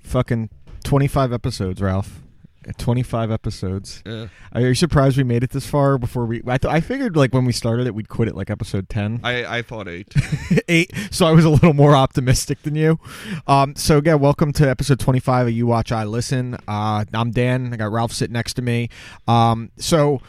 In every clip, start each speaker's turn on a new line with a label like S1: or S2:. S1: fucking 25 episodes, Ralph. 25 episodes.
S2: Yeah.
S1: Are you surprised we made it this far before we I, th- I figured like when we started it we'd quit at like episode 10.
S2: I, I thought eight.
S1: 8. So I was a little more optimistic than you. Um so again, welcome to episode 25 of You Watch I Listen. Uh I'm Dan. I got Ralph sitting next to me. Um so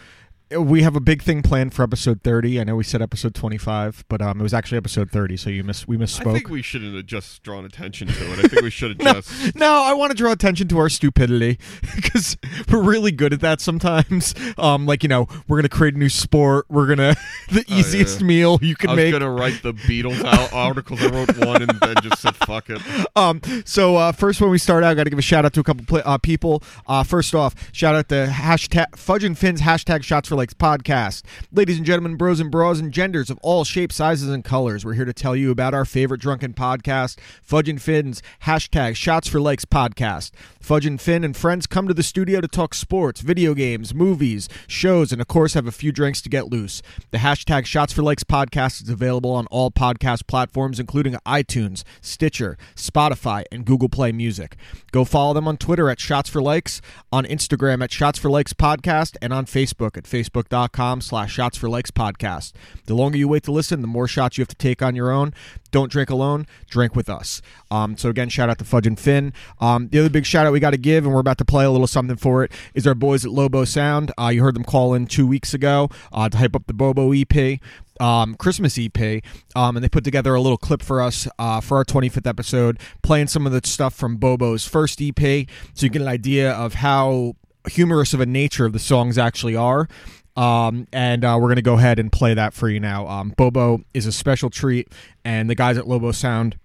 S1: we have a big thing planned for episode 30. I know we said episode 25, but um it was actually episode 30, so you miss we misspoke.
S2: I think we shouldn't have just drawn attention to it. I think we should have just. uh,
S1: No, I want to draw attention to our stupidity because we're really good at that sometimes. Um, like you know, we're gonna create a new sport. We're gonna the
S2: Oh, yeah.
S1: easiest meal you can
S2: I was
S1: make.
S2: gonna write the Beatles out articles. I wrote one and then just said fuck it.
S1: Um, so uh, first, when we start out, I got to give a shout out to a couple pla uh, people. Uh, first off, shout out to hashtag Fudge and Fins hashtag Shots for Lakes podcast. Ladies and gentlemen, bros and bras and genders of all shapes, sizes, and colors, we're here to tell you about our favorite drunken podcast, Fudge and Fins hashtag Shots for Lakes podcast. Fudge and Finn and friends come to the studio to talk sports, video games, movies, shows, and of course have a few drinks to get loose. The hashtag Shots for Lakes podcast is available on all podcast platforms, including iTunes, Stitcher, Spotify, and Google Play Music. Go follow them on Twitter at Shots for Lakes, on Instagram at Shots for Lakes Podcast, and on Facebook at facebook.com slash Shots for Lakes Podcast. The longer you wait to listen, the more shots you have to take on your own. Don't drink alone, drink with us. Um, so again, shout out to Fudge and Finn. Um, the other big shout out we got to give, and we're about to play a little something for it, is our boys at Lobo Sound. Uh, you heard them call in two weeks ago uh, to hype up the Bobo EP. Um, Christmas EP, um, and they put together a little clip for us uh, for our 25th episode, playing some of the stuff from Bobo's first EP, so you get an idea of how humorous of a nature the songs actually are. Um, and uh, we're going to go ahead and play that for you now. Um, Bobo is a special treat, and the guys at Lobo Sound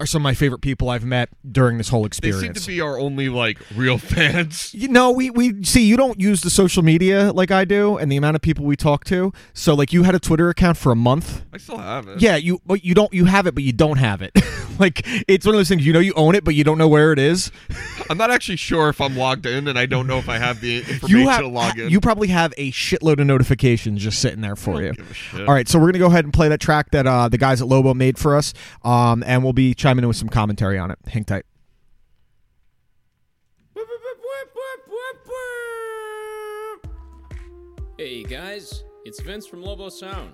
S1: are some of my favorite people I've met during this whole
S2: They
S1: experience.
S2: seem to be our only like real fans.
S1: You know, we, we see you don't use the social media like I do, and the amount of people we talk to. So, like, you had a Twitter account for a month.
S2: I still have it.
S1: Yeah, you but you don't you have it, but you don't have it. like it's one of those things you know you own it, but you don't know where it is.
S2: I'm not actually sure if I'm logged in, and I don't know if I have the information
S1: You have
S2: to log in.
S1: you probably have a shitload of notifications just sitting there for you.
S2: give a shit.
S1: All right, so we're gonna go ahead and play that track that uh, the guys at Lobo made for us, um, and we'll be chiming in with some commentary on it. Hang tight.
S3: Hey guys, it's Vince from Lobo Sound.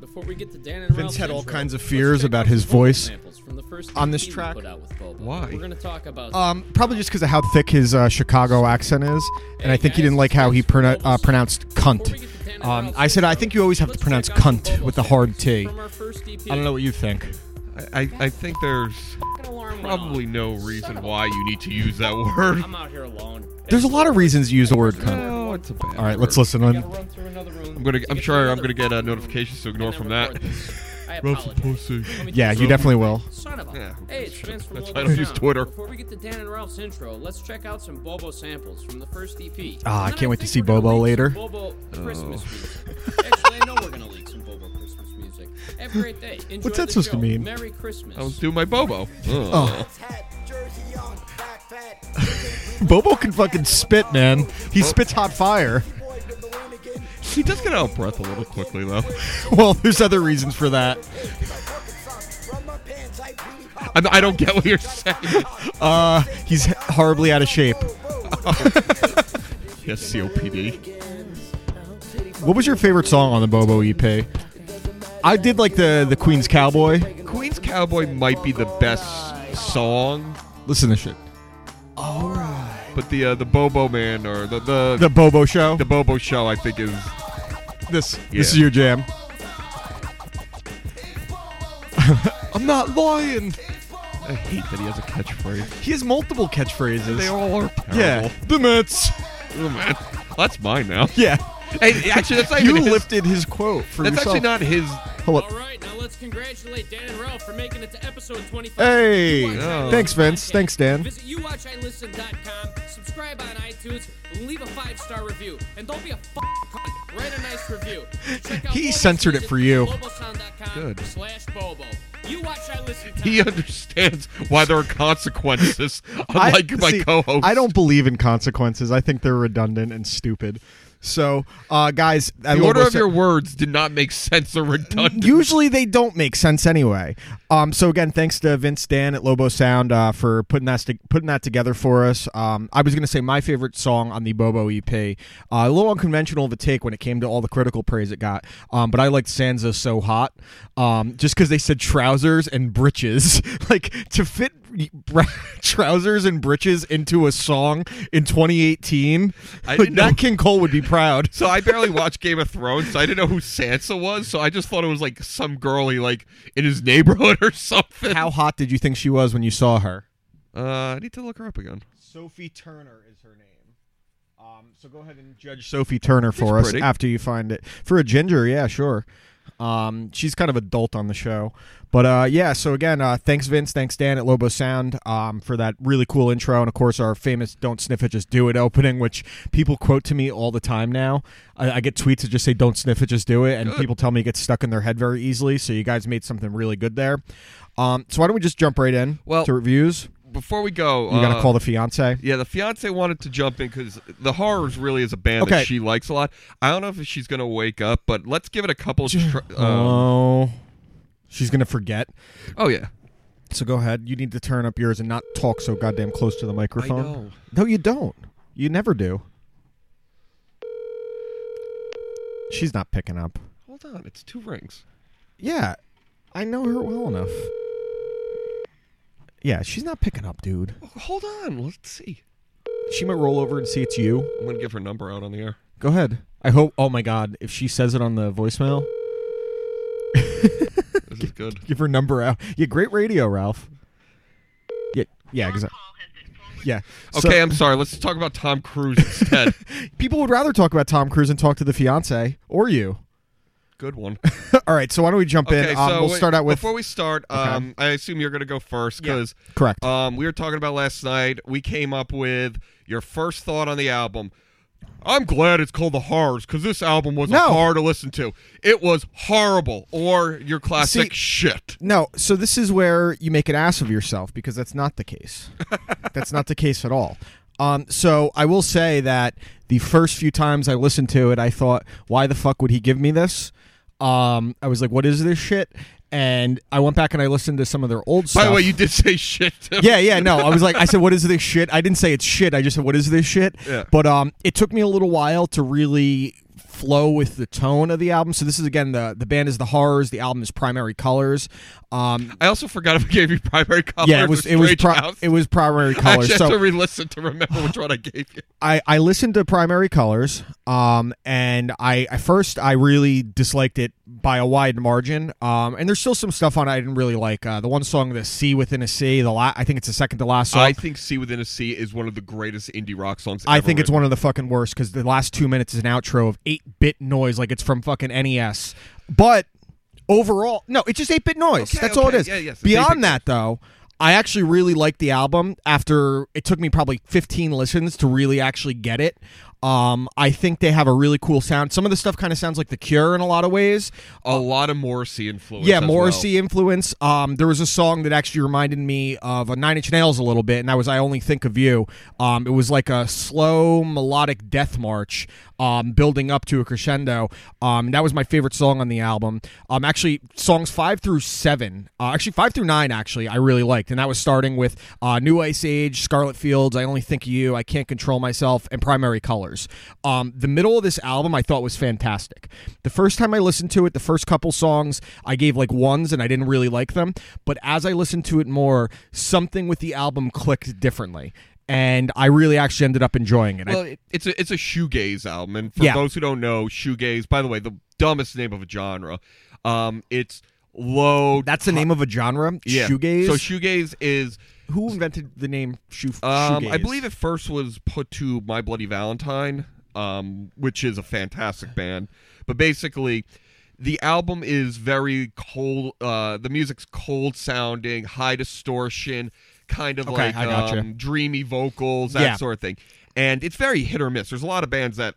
S3: Before we get to Dan and Ralph's
S1: had all
S3: intro,
S1: kinds of
S3: let's
S1: fears
S3: check
S1: about
S3: out
S1: his
S3: some vocal
S1: voice
S3: samples from the first
S1: on
S3: EP
S1: this
S3: we
S1: track.
S3: Put out with Bobo.
S2: Why?
S3: We're gonna talk about
S1: Um, probably just because of how thick his uh, Chicago accent is, and I think he didn't like how he pronou- uh, pronounced
S3: Before we
S1: cunt.
S3: get to Dan and
S1: Um,
S3: Ralph's
S1: I said I
S3: intro,
S1: think you always have to
S3: let's
S1: pronounce
S3: check out some
S1: cunt
S3: vocal
S1: with the hard
S3: samples
S1: T.
S3: From our first E EP.
S1: I don't know what you think.
S2: I, I, I think there's
S3: Fucking alarm went off.
S2: probably no reason why you need to use that word.
S3: I'm out here alone.
S1: There's a lot of reasons you use the word cunt.
S2: No, it's a bad
S1: All right,
S2: word.
S1: let's listen.
S3: I gotta
S1: On.
S3: run through another room
S2: I'm gonna.
S3: to
S2: I'm
S3: get
S2: sure I'm
S3: another
S2: gonna get uh,
S3: room
S2: notifications to ignore
S3: and then
S2: from that.
S3: record this. I
S2: Ralph's a
S3: apologize.
S2: pussy.
S3: Let me
S1: Yeah,
S3: just-
S1: you definitely will.
S3: Son of a.
S2: Yeah, who
S3: hey,
S2: gives
S3: it's
S2: a shit?
S3: Vince from
S2: That's
S3: Lobo
S2: why I don't use
S3: Sound.
S2: Twitter.
S3: Before we get to Dan and Ralph's intro, let's check out some Bobo samples from the first E EP.
S1: Ah, I
S3: And then
S1: can't wait to
S3: think
S1: see
S3: we're gonna
S1: Bobo
S3: leak some
S1: later.
S3: Bobo
S2: Oh.
S3: Christmas music. Actually, I know we're gonna leak some Bobo Christmas music. Have a great day. Enjoy
S1: What's that
S3: the
S1: supposed to
S3: show.
S1: mean?
S3: Merry Christmas.
S2: I was doing my Bobo. Ugh.
S1: Oh. Bobo can fucking spit, man. He spits hot fire.
S2: He does get out of breath a little quickly though.
S1: Well, there's other reasons for that.
S2: I, I don't get what you're saying.
S1: Uh, he's horribly out of shape.
S2: Yes, COPD.
S1: What was your favorite song on the Bobo EP? I did like the the Queen's Cowboy.
S2: Queen's Cowboy might be the best song,
S1: Listen to this shit.
S2: but the uh, the Bobo Man or the the,
S1: The Bobo Show.
S2: the Bobo Show I think is
S1: This
S2: Yeah.
S1: this is your jam.
S2: I'm not lying. I hate that he has a catchphrase.
S1: He has multiple catchphrases.
S2: They all are terrible.
S1: yeah, the Mets.
S2: Oh, man. That's mine now.
S1: Yeah,
S2: Hey, actually, that's not
S1: you
S2: even his-
S1: lifted his quote for
S2: That's
S1: yourself.
S2: actually not his.
S1: Hold
S3: All
S1: up.
S3: right, now let's congratulate Dan and Ralph for making it to episode 25.
S1: Hey,
S3: You Watch, I
S2: Oh.
S1: thanks,
S3: Listen
S1: Vince.
S3: podcast.
S1: Thanks, Dan.
S3: Visit youwatchilisten.com, subscribe on iTunes, and leave a five-star review, and don't be a f- cunt. Write a nice review. Check out
S1: He
S3: Bobo's
S1: censored it
S3: music
S1: for you.
S3: at lobosound.com
S2: Good.
S3: Slash Bobo. You watch, I listen. Time.
S2: He understands why there are consequences, unlike my
S1: see,
S2: co-host.
S1: I don't believe in consequences. I think they're redundant and stupid. So, uh, guys, I
S2: The
S1: love
S2: order
S1: what
S2: of
S1: I-
S2: your words did not make sense or redundant.
S1: Usually they don't make sense anyway. Um, so again, thanks to Vince Dan at Lobo Sound uh, for putting that st- putting that together for us. Um, I was gonna say my favorite song on the Bobo EP, uh, a little unconventional of a take when it came to all the critical praise it got, um, but I liked Sansa so hot, um, just because they said trousers and breeches, like to fit bra- trousers and breeches into a song in 2018.
S2: I
S1: like
S2: didn't
S1: that
S2: know-
S1: King Cole would be proud.
S2: So I barely watched Game of Thrones, so I didn't know who Sansa was. So I just thought it was like some girly, like in his neighborhood or something.
S1: How hot did you think she was when you saw her?
S2: Uh, I need to look her up again.
S1: Sophie Turner is her name. Um, so go ahead and judge Sophie Turner for us
S2: pretty.
S1: after you find it. For a ginger, yeah, sure. Um, she's kind of adult on the show, but uh, yeah. So again, uh, thanks Vince, thanks Dan at Lobo Sound um, for that really cool intro, and of course our famous "Don't Sniff It, Just Do It" opening, which people quote to me all the time now. I, I get tweets that just say "Don't sniff it, just do it," and people tell me it gets stuck in their head very easily. So you guys made something really good there. Um, so why don't we just jump right in
S2: Well,
S1: to reviews?
S2: Before we go,
S1: You
S2: uh,
S1: gotta call the fiance.
S2: Yeah, the fiance wanted to jump in because the horrors really is a band
S1: Okay.
S2: that she likes a lot. I don't know if she's gonna wake up, but let's give it a couple. Of tr- um,
S1: Oh, she's gonna forget.
S2: oh yeah,
S1: So go ahead. You need to turn up yours and not talk so goddamn close to the microphone.
S2: know.
S1: No, you don't. You never do. She's not picking up.
S2: hold on, it's two rings.
S1: Yeah, I know her well enough. Yeah, she's not picking up, dude.
S2: Oh, hold on, let's see.
S1: She might roll over and see it's you.
S2: I'm gonna give her number out on the air.
S1: Go ahead. I hope. Oh my god, if she says it on the voicemail,
S2: This is good.
S1: give her number out. Yeah, great radio, Ralph. Yeah, yeah, exactly. Yeah. So-
S2: Okay, I'm sorry. Let's talk about Tom Cruise instead.
S1: People would rather talk about Tom Cruise and talk to the fiance or you.
S2: good one.
S1: All right, so why don't we jump
S2: Okay,
S1: in? Um,
S2: so
S1: we'll
S2: wait,
S1: start out with
S2: before we start. Um, I assume you're gonna go first because
S1: correct.
S2: um, we were talking about last night. We came up with your first thought on the album. I'm glad it's called the horrors because this album was
S1: No.
S2: hard to listen to. It was horrible, or your classic
S1: See-
S2: shit.
S1: no, so this is where you make an ass of yourself because that's not the case. that's not the case at all. Um, so I will say that the first few times I listened to it, I thought, why the fuck would he give me this? Um, I was like, what is this shit? And I went back and I listened to some of their old stuff.
S2: By the way, you did say shit. Too.
S1: yeah, yeah, no. I was like, I said, what is this shit? I didn't say it's shit. I just said, what is this shit?
S2: Yeah.
S1: But um, it took me a little while to really flow with the tone of the album. So this is again the the band is the horrors. The album is primary colors. Um,
S2: I also forgot if I gave you primary colors.
S1: yeah, it was it was pri- it was primary
S2: I
S1: colors.
S2: actually
S1: so
S2: have to re-listen to remember which one I gave you.
S1: I, I listened to Primary Colors, um, and I at first I really disliked it by a wide margin. Um, and there's still some stuff on it I didn't really like. Uh, the one song, the C within a C, the la- I think it's the second to last song.
S2: I think "Sea Within a Sea" is one of the greatest indie rock songs.
S1: I
S2: ever
S1: think it's
S2: written.
S1: one of the fucking worst because the last two minutes is an outro of eight bit noise, like it's from fucking NES. But overall, no, it's just eight bit noise.
S2: Okay,
S1: That's all it
S2: okay.
S1: is.
S2: Yeah, yes, it's 8-bit
S1: Beyond that, though, I actually really liked the album. After it took me probably 15 listens to really actually get it. Um, I think they have a really cool sound. Some of the stuff kind of sounds like The Cure in a lot of ways.
S2: a lot of Morrissey influence.
S1: Yeah,
S2: as well.
S1: Morrissey influence. Um, there was a song that actually reminded me of a Nine Inch Nails a little bit, and that was "I Only Think of You." Um, it was like a slow melodic death march, um, building up to a crescendo. Um, that was my favorite song on the album. Um, actually, songs five through seven, uh, actually five through nine, actually I really liked, and that was starting with uh, "New Ice Age," "Scarlet Fields," "I Only Think of You," "I Can't Control Myself," and "Primary Colors." Um, the middle of this album I thought was fantastic. The first time I listened to it, the first couple songs I gave like ones and I didn't really like them. But as I listened to it more, something with the album clicked differently. And I really actually ended up enjoying it. I-
S2: Well, it, it's a it's a shoegaze album, and for
S1: Yeah.
S2: those who don't know, shoegaze. By the way, the dumbest name of a genre. Um, it's low.
S1: that's the name of a genre,
S2: yeah.
S1: shoegaze.
S2: So shoegaze is.
S1: Who invented the name shoe?
S2: Um, I
S1: shoegaze?
S2: believe it first was put to My Bloody Valentine, um, which is a fantastic band. But basically, the album is very cold. Uh, the music's cold sounding, high distortion, kind of
S1: Okay,
S2: like
S1: I gotcha.
S2: um, dreamy vocals, that
S1: Yeah.
S2: sort of thing. And it's very hit or miss. There's a lot of bands that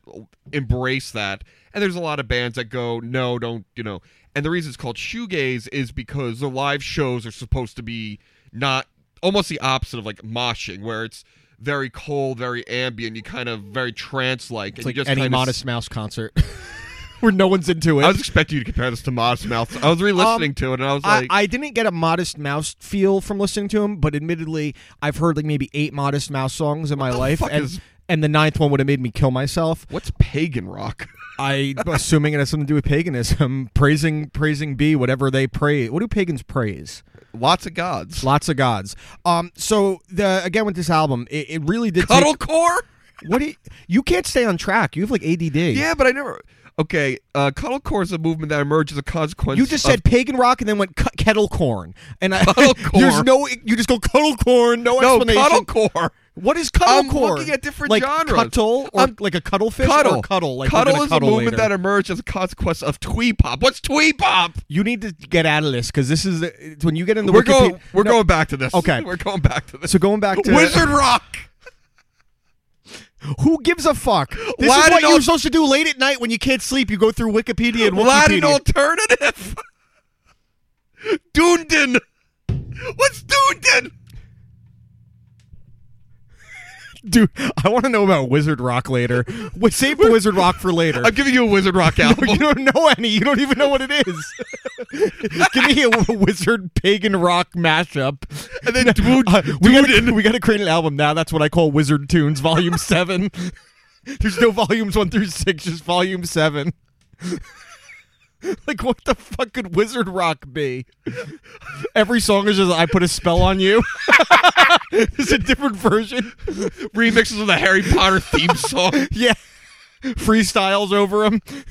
S2: embrace that, and there's a lot of bands that go, no, don't, you know. And the reason it's called shoegaze is because the live shows are supposed to be not almost the opposite of like moshing, where it's very cold, very ambient. You kind of very trance like.
S1: It's like
S2: just
S1: any
S2: kind of
S1: Modest Mouse concert where no one's into it.
S2: I was expecting you to compare this to Modest Mouse. I was re-listening
S1: Um,
S2: to it, and I was
S1: I,
S2: like,
S1: I didn't get a Modest Mouse feel from listening to him, but admittedly, I've heard like maybe eight Modest Mouse songs in my
S2: the
S1: life,
S2: fuck
S1: and,
S2: is-
S1: and the ninth one would have made me kill myself.
S2: "What's pagan rock?"
S1: I assuming it has something to do with paganism, praising praising be whatever they pray. What do pagans praise?
S2: Lots of gods.
S1: Lots of gods. Um. So the again with this album, it, it really did. take-
S2: Cuddlecore.
S1: what do you, you can't stay on track? You have like ADD.
S2: Yeah, but I never. Okay, uh, cuddlecore is a movement that emerged as a consequence.
S1: You just
S2: of-
S1: said pagan rock and then went cu- kettle corn, and I,
S2: Cuddle corn.
S1: there's no. You just go cuddle corn. No,
S2: no
S1: explanation.
S2: cuddlecore.
S1: What is cuddle
S2: I'm
S1: corn?
S2: looking at different
S1: like
S2: genres.
S1: Cuddle or
S2: I'm-
S1: like a cuddlefish
S2: Cuddle,
S1: or cuddle. Like we're
S2: cuddle
S1: gonna
S2: is
S1: cuddle
S2: a movement
S1: later.
S2: that emerged as a consequence of twee pop. What's twee pop?
S1: you need to get out of this because this is it's when you get into
S2: We're
S1: Wikipedia-
S2: going. We're
S1: No,
S2: going back to this.
S1: Okay.
S2: we're going back to this.
S1: So going back to
S2: Wizard Rock.
S1: Who gives a fuck? This
S2: Why
S1: is what
S2: did
S1: you're
S2: all-
S1: supposed to do late at night when you can't sleep. You go through Wikipedia and
S2: Latin
S1: Wikipedia.
S2: alternative. Dunedin. What's Dunedin?
S1: Dude, I want to know about Wizard Rock later. We- Save the Wizard Rock for later.
S2: I'm giving you a Wizard Rock album.
S1: you don't know any. You don't even know what it is. Give me a w- wizard pagan rock mashup.
S2: and then Dun-
S1: Uh, we, gotta, we gotta create an album now. That's what I call Wizard Tunes, Volume 7. There's no volumes 1 through 6, just Volume 7. like, what the fuck could Wizard Rock be? Every song is just, I put a spell on you. it's a different version.
S2: remixes of the Harry Potter theme song.
S1: Yeah. Freestyles over them.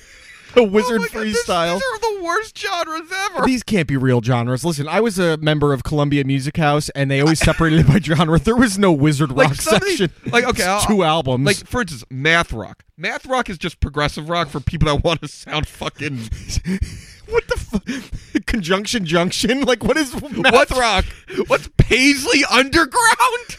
S1: A wizard
S2: Oh my God, this-
S1: freestyle.
S2: These are the worst genres ever.
S1: These can't be real genres. Listen, I was a member of Columbia Music House, and they always separated it by genre. There was no wizard rock
S2: Like, some of these-
S1: section.
S2: like, okay,
S1: It's
S2: I'll-
S1: 2 albums.
S2: Like, for instance, math rock. Math rock is just progressive rock for people that want to sound fucking.
S1: what the fu- conjunction junction? Like, what is math
S2: What's
S1: rock,
S2: rock? What's Paisley Underground?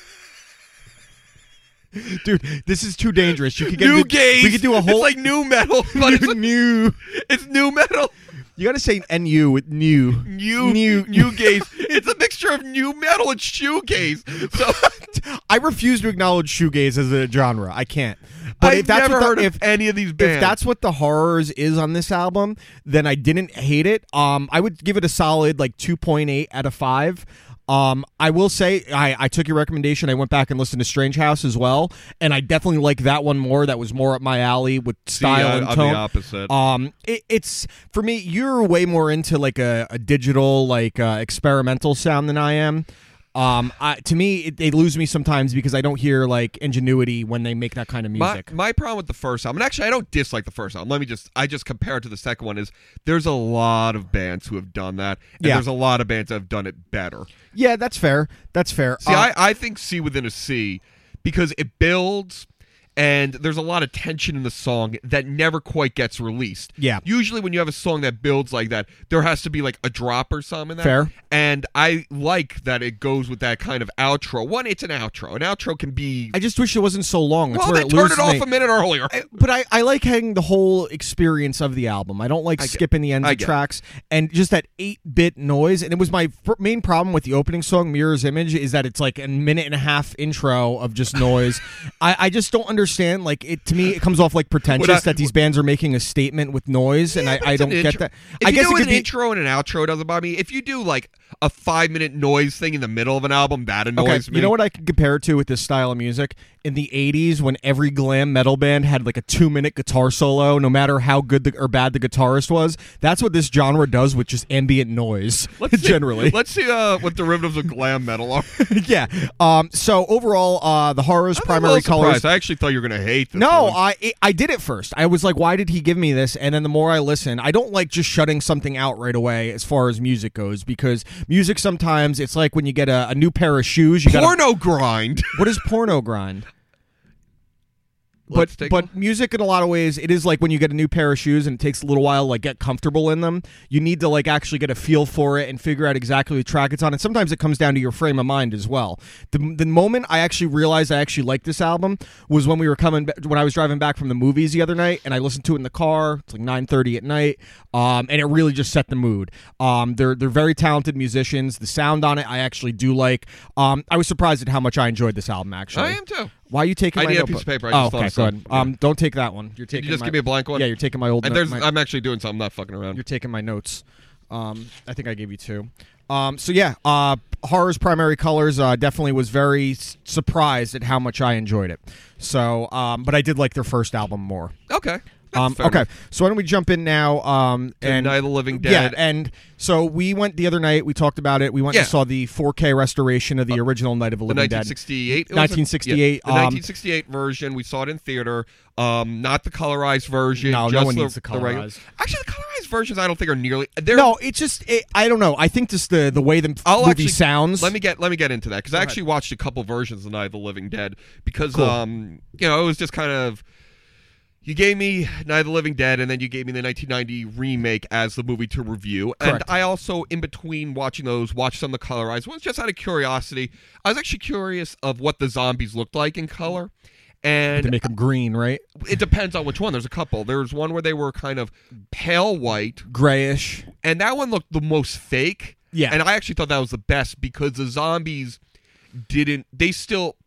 S1: dude? This is too dangerous. You could get
S2: new
S1: into-
S2: gaze.
S1: We could do a whole
S2: It's like new metal, but it's,
S1: new.
S2: it's new metal.
S1: You got to say nu with new.
S2: New,
S1: New-
S2: new gaze. It's a mixture of new metal and shoegaze. So
S1: I refuse to acknowledge shoegaze as a genre. I can't.
S2: I've
S1: if that's
S2: never
S1: what the-
S2: heard
S1: if,
S2: of any of these bands.
S1: If that's what the horrors is on this album, then I didn't hate it. Um, I would give it a solid like two point eight out of five. Um, I will say I, I took your recommendation. I went back and listened to Strange House as well, and I definitely like that one more. That was more up my alley with style
S2: See, I-
S1: and tone.
S2: I'm the opposite.
S1: Um, it, it's for me. You're way more into like a, a digital, like uh, experimental sound than I am. Um, I, to me, it, they lose me sometimes because I don't hear like ingenuity when they make that kind of
S2: my,
S1: music.
S2: my problem with the first album, and actually I don't dislike the first album. Let me just I just compare it to the second one is there's a lot of bands who have done that, and
S1: Yeah.
S2: there's a lot of bands that have done it better.
S1: yeah, that's fair. That's fair.
S2: See,
S1: Uh,
S2: I, I think C within a C because it builds and there's a lot of tension in the song that never quite gets released.
S1: Yeah.
S2: Usually when you have a song that builds like that, there has to be like a drop or something in that.
S1: Fair.
S2: And I like that it goes with that kind of outro. One, it's an outro. An outro can be
S1: I just wish it wasn't so long. That's
S2: Well,
S1: where
S2: they
S1: it
S2: turned
S1: loses
S2: it off
S1: me.
S2: a minute earlier.
S1: but I, I like having the whole experience of the album. I don't like
S2: I get-
S1: skipping the ends
S2: I
S1: of
S2: get it.
S1: tracks and just that 8 bit noise. And it was my fir- main problem with the opening song, Mirror's Image, is that it's like a minute and a half intro of just noise. I, I just don't understand. Like, it to me, it comes off like pretentious
S2: When I-
S1: that these bands are making a statement with noise, and I, I
S2: It's
S1: don't
S2: an
S1: get
S2: intro.
S1: that.
S2: If
S1: I
S2: you
S1: guess
S2: do
S1: it could
S2: an
S1: be.
S2: intro and an outro, it doesn't bother me. If you do like a five minute noise thing in the middle of an album, that
S1: Okay,
S2: annoys me.
S1: you know what I can compare it to with this style of music? In the 80s, when every glam metal band had like a two minute guitar solo, no matter how good the, or bad the guitarist was, that's what this genre does with just ambient noise,
S2: see-
S1: generally.
S2: let's see uh, what derivatives of glam metal are.
S1: yeah. Um, so overall, uh, the horror's
S2: I'm a
S1: primary
S2: little
S1: colors.
S2: surprised. I actually thought you were going to hate this.
S1: No, uh,
S2: one.
S1: I it- I did it first. I was like, why did he give me this? And then the more I listen, I don't like just shutting something out right away as far as music goes because music sometimes it's like when you get a, a new pair of shoes. You got
S2: porno grind.
S1: what is porno grind?
S2: Let's
S1: but
S2: take a
S1: but
S2: look.
S1: music in a lot of ways it is like when you get a new pair of shoes and it takes a little while to like get comfortable in them you need to like actually get a feel for it and figure out exactly the track it's on and sometimes it comes down to your frame of mind as well the, the moment i actually realized i actually liked this album was when we were coming ba- when i was driving back from the movies the other night and i listened to it in the car it's like 9.30 at night um, and it really just set the mood um, they're, they're very talented musicians the sound on it i actually do like um, i was surprised at how much i enjoyed this album actually
S2: I am too.
S1: why are you taking
S2: I
S1: my
S2: need a
S1: notebook?
S2: piece of paper. I
S1: oh,
S2: just thought
S1: okay,
S2: of something.
S1: good. Um, don't take that one. You're taking.
S2: you just
S1: my-
S2: give me a blank one?
S1: Yeah, you're taking my old.
S2: And
S1: no-
S2: there's,
S1: my-
S2: I'm actually doing something. I'm not fucking around.
S1: you're taking my notes. Um, I think I gave you two. Um, so yeah, uh, horror's primary colors uh, definitely was very s- surprised at how much I enjoyed it. So, um, but I did like their first album more.
S2: Okay. That's
S1: Um,
S2: fair
S1: okay,
S2: enough.
S1: so why don't we jump in now? Um, and
S2: Night of the Living
S1: Yeah,
S2: Dead.
S1: and so we went the other night. We talked about it. We went
S2: Yeah. Uh,
S1: and saw the 4K restoration of the original Night of the
S2: The
S1: Living Dead.
S2: 1968. it was a-
S1: 1968,
S2: yeah, the
S1: um,
S2: 1968 version. We saw it in theater. Um, not the colorized version.
S1: No, no
S2: just
S1: one
S2: the,
S1: needs the
S2: regular-
S1: colorized.
S2: actually, the colorized versions I don't think are nearly. They're,
S1: No, it's just it, I don't know. I think just the the way the
S2: I'll
S1: movie
S2: actually,
S1: sounds.
S2: Let me get let me get into that because I
S1: ahead.
S2: actually watched a couple versions of Night of the Living Dead because um you know it was just kind of you gave me Night of the Living Dead and then you gave me the 1990 remake as the movie to review and
S1: Correct.
S2: I also in between watching those watched some of the colorized ones just out of curiosity I was actually curious of what the zombies looked like in color and
S1: to make them green, right?
S2: it depends on which one there's a couple there's one where they were kind of pale white
S1: Grayish.
S2: and that one looked the most fake.
S1: Yeah.
S2: and I actually thought that was the best because the zombies didn't. They still,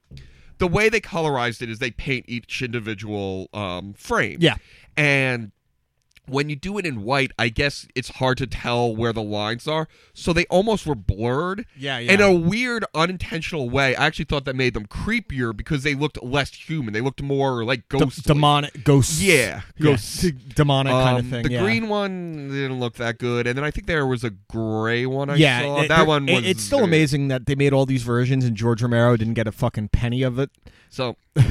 S2: the way they colorized it is they paint each individual um, frame.
S1: Yeah.
S2: and when you do it in white, I guess it's hard to tell where the lines are, so they almost were blurred.
S1: Yeah,
S2: In
S1: yeah.
S2: a weird, unintentional way, I actually thought that made them creepier because they looked less human. They looked more like
S1: D-
S2: ghosts.
S1: demonic ghosts.
S2: Yeah, ghosts.
S1: Yeah, demonic kind of
S2: Um,
S1: thing.
S2: The
S1: yeah.
S2: green one didn't look that good, and then I think there was a gray one. I
S1: yeah,
S2: saw.
S1: it-
S2: that
S1: it-
S2: one was.
S1: it- it's still
S2: very-
S1: amazing that they made all these versions and George Romero didn't get a fucking penny of it.
S2: So,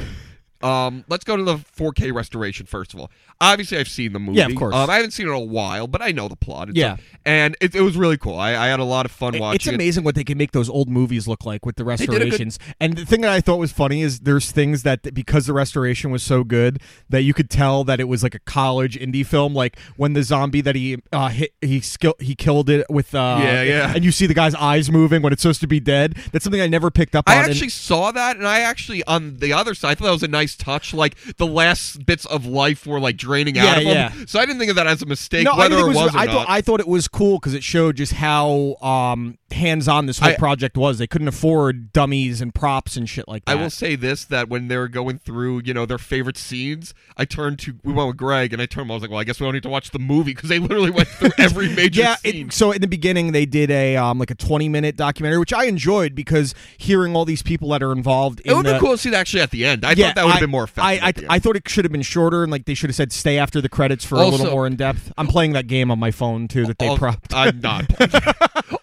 S2: um, let's go to the 4K restoration first of all. Obviously, I've seen the movie.
S1: Yeah, of course.
S2: Um, I haven't seen it in a while, but I know the plot. It's
S1: Yeah.
S2: a- and it, it was really cool. I, I had a lot of fun
S1: It-
S2: watching.
S1: It's
S2: it.
S1: amazing what they can make those old movies look like with the
S2: did a good-
S1: restorations. and the thing that I thought was funny is there's things that that because the restoration was so good that you could tell that it was like a college indie film. Like when the zombie that he uh, hit, he skill he killed it with. Uh,
S2: Yeah, yeah.
S1: And you see the guy's eyes moving when it's supposed to be dead. That's something I never picked up
S2: I
S1: on. and-
S2: actually saw that, and I actually on the other side, I thought that was a nice touch. Like the last bits of life were like draining out
S1: Yeah,
S2: of them,
S1: yeah.
S2: so I didn't think of that as a mistake.
S1: no,
S2: whether
S1: I didn't
S2: it
S1: think
S2: was, or
S1: I
S2: not.
S1: thought I thought it was cool because it showed just how um, hands on this whole
S2: I-
S1: project was. They couldn't afford dummies and props and shit like
S2: I
S1: that.
S2: will say this: that when they were going through, you know, their favorite scenes, I turned to we went with Greg, and I turned. him, I was like, "Well, I guess we don't need to watch the movie because they literally went through every major
S1: yeah
S2: scene."
S1: It, so in the beginning they did a um like a 20 minute documentary which i enjoyed because hearing all these people that are involved in
S2: it would
S1: the,
S2: be cool to see that actually at the end. I
S1: yeah,
S2: thought that would
S1: I-
S2: have been more effective.
S1: I I,
S2: at the end.
S1: I thought it should have been shorter, and like they should have said, "Stay after the credits for a
S2: Also-
S1: little more in depth." I'm playing that game on my phone too that they
S2: Al-
S1: propped.
S2: I'm not.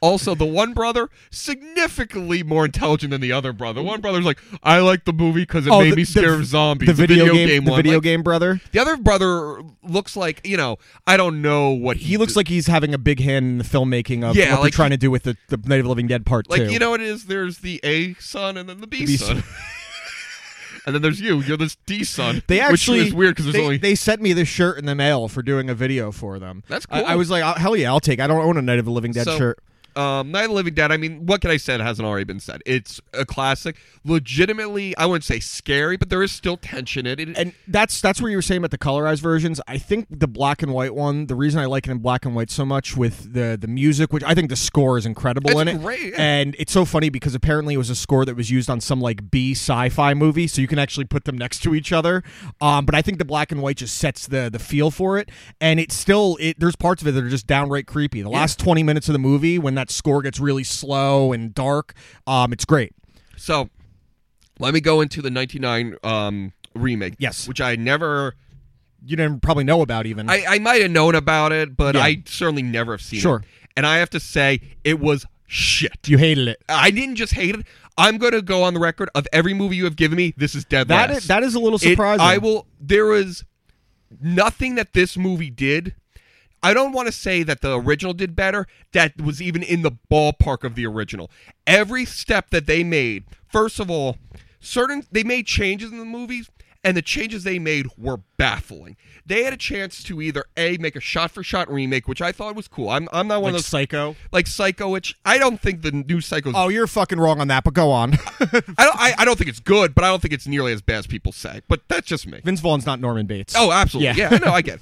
S2: also, the one brother significantly more intelligent than the other brother. One brother's like, "I like the movie because it
S1: Oh,
S2: made me scared of zombies."
S1: The video, game, the
S2: one.
S1: video
S2: Like,
S1: game brother.
S2: The other brother looks like you know. I don't know what he,
S1: He looks
S2: did.
S1: like he's having a big hand in the filmmaking of
S2: Yeah,
S1: what they're
S2: like
S1: trying to do with the, the Night of the Living Dead Part
S2: Like
S1: Two.
S2: you know, what it is. There's the A son and then the B,
S1: B
S2: son, and then there's you. You're this D son.
S1: They actually
S2: which is weird because there's
S1: they,
S2: only
S1: they sent me this shirt in the mail for doing a video for them.
S2: That's
S1: I-
S2: cool.
S1: I, was like, oh, hell yeah, I'll take. it. I don't own a Night of the Living Dead
S2: So,
S1: shirt.
S2: Um, Night of the Living Dead. I mean, what can I say that hasn't already been said? It's a classic. Legitimately, I wouldn't say scary, but there is still tension in it.
S1: And that's that's where you were saying about the colorized versions. I think the black and white one. The reason I like it in black and white so much with the the music, which I think the score is incredible
S2: It's
S1: in it.
S2: great, yeah.
S1: And it's so funny because apparently it was a score that was used on some like B sci-fi movie, so you can actually put them next to each other. Um, but I think the black and white just sets the the feel for it, and it's still it. There's parts of it that are just downright creepy. The last 20 minutes of the movie, when that score gets really slow and dark, um, it's great.
S2: so, let me go into the '99 um, remake.
S1: Yes.
S2: which I never.
S1: You didn't probably know about even.
S2: I, I might have known about it, but
S1: Yeah.
S2: I certainly never have seen
S1: Sure.
S2: it. And I have to say, it was shit.
S1: you hated it.
S2: I didn't just hate it. I'm going to go on the record of every movie you have given me. This is dead
S1: That
S2: last.
S1: is, that is a little
S2: It-
S1: surprising.
S2: I will. There was nothing that this movie did. I don't want to say that the original did better. That was even in the ballpark of the original. Every step that they made, first of all, certain they made changes in the movies, and the changes they made were baffling. They had a chance to either a make a shot for shot remake, which I thought was cool. I'm I'm not
S1: Like
S2: one of those
S1: Psycho.
S2: like Psycho, which I don't think the new Psycho's.
S1: Oh, you're fucking wrong on that, but go on.
S2: I don't I, I don't think it's good, but I don't think it's nearly as bad as people say. But that's just me.
S1: Vince Vaughn's not Norman Bates.
S2: Oh, absolutely.
S1: Yeah.
S2: Yeah, no, I get. It.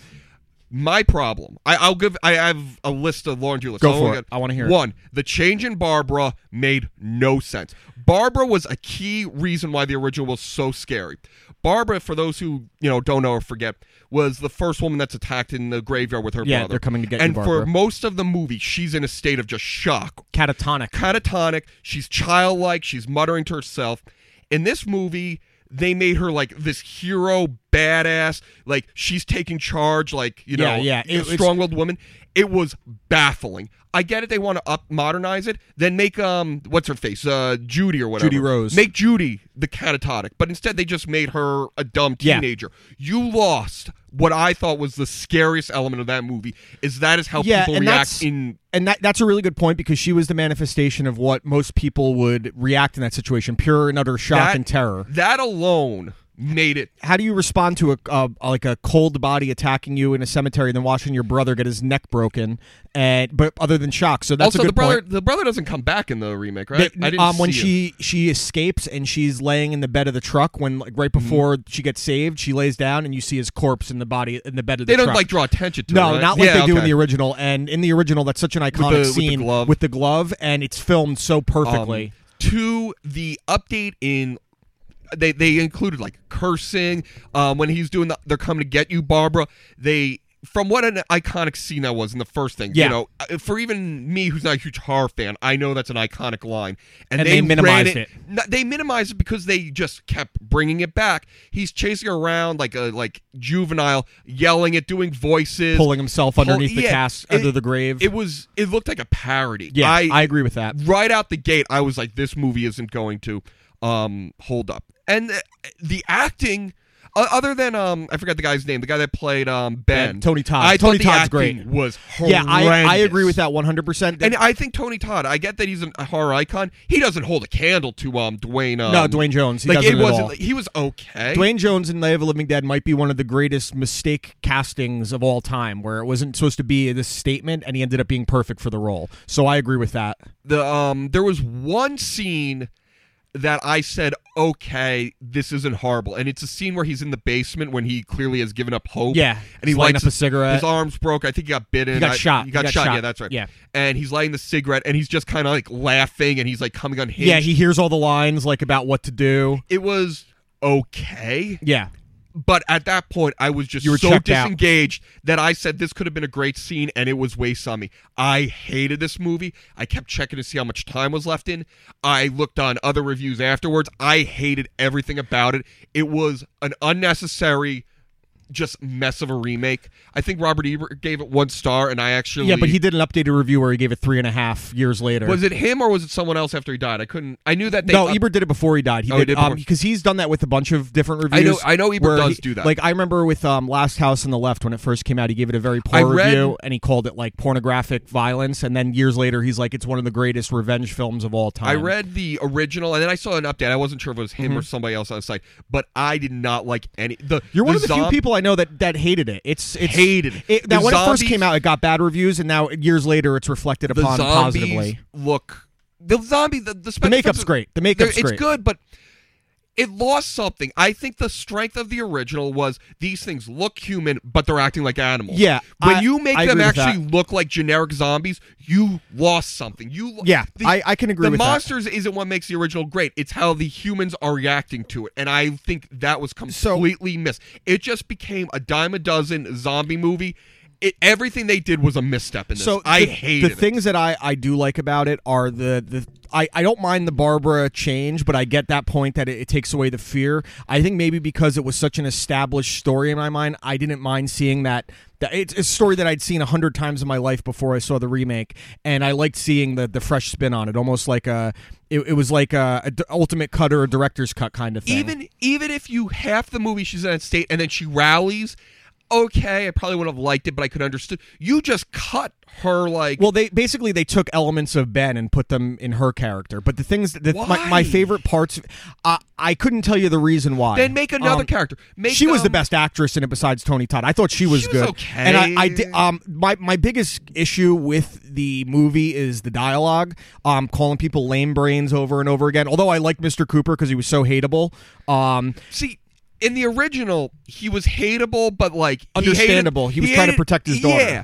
S2: My problem. I, I'll give. I have a list of laundry lists.
S1: Go
S2: I'll only
S1: for it.
S2: get-
S1: I wanna hear it.
S2: One, the change in Barbara made no sense. Barbara was a key reason why the original was so scary. Barbara, for those who you know don't know or forget, was the first woman that's attacked in the graveyard with her
S1: Yeah,
S2: brother.
S1: they're coming to get you,
S2: And
S1: Barbara.
S2: for most of the movie, she's in a state of just shock
S1: catatonic.
S2: catatonic. She's childlike. She's muttering to herself. In this movie, they made her like this hero, badass. Like she's taking charge. Like you
S1: Yeah,
S2: know,
S1: yeah, it- it's-
S2: strong-willed woman. It was baffling. I get it. They want to up modernize it. Then make um, what's her face, uh, Judy or whatever.
S1: Judy Rose.
S2: Make Judy the catatonic. But instead, they just made her a dumb
S1: Yeah.
S2: teenager. You lost what I thought was the scariest element of that movie. Is that is how
S1: Yeah,
S2: people
S1: and
S2: react
S1: that's-
S2: in
S1: and that, that's a really good point because she was the manifestation of what most people would react in that situation pure and utter shock
S2: that-
S1: and terror
S2: That alone made it
S1: how do you respond to a uh, like a cold body attacking you in a cemetery and then watching your brother get his neck broken and but other than shock so that's
S2: also
S1: a good
S2: the brother
S1: point
S2: the brother doesn't come back in the remake, right?
S1: That- um, when she she escapes and she's laying in the bed of the truck when like right
S2: Mm-hmm.
S1: before she gets saved she lays down and you see his corpse in the body in the bed of the
S2: they don't
S1: truck.
S2: like draw attention to
S1: No,
S2: it, right?
S1: not like
S2: Yeah,
S1: they do in
S2: okay.
S1: the original. And in the original, that's such an iconic
S2: the- with the
S1: scene
S2: glove.
S1: with the glove, and it's filmed so
S2: Um,
S1: perfectly.
S2: to the update in they they included like cursing um, when he's doing the they're coming to get you Barbara they from what an iconic scene that was in the first thing
S1: Yeah.
S2: you know uh, for even me who's not a huge horror fan I know that's an iconic line and,
S1: And they
S2: ran
S1: minimized it.
S2: No, they minimized it because they just kept bringing it back he's chasing around like a like juvenile yelling it doing voices
S1: pulling himself
S2: Pull-
S1: underneath the
S2: yeah,
S1: cast
S2: it-
S1: under the grave.
S2: it was it looked like a parody
S1: yeah, I, agree with that.
S2: right out the gate, I was like, this movie isn't going to um, hold up. And the, the acting, o- other than um, I forgot the guy's name, the guy that played um, Ben,
S1: Yeah, Tony Todd.
S2: I
S1: Tony
S2: thought the
S1: Todd's
S2: acting
S1: great.
S2: Was
S1: Yeah, I, I agree
S2: horrendous.
S1: with that 100%.
S2: And I think Tony Todd. I get that he's an- a horror icon. He doesn't hold a candle to um Dwayne. Um,
S1: no, Dwayne Jones. He
S2: like
S1: doesn't
S2: it
S1: at
S2: wasn't.
S1: all.
S2: like- he was okay.
S1: Dwayne Jones in Night of the Living Dead might be one of the greatest mistake castings of all time, where it wasn't supposed to be this statement, and he ended up being perfect for the role. So I agree with that.
S2: the um there was one scene that I said, okay, this isn't horrible. And it's a scene where he's in the basement when he clearly has given up hope.
S1: Yeah,
S2: And he
S1: he's lighting up
S2: lights
S1: a
S2: his-
S1: cigarette.
S2: His arms broke. I think he got bitten.
S1: He got
S2: I-
S1: shot.
S2: He got, shot. Yeah, that's right.
S1: Yeah.
S2: And he's lighting the cigarette and he's just kind of like laughing and he's like coming unhinged.
S1: Yeah, he hears all the lines like about what to do.
S2: it was okay.
S1: Yeah,
S2: But at that point, I was just
S1: You were
S2: so
S1: checked out.
S2: disengaged that I said this could have been a great scene, and it was waste on me. I hated this movie. I kept checking to see how much time was left in. I looked on other reviews afterwards. I hated everything about it. It was an unnecessary, just mess of a remake. I think Robert Ebert gave it one star, and I actually
S1: yeah, but he did an updated review where he gave it three and a half years later.
S2: was it him or was it someone else after he died? I couldn't. I knew that they
S1: no,
S2: up-
S1: Ebert did it before he died. He
S2: Oh, he
S1: did
S2: did
S1: um,
S2: before-
S1: because he's done that with a bunch of different
S2: I know-
S1: reviews.
S2: I know Ebert
S1: where
S2: does
S1: he-
S2: do that.
S1: Like I remember with um, Last House on the Left when it first came out, he gave it a very poor
S2: I read-
S1: review and he called it like pornographic violence. And then years later, he's like, it's one of the greatest revenge films of all time. Mm-hmm.
S2: I read the original, and then I saw an update. I wasn't sure if it was him or somebody else on the site, but I did not like any. The
S1: You're one of the few
S2: zomb-
S1: people I know that that hated it. It's, it's
S2: Hated it.
S1: it. Now,
S2: The
S1: when it first
S2: zombies-
S1: came out, it got bad reviews, and now years later, it's reflected
S2: The
S1: upon
S2: zombies
S1: positively.
S2: look. The zombie, the the, special
S1: makeup's
S2: effects-
S1: great. The makeup's
S2: they're- it's
S1: great.
S2: good, but it lost something. I think the strength of the original was these things look human, but they're acting like animals.
S1: Yeah,
S2: when
S1: I-
S2: you make
S1: I
S2: them
S1: agree with that.
S2: actually look like generic zombies, you lost something. You lo-
S1: Yeah, I- I can agree
S2: The
S1: with that.
S2: monsters is isn't what makes the original great. It's how the humans are reacting to it, and I think that was completely missed. It just became a dime a dozen zombie movie. It, everything they did was a misstep in this.
S1: So
S2: I
S1: the,
S2: hated
S1: the
S2: it.
S1: things that I, I do like about it are the the I, I don't mind the Barbara change, but I get that point that it, it takes away the fear. I think maybe because it was such an established story in my mind, I didn't mind seeing that. that it's a story that I'd seen a hundred times in my life before I saw the remake, and I liked seeing the the fresh spin on it, almost like a it, it was like a, a d- ultimate cut or a director's cut kind of thing.
S2: even even if you half the movie she's in that state and then she rallies okay. I probably wouldn't have liked it, but I could understood. You just cut her like
S1: Well, they basically they took elements of Ben and put them in her character. But the things that the, my, my
S2: Why?
S1: favorite parts, uh, I couldn't tell you the reason why.
S2: Then make another
S1: Um,
S2: character. Make
S1: she was the
S2: um,
S1: best actress in it besides Tony Todd. I thought she was
S2: She was
S1: good.
S2: okay.
S1: And I, I di- um my my biggest issue with the movie is the dialogue. Um, calling people lame brains over and over again. Although I liked Mr. Cooper because he was so hateable. Um,
S2: See, in the original, he was hateable, but like he hated-
S1: Understandable. He was trying to protect his daughter.
S2: Yeah.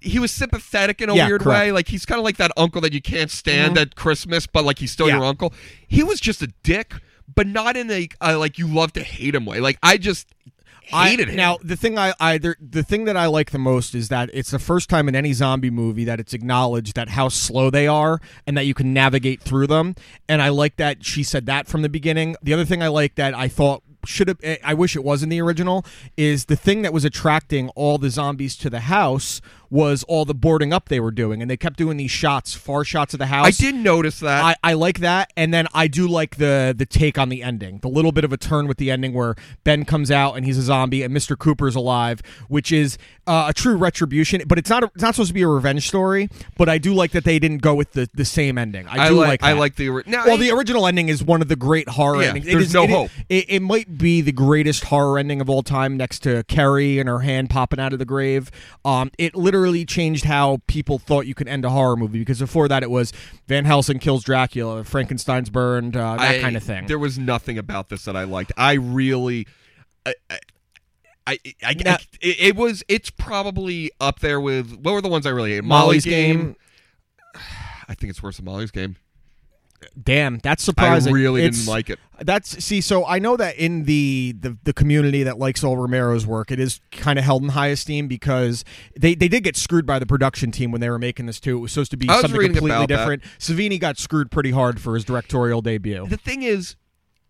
S2: He was sympathetic in a
S1: Yeah,
S2: weird
S1: correct. Mm-hmm.
S2: way. Like he's kind of like that uncle that you can't stand at Christmas, but like he's still
S1: Yeah.
S2: your uncle. He was just a dick, but not in a uh, like you love to hate him way. Like I just hated
S1: I,
S2: him.
S1: Now the thing I, I there, the thing that I like the most is that it's the first time in any zombie movie that it's acknowledged that how slow they are and that you can navigate through them. And I like that she said that from the beginning. The other thing I like that I thought should have eh, I wish it was in the original is the thing that was attracting all the zombies to the house was all the boarding up they were doing and they kept doing these shots far shots of the house
S2: I did notice that.
S1: I, I like that, and then I do like the the take on the ending, the little bit of a turn with the ending where Ben comes out and he's a zombie and Mr. Cooper's alive, which is uh, a true retribution. But it's not a, it's not supposed to be a revenge story. But I do like that they didn't go with the, the same ending. I,
S2: I
S1: do
S2: like- I
S1: that.
S2: like the ori- now,
S1: well,
S2: I-
S1: the original ending is one of the great horror
S2: Yeah,
S1: endings.
S2: there's
S1: it is,
S2: no
S1: it is-
S2: hope.
S1: it, it might be the greatest horror ending of all time, next to Carrie and her hand popping out of the grave. Um, it literally changed how people thought you could end a horror movie because before that it was Van Helsing kills Dracula, Frankenstein's burned, uh, that
S2: I-
S1: kind of thing.
S2: There was nothing about this that I liked. I really, I, I, I, I,
S1: Now-
S2: I- it, it was. It's probably up there with what were the ones I really hated?
S1: Molly's Game.
S2: I think it's worse than Molly's game.
S1: Damn, that's surprising.
S2: I really
S1: It's-
S2: didn't like it.
S1: That's see, so I know that in the, the the community that likes all Romero's work, it is kind of held in high esteem because they, they did get screwed by the production team when they were making this too. It was supposed to be
S2: I was
S1: something
S2: reading
S1: completely
S2: about that.
S1: different. Savini got screwed pretty hard for his directorial debut.
S2: The thing is,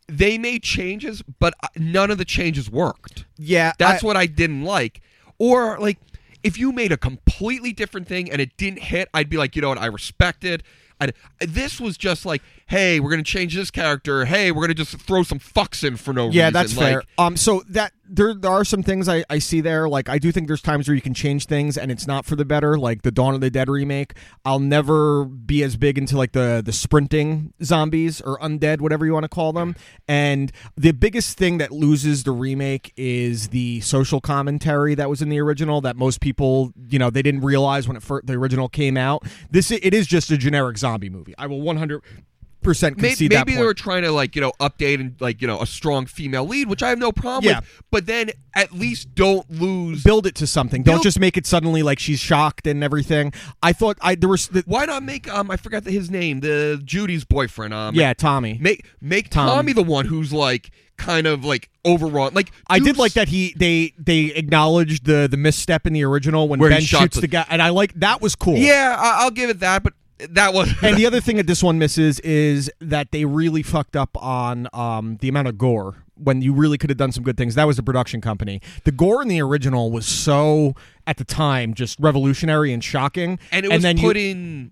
S2: they made changes, but uh, none of the changes worked.
S1: Yeah,
S2: That's
S1: I-
S2: what I didn't like. Or like if you made a completely different thing and it didn't hit, I'd be like, you know what, I respect it. I, this was just like, hey, we're gonna change this character. Hey, we're gonna just throw some fucks in for no reason.
S1: yeah, that's
S2: like,
S1: fair. Um, so that there, there are some things I, I see there. Like I do think there's times where you can change things and it's not for the better. Like the Dawn of the Dead remake. I'll never be as big into like the the sprinting zombies or undead, whatever you want to call them. And the biggest thing that loses the remake is the social commentary that was in the original that most people you know they didn't realize when it fir- the original came out. This i- it is just a generic zombie movie. I will 100 percent
S2: May-
S1: concede
S2: maybe
S1: that point.
S2: they were trying to like you know update and like you know a strong female lead, which I have no problem
S1: Yeah.
S2: with. But then at least don't lose.
S1: build it to something. Don't
S2: Build-
S1: just make it suddenly like she's shocked and everything. I thought I there was the,
S2: Why not make um I forgot his name, the Judy's boyfriend. Um,
S1: yeah Tommy.
S2: make make
S1: Tom.
S2: Tommy the one who's like kind of like overwrought. Like
S1: I did
S2: dudes-
S1: like that he they they acknowledged the the misstep in the original when
S2: Where he
S1: Ben
S2: shot
S1: shoots
S2: the-
S1: the guy, and I like that was cool.
S2: Yeah, I- I'll give it that, but that was
S1: And the other thing that this one misses is that they really fucked up on um, the amount of gore when you really could have done some good things. That was the production company. The gore in the original was so at the time just revolutionary and shocking,
S2: and it was
S1: then
S2: put
S1: you,
S2: in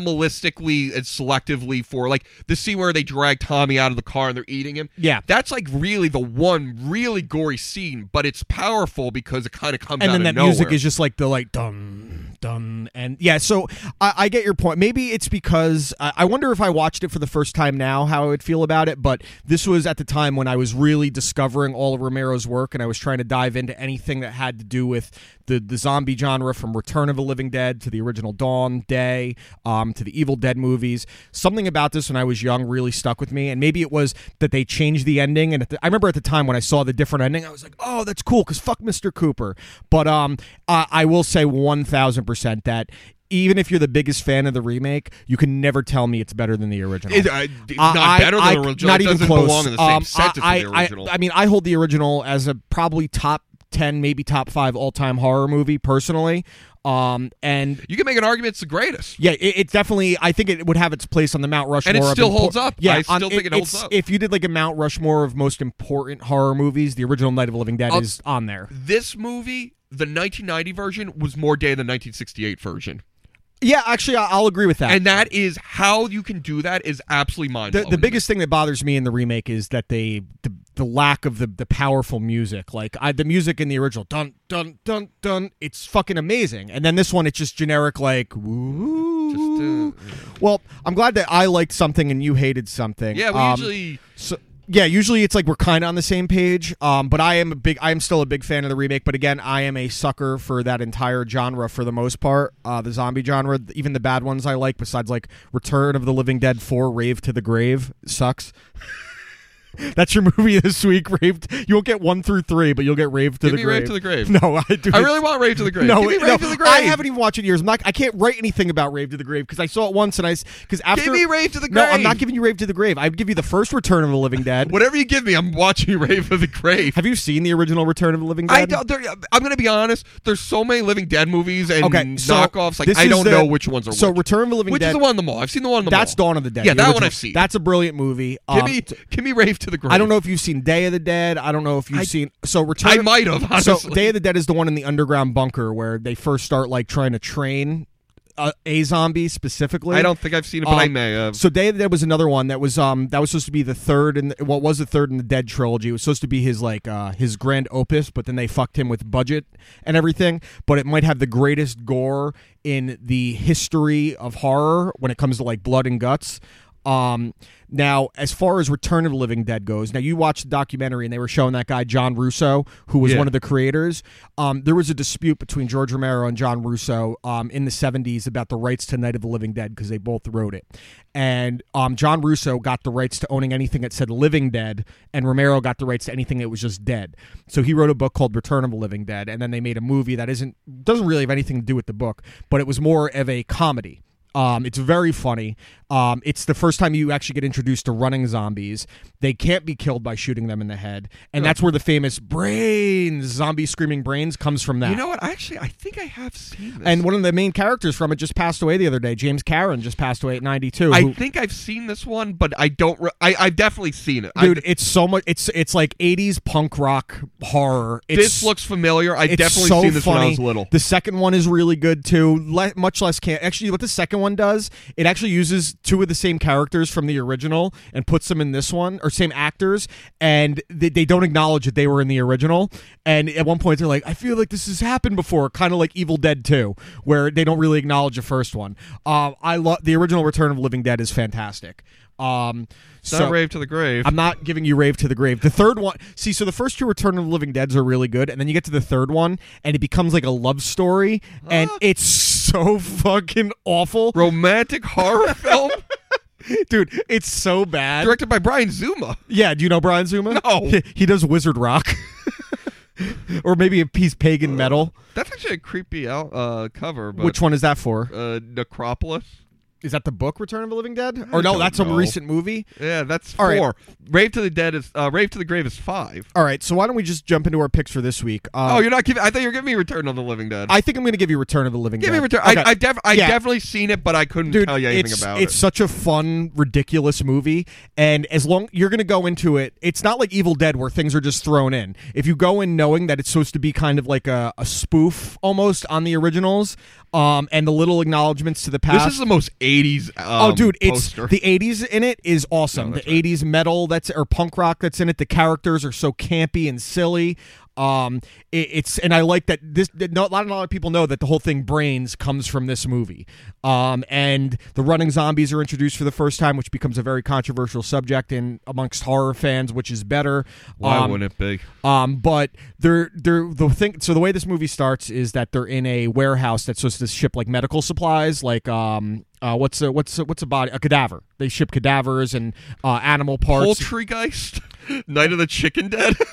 S2: minimalistically and selectively for like the scene where they drag Tommy out of the car and they're eating him.
S1: Yeah.
S2: that's like really the one really gory scene, but it's powerful because it kind of comes
S1: and
S2: out
S1: then that
S2: of nowhere.
S1: music is just like the like dum dum and yeah so i, I get your point maybe it's because I, I wonder if i watched it for the first time now how i would feel about it but this was at the time when i was really discovering all of romero's work and i was trying to dive into anything that had to do with the, the zombie genre from return of the living dead to the original dawn day um, to the evil dead movies something about this when i was young really stuck with me and maybe it was that they changed the ending and at the, i remember at the time when i saw the different ending i was like oh that's cool because fuck mr cooper but um I i will say 1000% that even if you're the biggest fan of the remake you can never tell me it's better than the original
S2: It- I- it's
S1: I-
S2: not
S1: I-
S2: better than
S1: I-
S2: the original.
S1: Not
S2: it
S1: even
S2: doesn't
S1: close.
S2: belong in the same
S1: Um,
S2: sentence
S1: I,
S2: with the
S1: I-
S2: original.
S1: I, mean, I hold the original as a probably top ten, maybe top five all-time horror movie personally. Um, and
S2: you can make an argument it's the greatest.
S1: yeah, it, it definitely. I think it would have its place on the Mount Rushmore.
S2: And it
S1: of
S2: still
S1: impor-
S2: holds up.
S1: Yeah,
S2: I still
S1: on-
S2: think it holds
S1: it's-
S2: up.
S1: If you did like a Mount Rushmore of most important horror movies, the original Night of the Living Dead
S2: I'll-
S1: is on there.
S2: This movie, the 1990 version, was more day than the 1968 version,
S1: Yeah, actually, I- I'll agree with that.
S2: and that is how you can do that is absolutely mind
S1: the, the biggest thing that bothers me in the remake is that they the, the lack of the the powerful music. Like I, the music in the original dun dun dun dun, it's fucking amazing. And then this one, it's just generic like woo.
S2: Just, uh,
S1: well, I'm glad that I liked something and you hated something.
S2: Yeah, we
S1: Um,
S2: usually
S1: so yeah, usually it's like we're kind of on the same page. Um, but I am a big, I am still a big fan of the remake. But again, I am a sucker for that entire genre for the most part. Uh, the zombie genre, th- even the bad ones I like. Besides like Return of the Living Dead Four, Rave to the Grave sucks. That's your movie this week. Rave. t- You'll get one through three, but you'll get Rave to
S2: Give
S1: the
S2: me
S1: Grave.
S2: Rave to the Grave.
S1: No, I do.
S2: I really want Rave to the Grave.
S1: No,
S2: Give me
S1: it-
S2: Rave
S1: no,
S2: to the Grave.
S1: I haven't even watched it in years. I'm not, I can't write anything about Rave to the Grave because I saw it once and I because after
S2: me Rave to the
S1: No, I'm not
S2: Grave.
S1: giving you Rave to the Grave. I'd give you the first Return of the Living Dead.
S2: Whatever you give me, I'm watching Rave to the Grave.
S1: Have you seen the original Return of the Living Dead?
S2: I don't. There, I'm going to be honest. There's so many Living Dead movies and
S1: Okay, so
S2: knockoffs. Like
S1: this
S2: I
S1: is
S2: don't
S1: the-
S2: know which ones are
S1: So
S2: which.
S1: Return of the Living
S2: which
S1: Dead.
S2: is the one in the mall? I've seen the one in the mall.
S1: That's Dawn of the Dead.
S2: Yeah,
S1: the
S2: that one
S1: original.
S2: I've seen.
S1: That's a brilliant movie.
S2: Give
S1: Um,
S2: me, give me Rave to the Grave.
S1: I don't know if you've seen Day of the Dead. I don't know if you've seen. So Return.
S2: I might have. Honestly.
S1: So Day of the Dead is the one in the underground bunker where they first start like trying to train uh, a zombie specifically.
S2: I don't think I've seen it, but I
S1: Um,
S2: may have.
S1: So Day of the Dead was another one that was um that was supposed to be the third and what was the third in the Dead trilogy. It was supposed to be his like uh his grand opus, but then they fucked him with budget and everything. But it might have the greatest gore in the history of horror when it comes to like blood and guts. Um now as far as Return of the Living Dead goes, now you watched the documentary and they were showing that guy John Russo who was
S2: Yeah.
S1: one of the creators. Um there was a dispute between George Romero and John Russo um in the 70s about the rights to Night of the Living Dead because they both wrote it. And um John Russo got the rights to owning anything that said Living Dead and Romero got the rights to anything that was just dead. So he wrote a book called Return of the Living Dead and then they made a movie that isn't doesn't really have anything to do with the book, but it was more of a comedy. Um, it's very funny. Um, it's the first time you actually get introduced to running zombies. They can't be killed by shooting them in the head, and that's where the famous brains, zombie screaming brains, comes from. That
S2: you know what? Actually, I think I have seen this.
S1: and one of the main characters from it just passed away the other day. James Karen just passed away at ninety two.
S2: I think I've seen this one, but I don't. Re- I I've definitely seen it. I-
S1: dude, it's so much. It's it's like eighties punk rock horror. It's,
S2: this looks familiar. I
S1: it's
S2: definitely
S1: so
S2: seen this
S1: funny.
S2: when I was little.
S1: The second one is really good too. Le- much less can actually what the second one does. It actually uses two of the same characters from the original and puts them in this one or same actors, and they, they don't acknowledge that they were in the original. And at one point they're like, "I feel like this has happened before," kind of like Evil Dead Two, where they don't really acknowledge the first one. Um, I love the original Return of the Living Dead is fantastic. Um,
S2: It's not
S1: so-
S2: Rave to the Grave.
S1: I'm not giving you Rave to the Grave. The third one, see, so the first two Return of the Living Deads are really good, and then you get to the third one, and it becomes like a love story, and it's so fucking awful,
S2: Romantic horror film
S1: dude. It's so bad.
S2: directed by Brian Zuma.
S1: yeah, do you know Brian Zuma?
S2: No.
S1: he, he does Wizard Rock, or maybe a piece pagan metal.
S2: That's actually a creepy out, uh, cover. Uh, But,
S1: Which one is that for?
S2: Uh, Necropolis.
S1: Is that the book Return of the Living Dead? Or no,
S2: don't
S1: that's a
S2: know.
S1: recent movie.
S2: Yeah, that's
S1: All right.
S2: four. Rave to the Dead is uh, Rave to the Grave is five.
S1: All right, so why don't we just jump into our picks for this week? Uh,
S2: Oh, you're not giving. I thought you were giving me Return of the Living Dead.
S1: I think I'm going to give you Return of the Living
S2: Give
S1: Dead.
S2: me Return.
S1: Okay.
S2: I I, def- I
S1: Yeah.
S2: definitely seen it, but I couldn't
S1: Dude,
S2: tell you anything
S1: it's,
S2: about
S1: it's
S2: it.
S1: such a fun, ridiculous movie, and as long you're going to go into it, it's not like Evil Dead where things are just thrown in. If you go in knowing that it's supposed to be kind of like a, a spoof almost on the originals, um, and the little acknowledgments to the past.
S2: This is the most '80s. Um,
S1: Oh, dude, it's
S2: poster.
S1: the '80s in it is awesome. the '80s metal that's or punk rock that's in it. The characters are so campy and silly. Um, it, it's and I like that this. That no, a lot a lot of people know that the whole thing brains comes from this movie. Um, and the running zombies are introduced for the first time, which becomes a very controversial subject in amongst horror fans, which is better.
S2: Why
S1: Um,
S2: wouldn't it be?
S1: um, but they're they're the thing. So the way this movie starts is that they're in a warehouse that's supposed to ship like medical supplies, like um, uh, what's a what's a, what's a body a cadaver? They ship cadavers and uh, animal parts.
S2: Poultrygeist, Night of the Chicken Dead.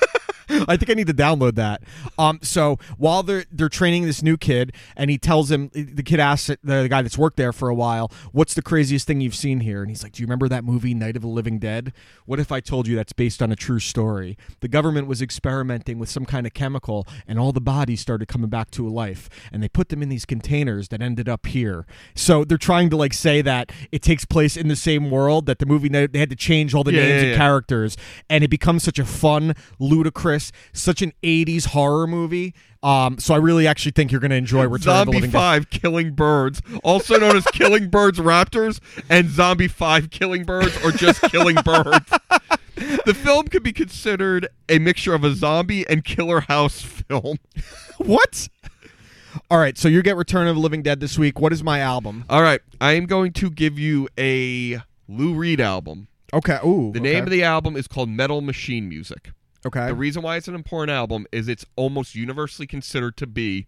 S1: I think I need to download that. Um, so while they're they're training this new kid, and he tells him the kid asks it- the, the guy that's worked there for a while, "What's the craziest thing you've seen here?" And he's like, "Do you remember that movie Night of the Living Dead? What if I told you that's based on a true story? The government was experimenting with some kind of chemical, and all the bodies started coming back to life, and they put them in these containers that ended up here. So they're trying to like say that it takes place in the same world that the movie. Night- They had to change all the
S2: Yeah,
S1: names
S2: yeah,
S1: and
S2: yeah.
S1: characters characters and it becomes such a fun ludicrous such an 80s horror movie um, so i really actually think you're going to enjoy return of the
S2: Zombie
S1: living dead
S2: Five, Killing Birds, also known as Killing Birds Raptors, and Zombie Five, Killing Birds, or just Killing Birds. The film could be considered a mixture of a zombie and killer house film.
S1: What? All right, so you get Return of the Living Dead this week. What is my album?
S2: All right, I am going to give you a Lou Reed album.
S1: Okay. Ooh.
S2: The name of the album is called Metal Machine Music.
S1: okay.
S2: The reason why it's an important album is it's almost universally considered to be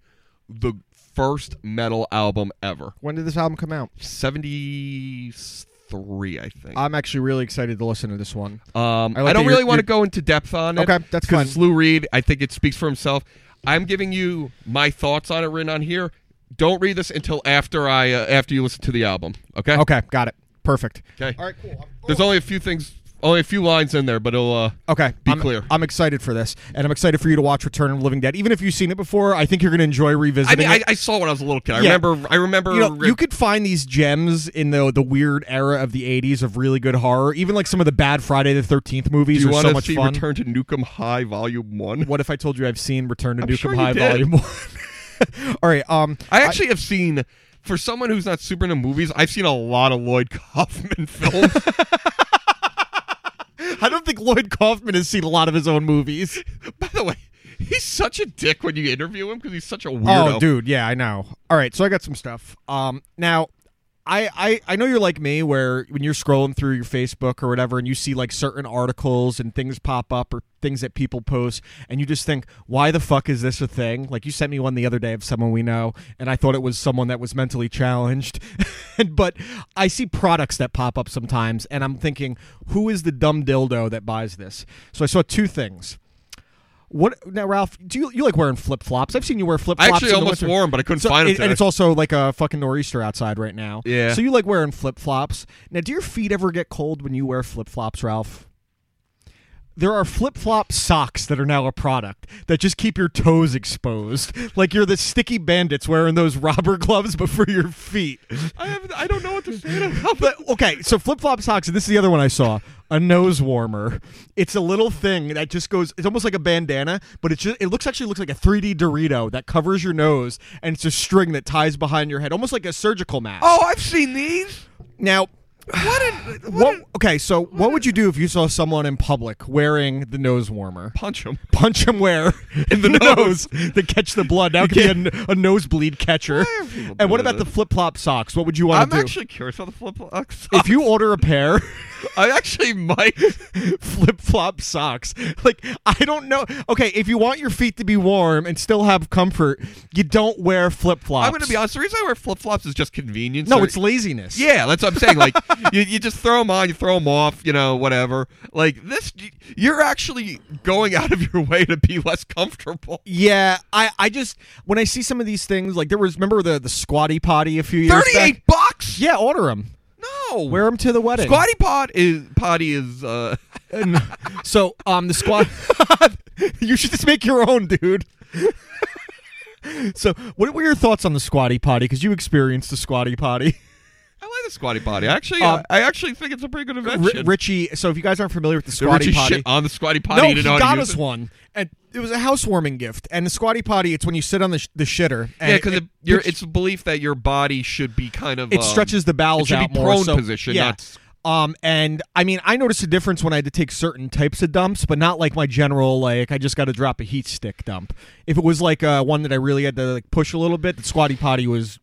S2: the first metal album ever.
S1: when did this album come out?
S2: 73, I think.
S1: I'm actually really excited to listen to this one. I
S2: Um, I,
S1: like that
S2: don't
S1: you're-
S2: really want to
S1: you're-
S2: go into depth on it.
S1: Okay, that's
S2: 'cause
S1: fine.
S2: It's Lou Reed. I think it speaks for himself. I'm giving you my thoughts on it written on here. Don't read this until after I uh, after you listen to the album. Okay.
S1: Okay, got it. Perfect.
S2: Okay.
S1: All right, cool.
S2: There's only a few things, only a few lines in there, but it'll. Uh,
S1: Okay,
S2: Be
S1: I'm,
S2: clear.
S1: I'm excited for this, and I'm excited for you to watch Return of the Living Dead. Even if you've seen it before, I think you're going to enjoy
S2: I
S1: revisiting
S2: mean, I,
S1: it.
S2: I saw it when I was a little kid. I
S1: Yeah.
S2: remember. I remember.
S1: you, know, you could find these gems in the the weird era of the '80s of really good horror. Even like some of the bad Friday the Thirteenth
S2: do
S1: movies
S2: you
S1: are
S2: want
S1: so
S2: to
S1: much
S2: see
S1: fun.
S2: Return to Nukem High Volume One?
S1: what if I told you I've seen Return to Nukem
S2: sure you
S1: High
S2: did.
S1: Volume One? All right. Um.
S2: I actually have seen. For someone who's not super into movies, I've seen a lot of Lloyd Kaufman films.
S1: I don't think Lloyd Kaufman has seen a lot of his own movies.
S2: By the way, he's such a dick when you interview him because he's such a weirdo.
S1: Oh, dude, yeah, I know. All right, so I got some stuff. Um, now, I, I I know you're like me, where when you're scrolling through your Facebook or whatever, and you see like certain articles and things pop up or things that people post, and you just think, why the fuck is this a thing? Like you sent me one the other day of someone we know, and I thought it was someone that was mentally challenged, And- but I see products that pop up sometimes, and I'm thinking, who is the dumb dildo that buys this? So I saw two things. What now, Ralph? Do you you like wearing flip flops? I've seen you wear flip
S2: I
S1: flops.
S2: actually almost wore 'em, but I couldn't find 'em
S1: it, And
S2: today.
S1: it's also like a fucking nor'easter outside right now.
S2: Yeah.
S1: So you like wearing flip flops? Now, do your feet ever get cold when you wear flip flops, Ralph? There are flip flop socks that are now a product that just keep your toes exposed, like you're the sticky bandits wearing those rubber gloves, but for your feet.
S2: I, have, I don't know what to say. to him.
S1: But okay, so flip flop socks, and this is the other one I saw. A nose warmer. It's a little thing that just goes. It's almost like a bandana, but it just it looks actually looks like a 3D Dorito that covers your nose, and it's a string that ties behind your head, almost like a surgical mask.
S2: Oh, I've seen these.
S1: now.
S2: What? A,
S1: What, okay, so what would you do if you saw someone in public wearing the nose warmer?
S2: punch him.
S1: Punch him where? In the nose. to catch the blood. Now it could be a, a nosebleed catcher.
S2: Why are people
S1: And what
S2: doing
S1: about the
S2: this?
S1: flip flop socks? What would you
S2: I'm
S1: want to do?
S2: actually curious about the flip flops.
S1: if you order a pair,
S2: I actually might.
S1: flip flop socks. Like, I don't know. Okay, if you want your feet to be warm and still have comfort, you don't wear flip flops.
S2: I'm going to be honest. The reason I wear flip flops is just convenience.
S1: No,
S2: They're-
S1: it's laziness.
S2: Yeah, that's what I'm saying. Like, you, you just throw them on, you throw them off, you know, whatever. Like, this, you're actually going out of your way to be less comfortable.
S1: Yeah, I, I just when I see some of these things, like there was remember the the squatty potty a few years back.
S2: 38 bucks?
S1: Yeah, order them.
S2: No.
S1: Wear them to the wedding.
S2: Squatty pot is potty is uh
S1: And- so um the squat. you should just make your own, dude. so what were your thoughts on the squatty potty? Because you experienced the squatty potty.
S2: I like the squatty potty. Actually,
S1: Um,
S2: I, I actually think it's a pretty good invention.
S1: Ri Richie. So if you guys aren't familiar with the
S2: Did
S1: squatty
S2: Richie
S1: potty,
S2: shit on the squatty potty.
S1: no,
S2: and
S1: he
S2: didn't know how to
S1: got
S2: use
S1: us
S2: it?
S1: one, and it was a housewarming gift. And the squatty potty, it's when you sit on the, sh- the shitter. And
S2: Yeah,
S1: it-
S2: because
S1: it,
S2: you're it's a belief that your body should be kind of
S1: it
S2: um,
S1: stretches the
S2: it
S1: bowels
S2: should
S1: out
S2: be
S1: more.
S2: prone
S1: so-
S2: position.
S1: yeah.
S2: not s-
S1: Um, and I mean, I noticed a difference when I had to take certain types of dumps, but not like my general like I just got to drop a heat stick dump. If it was like uh, one that I really had to like push a little bit, the squatty potty was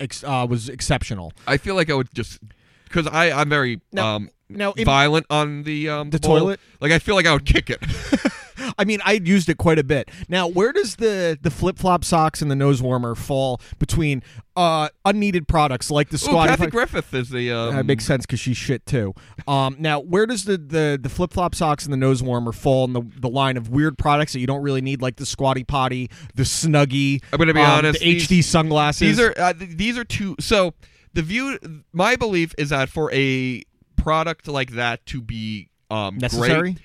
S1: ex- uh, was exceptional.
S2: I feel like I would just because I I'm very
S1: Now-
S2: um
S1: now, in-
S2: violent on the um
S1: The
S2: bowl.
S1: toilet?
S2: Like I feel like I would kick it.
S1: I mean, I used it quite a bit. Now, where does the the flip flop socks and the nose warmer fall between uh, unneeded products like the
S2: Ooh,
S1: squatty?
S2: Kathy
S1: potty-
S2: Griffith is the um,
S1: that makes sense because she's shit too. Um, now, where does the, the, the flip flop socks and the nose warmer fall in the, the line of weird products that you don't really need, like the squatty potty, the snuggie?
S2: I'm gonna be
S1: um,
S2: honest,
S1: The HD sunglasses.
S2: These are uh, th- these are two. So the view, my belief is that for a product like that to be um,
S1: Necessary?
S2: great,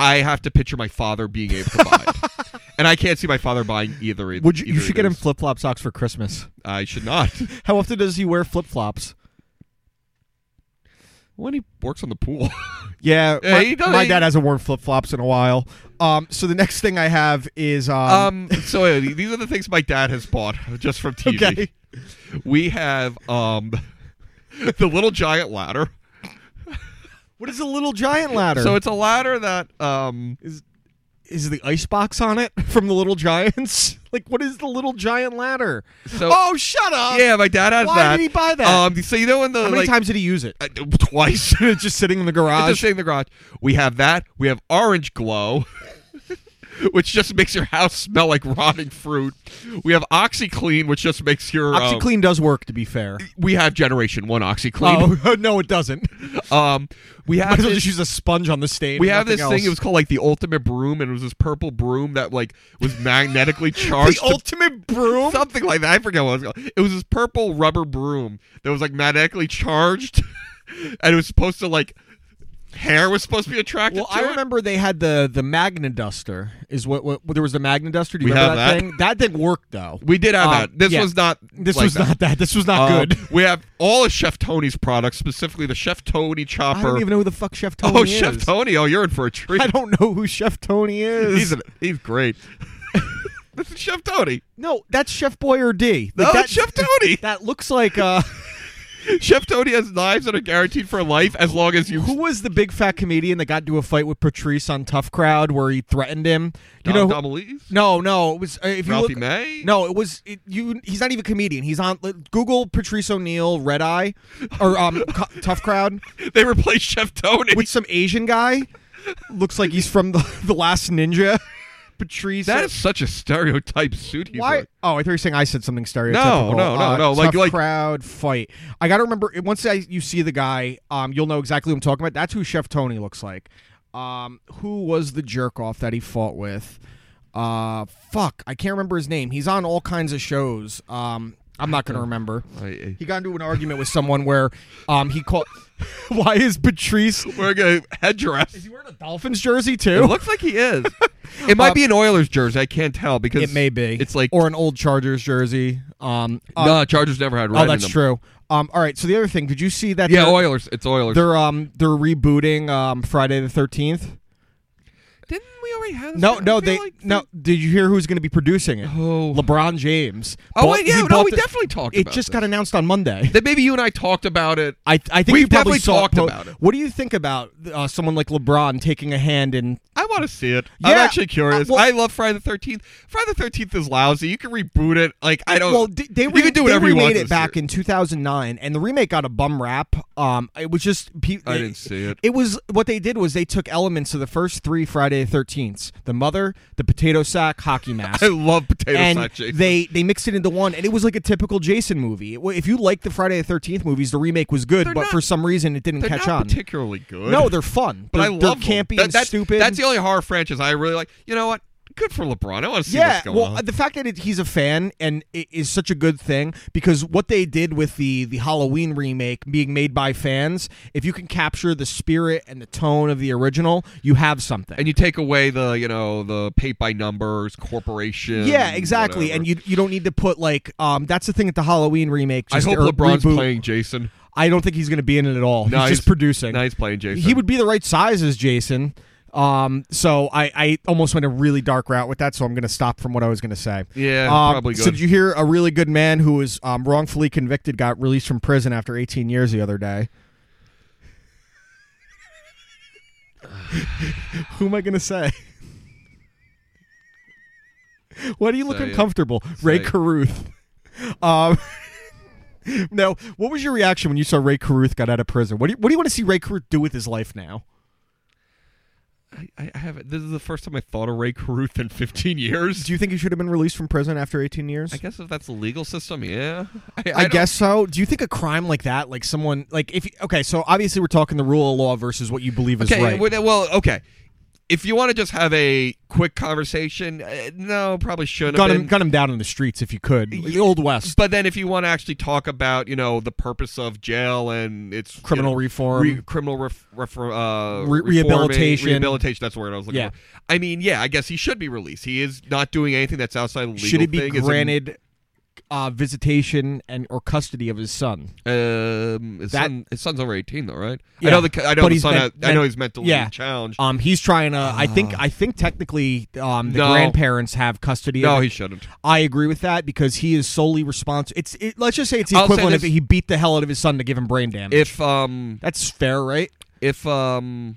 S2: I have to picture my father being able to buy it, and I can't see my father buying either. e-
S1: Would you, you
S2: either
S1: should
S2: of
S1: get him
S2: those.
S1: flip flop socks for Christmas.
S2: I should not.
S1: How often does he wear flip flops?
S2: when he works on the pool,
S1: Yeah,
S2: Yeah,
S1: my,
S2: he does-
S1: my
S2: he-
S1: dad hasn't worn flip flops in a while. Um, so the next thing I have is um,
S2: um, so uh, these are the things my dad has bought just from TV.
S1: okay,
S2: We have um, the little giant ladder.
S1: What is a little giant ladder?
S2: So it's a ladder that um
S1: is is the ice box on it from the Little Giants? like, what is the Little Giant ladder?
S2: So-
S1: oh, shut up!
S2: yeah, my dad has
S1: Why
S2: that.
S1: did he buy that?
S2: Um so you know in the
S1: How many
S2: like
S1: times did he use it?
S2: uh, twice
S1: It's just sitting in the
S2: It's just
S1: garage.
S2: staying in the garage. We have that. We have orange glow, which just makes your house smell like rotting fruit. We have OxyClean, which just makes your um,
S1: OxyClean does work, to be fair.
S2: we have Generation One OxyClean.
S1: Oh, no, it doesn't.
S2: Um, we
S1: Might as
S2: have
S1: well
S2: this,
S1: just use a sponge on the stain.
S2: we
S1: and
S2: have this
S1: nothing
S2: thing. It
S1: else.
S2: was called like the ultimate broom, and it was this purple broom that like was magnetically
S1: the
S2: charged. to-
S1: ultimate broom.
S2: Something like that. I forget what it was called. It was this purple rubber broom that was like magnetically charged, and it was supposed to like hair was supposed to be attracted
S1: Well,
S2: to
S1: I
S2: it.
S1: remember they had the the Magna Duster. Is what, what there was the Magna Duster. Do you
S2: We
S1: remember
S2: have that.
S1: thing? That didn't work though.
S2: We did have
S1: Um,
S2: that. This
S1: yeah.
S2: was not.
S1: This
S2: like
S1: was
S2: that.
S1: not that. Uh, This was not
S2: Um,
S1: good.
S2: we have all of Chef Tony's products, specifically the Chef Tony chopper.
S1: I don't even know who the fuck Chef Tony
S2: oh,
S1: is.
S2: Chef Tony! Oh, you're in for a treat.
S1: I don't know who Chef Tony is.
S2: He's an, he's great. this is Chef Tony.
S1: no, that's Chef Boyardee.
S2: No,
S1: Like, that,
S2: it's Chef Tony.
S1: That looks like uh,
S2: Chef Tony has knives that are guaranteed for life as long as you.
S1: who was the big fat comedian that got into a fight with Patrice on Tough Crowd where he threatened him? You
S2: Don
S1: know, who-
S2: Domelies?
S1: no, no, it was uh, if you
S2: Ralphie
S1: look,
S2: May?
S1: No, it was it, you. He's not even a comedian. He's on like, Google Patrice O'Neill, Red Eye, or um, Co- Tough Crowd
S2: They replaced Chef Tony.
S1: with some Asian guy. Looks like he's from the, the Last Ninja. Patrice.
S2: that is such a stereotype suit. He's
S1: Why?
S2: like-
S1: Oh, I thought you were saying I said something stereotypical.
S2: no, no,
S1: Uh,
S2: no, like-
S1: tough
S2: like-
S1: crowd fight. I got to remember once I, you see the guy, um, you'll know exactly who I'm talking about. That's who Chef Tony looks like. Um, who was the jerk off that he fought with? Uh, fuck, I can't remember his name. He's on all kinds of shows. Um, I'm not gonna remember.
S2: I-
S1: He got into an argument with someone where, um, he called. Why is Patrice?
S2: Wearing a headdress.
S1: He's wearing a Dolphins jersey
S2: It
S1: too.
S2: looks like he is. It might
S1: Uh,
S2: be an Oilers jersey. I can't tell because
S1: It may be.
S2: It's like
S1: or an old Chargers jersey. Um, uh,
S2: no, Chargers never had red.
S1: Oh,
S2: in
S1: that's
S2: them.
S1: true. Um, all right. So the other thing, did you see that?
S2: Yeah,
S1: they're,
S2: Oilers. It's Oilers.
S1: they're um they're rebooting um Friday the Thirteenth.
S2: Didn't we already have? this?
S1: No,
S2: I
S1: no,
S2: feel
S1: they
S2: like
S1: no. Did you hear who's going to be producing it?
S2: Oh.
S1: LeBron James.
S2: Oh,
S1: Bought-
S2: wait, yeah,
S1: he
S2: no,
S1: bought
S2: we
S1: the-
S2: definitely talked.
S1: It
S2: about
S1: just
S2: this.
S1: got announced on Monday.
S2: That maybe you and I talked about it.
S1: I, I think
S2: We've
S1: you probably
S2: definitely
S1: saw
S2: talked
S1: po-
S2: about it.
S1: What do you think about uh, someone like LeBron taking a hand in?
S2: I want to see it. I'm
S1: Yeah,
S2: actually curious.
S1: uh, well-
S2: I love Friday the Thirteenth. Friday the Thirteenth is lousy. You can reboot it. Like I don't.
S1: Well, d- they,
S2: you
S1: re-
S2: can do
S1: they
S2: whatever you
S1: remade
S2: want.
S1: it back in 2009, and the remake got a bum rap. Um, it was just pe-
S2: I didn't see it.
S1: It was what they did was they took elements of the first three Friday the 13ths: the mother, the potato sack, hockey mask.
S2: I love potato
S1: and
S2: sack Jason.
S1: they they mixed it into one, and it was like a typical Jason movie. It wa- If you like the Friday the Thirteenth movies, the remake was good,
S2: They're
S1: but
S2: not-
S1: for some reason it didn't
S2: They're
S1: catch
S2: not
S1: on.
S2: particularly good.
S1: No, they're fun,
S2: but
S1: they're,
S2: I love
S1: they're
S2: them.
S1: campy
S2: That-
S1: and
S2: that's,
S1: stupid.
S2: That's the only horror franchise I really like. You know what? Good for LeBron. I want to see
S1: yeah,
S2: what's going
S1: well, uh,
S2: on.
S1: the fact that it, he's a fan and it is such a good thing because what they did with the the Halloween remake being made by fans, if you can capture the spirit and the tone of the original, you have something.
S2: and you take away the you know the paint by numbers corporation.
S1: yeah, exactly.
S2: whatever.
S1: And you you don't need to put like um that's the thing at the Halloween remake.
S2: I
S1: Just,
S2: hope
S1: or
S2: LeBron's
S1: reboot.
S2: playing Jason.
S1: I don't think he's going to be in it at all.
S2: No,
S1: he's, just producing.
S2: No, he's playing Jason.
S1: He would be the right size as Jason. Um, so I, I almost went a really dark route with that, so I'm going to stop from what I was going to say.
S2: Yeah,
S1: Um,
S2: probably
S1: So
S2: good.
S1: did you hear a really good man who was um, wrongfully convicted got released from prison after 18 years the other day? who am I going to say? Why do you look
S2: Say it.
S1: uncomfortable? Ray
S2: it.
S1: Caruth. Um, now, what was your reaction when you saw Ray Caruth got out of prison? What do you, what do you want to see Ray Caruth do with his life now?
S2: I, I haven't. This is the first time I thought of Ray Caruth in 15 years.
S1: Do you think he should have been released from prison after 18 years?
S2: I guess if that's the legal system, yeah.
S1: I,
S2: don't-
S1: guess so. Do you think a crime like that, like someone, like if okay, so obviously we're talking the rule of law versus what you believe is
S2: Okay.
S1: right.
S2: well, Well, okay. If you want to just have a quick conversation, uh, no, probably shouldn't.
S1: gun
S2: have
S1: him,
S2: been.
S1: gun him down in the streets if you could. The old west
S2: But then, if you want to actually talk about, you know, the purpose of jail and its you
S1: criminal
S2: know,
S1: reform.
S2: re- criminal ref- ref- uh, reforming-
S1: rehabilitation.
S2: rehabilitation. That's the word I was looking
S1: Yeah.
S2: for. I mean, yeah, I guess he should be released. He is not doing anything that's outside the legal.
S1: should he be
S2: thing. Is it-
S1: granted uh, visitation and or custody of his son?
S2: Um, his,
S1: That-
S2: son, his son's over eighteen, though, right?
S1: Yeah.
S2: I know the I know
S1: But
S2: the
S1: he's
S2: son.
S1: men-
S2: has, I know
S1: men-
S2: he's mentally
S1: yeah.
S2: challenged.
S1: Um, he's trying to. I think. I think technically, um, the
S2: No.
S1: grandparents have custody.
S2: no,
S1: of
S2: he
S1: it.
S2: shouldn't.
S1: I agree with that because he is solely responsible. It's it, let's just say it's the
S2: I'll say
S1: equivalent of
S2: this-
S1: he beat the hell out of his son to give him brain damage.
S2: If um,
S1: That's fair, right?
S2: if um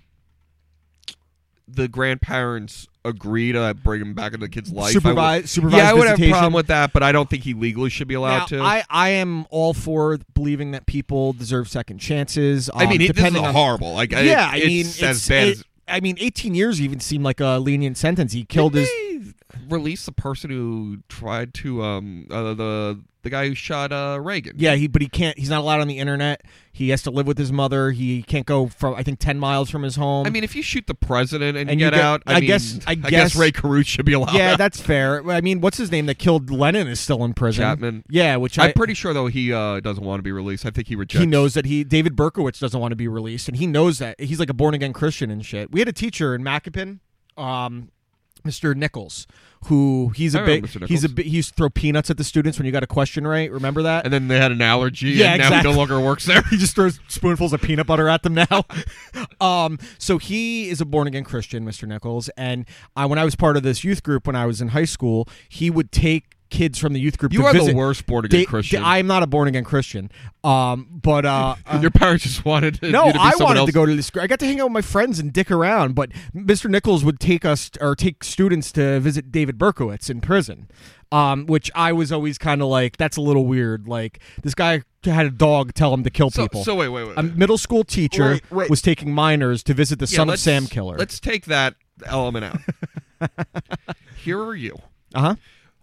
S2: the grandparents agree to bring him back into the kid's life, I
S1: Supervise-
S2: would,
S1: supervised
S2: yeah, I would have a
S1: visitation.
S2: problem with that, but I don't think he legally should be
S1: Now,
S2: allowed to.
S1: I, I am all for believing that people deserve second chances.
S2: I
S1: um,
S2: mean, he, this is
S1: depending on,
S2: horrible. Like, I-
S1: yeah, I
S2: it's
S1: mean,
S2: as
S1: it's-
S2: bad
S1: it-
S2: as
S1: I mean, 18 years even seemed like a lenient sentence. He killed his.
S2: Didn't they release the person who tried to um uh, the the guy who shot uh Reagan.
S1: Yeah, he but he can't. He's not allowed on the internet. He has to live with his mother. He can't go from I think 10 miles from his home.
S2: I mean, if you shoot the president and,
S1: And
S2: you
S1: you
S2: get,
S1: get-
S2: out, I,
S1: I
S2: mean,
S1: guess- I
S2: I guess
S1: guess-
S2: Ray Caruth should be allowed.
S1: yeah,
S2: out.
S1: that's fair. I mean, what's his name that killed Lennon is still in prison.
S2: Chapman.
S1: Yeah, which I,
S2: I'm pretty sure though he uh, doesn't want to be released. I think he rejects.
S1: he knows that he David Berkowitz doesn't want to be released, and he knows that he's like a born again Christian and shit. We had a teacher in Macapin, um, Mr. Nichols, who he's
S2: I
S1: a big
S2: remember Mr.
S1: he's a
S2: Nichols.
S1: big he used to throw peanuts at the students when you got a question right. Remember that?
S2: And then they had an allergy.
S1: Yeah,
S2: and Now
S1: exactly.
S2: he no longer works there.
S1: he just throws spoonfuls of peanut butter at them now. um, so he is a born again Christian, Mr. Nichols, and I, when I was part of this youth group when I was in high school, he would take kids from the youth group.
S2: You
S1: to
S2: are the
S1: visit-
S2: worst born again
S1: They-
S2: Christian.
S1: I am not a born again Christian, um, but uh,
S2: Your parents just wanted to,
S1: no,
S2: you to be
S1: I
S2: someone
S1: wanted
S2: else.
S1: to go to this. I got to hang out with my friends and dick around, but Mr. Nichols would take us or take students to visit David Berkowitz in prison, um, which I was always kind of like, that's a little weird. Like this guy had a dog tell him to kill
S2: So,
S1: people.
S2: so wait, wait, wait.
S1: a middle school teacher
S2: Wait, wait.
S1: was taking minors to visit the
S2: Yeah,
S1: son of
S2: let's-
S1: Sam killer.
S2: Let's take that element out. Here are you.
S1: Uh huh.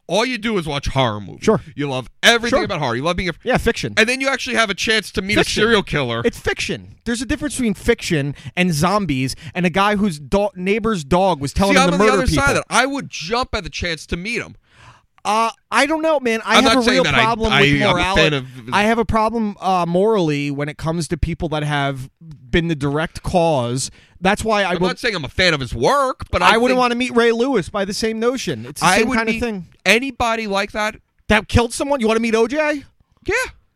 S2: All you do is watch horror movies.
S1: Sure.
S2: You love everything
S1: Sure.
S2: about horror. You love being a.
S1: Yeah, fiction.
S2: And then you actually have a chance to meet
S1: Fiction.
S2: a serial killer.
S1: It's fiction. There's a difference between fiction and zombies and a guy whose do- neighbor's dog was telling
S2: See, I'm
S1: him to
S2: on the
S1: murder
S2: other
S1: people.
S2: side of that. I would jump at the chance to meet him.
S1: Uh, I don't know, man. I
S2: I'm
S1: have
S2: not
S1: a
S2: saying
S1: real
S2: that I-
S1: problem
S2: I-
S1: with
S2: I'm a
S1: morality.
S2: fan of-
S1: I have a problem uh, morally when it comes to people that have been the direct cause. That's why I
S2: I'm
S1: would.
S2: not saying I'm a fan of his work, but I,
S1: I wouldn't
S2: think
S1: want to meet Ray Lewis by the same notion. It's the
S2: I
S1: same
S2: would
S1: kind of
S2: meet
S1: thing.
S2: Anybody like that?
S1: That killed someone. You want to meet OJ?
S2: Yeah.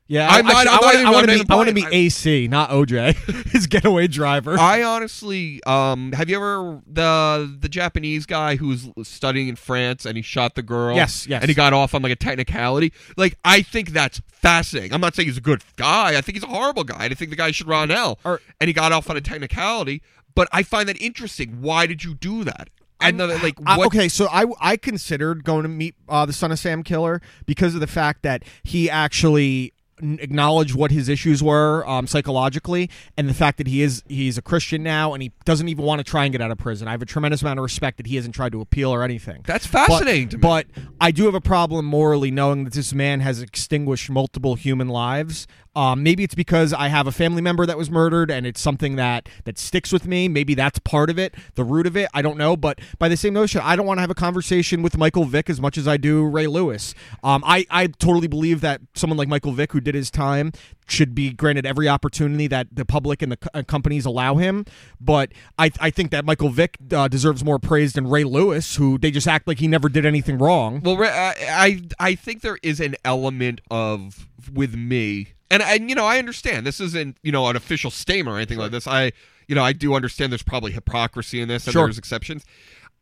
S1: Yeah,
S2: I'm not-
S1: actually,
S2: I'm not
S1: wanna-
S2: even
S1: I want
S2: gonna
S1: to
S2: name
S1: meet.
S2: the
S1: I want to
S2: point.
S1: meet
S2: I-
S1: AC, not OJ, his getaway driver.
S2: I honestly, um, have you ever the the Japanese guy who was studying in France and he shot the girl?
S1: Yes, yes.
S2: And he got off on like a technicality. Like I think that's fascinating. I'm not saying he's a good guy. I think he's a horrible guy. And I think the guy should run hell.
S1: Or-
S2: and he got off on a technicality. But I find that interesting. Why did you do that? And the, like,
S1: I-
S2: what?
S1: okay, so I I considered going to meet uh, the son of Sam Killer because of the fact that he actually n- acknowledged what his issues were um, psychologically, and the fact that he is he's a Christian now, and he doesn't even want to try and get out of prison. I have a tremendous amount of respect that he hasn't tried to appeal or anything.
S2: That's fascinating
S1: But,
S2: to me.
S1: but I do have a problem morally knowing that this man has extinguished multiple human lives. Um, maybe it's because I have a family member that was murdered, and it's something that that sticks with me. Maybe that's part of it, the root of it. I don't know. But by the same notion, I don't want to have a conversation with Michael Vick as much as I do Ray Lewis. Um, I I totally believe that someone like Michael Vick, who did his time, should be granted every opportunity that the public and the co- uh, companies allow him. But I, I think that Michael Vick uh, deserves more praise than Ray Lewis, who they just act like he never did anything wrong.
S2: Well, Ra- I, I I think there is an element of with me, and and you know I understand this isn't you know an official statement or anything like this. I you know I do understand there's probably hypocrisy in this, and
S1: Sure.
S2: there's exceptions.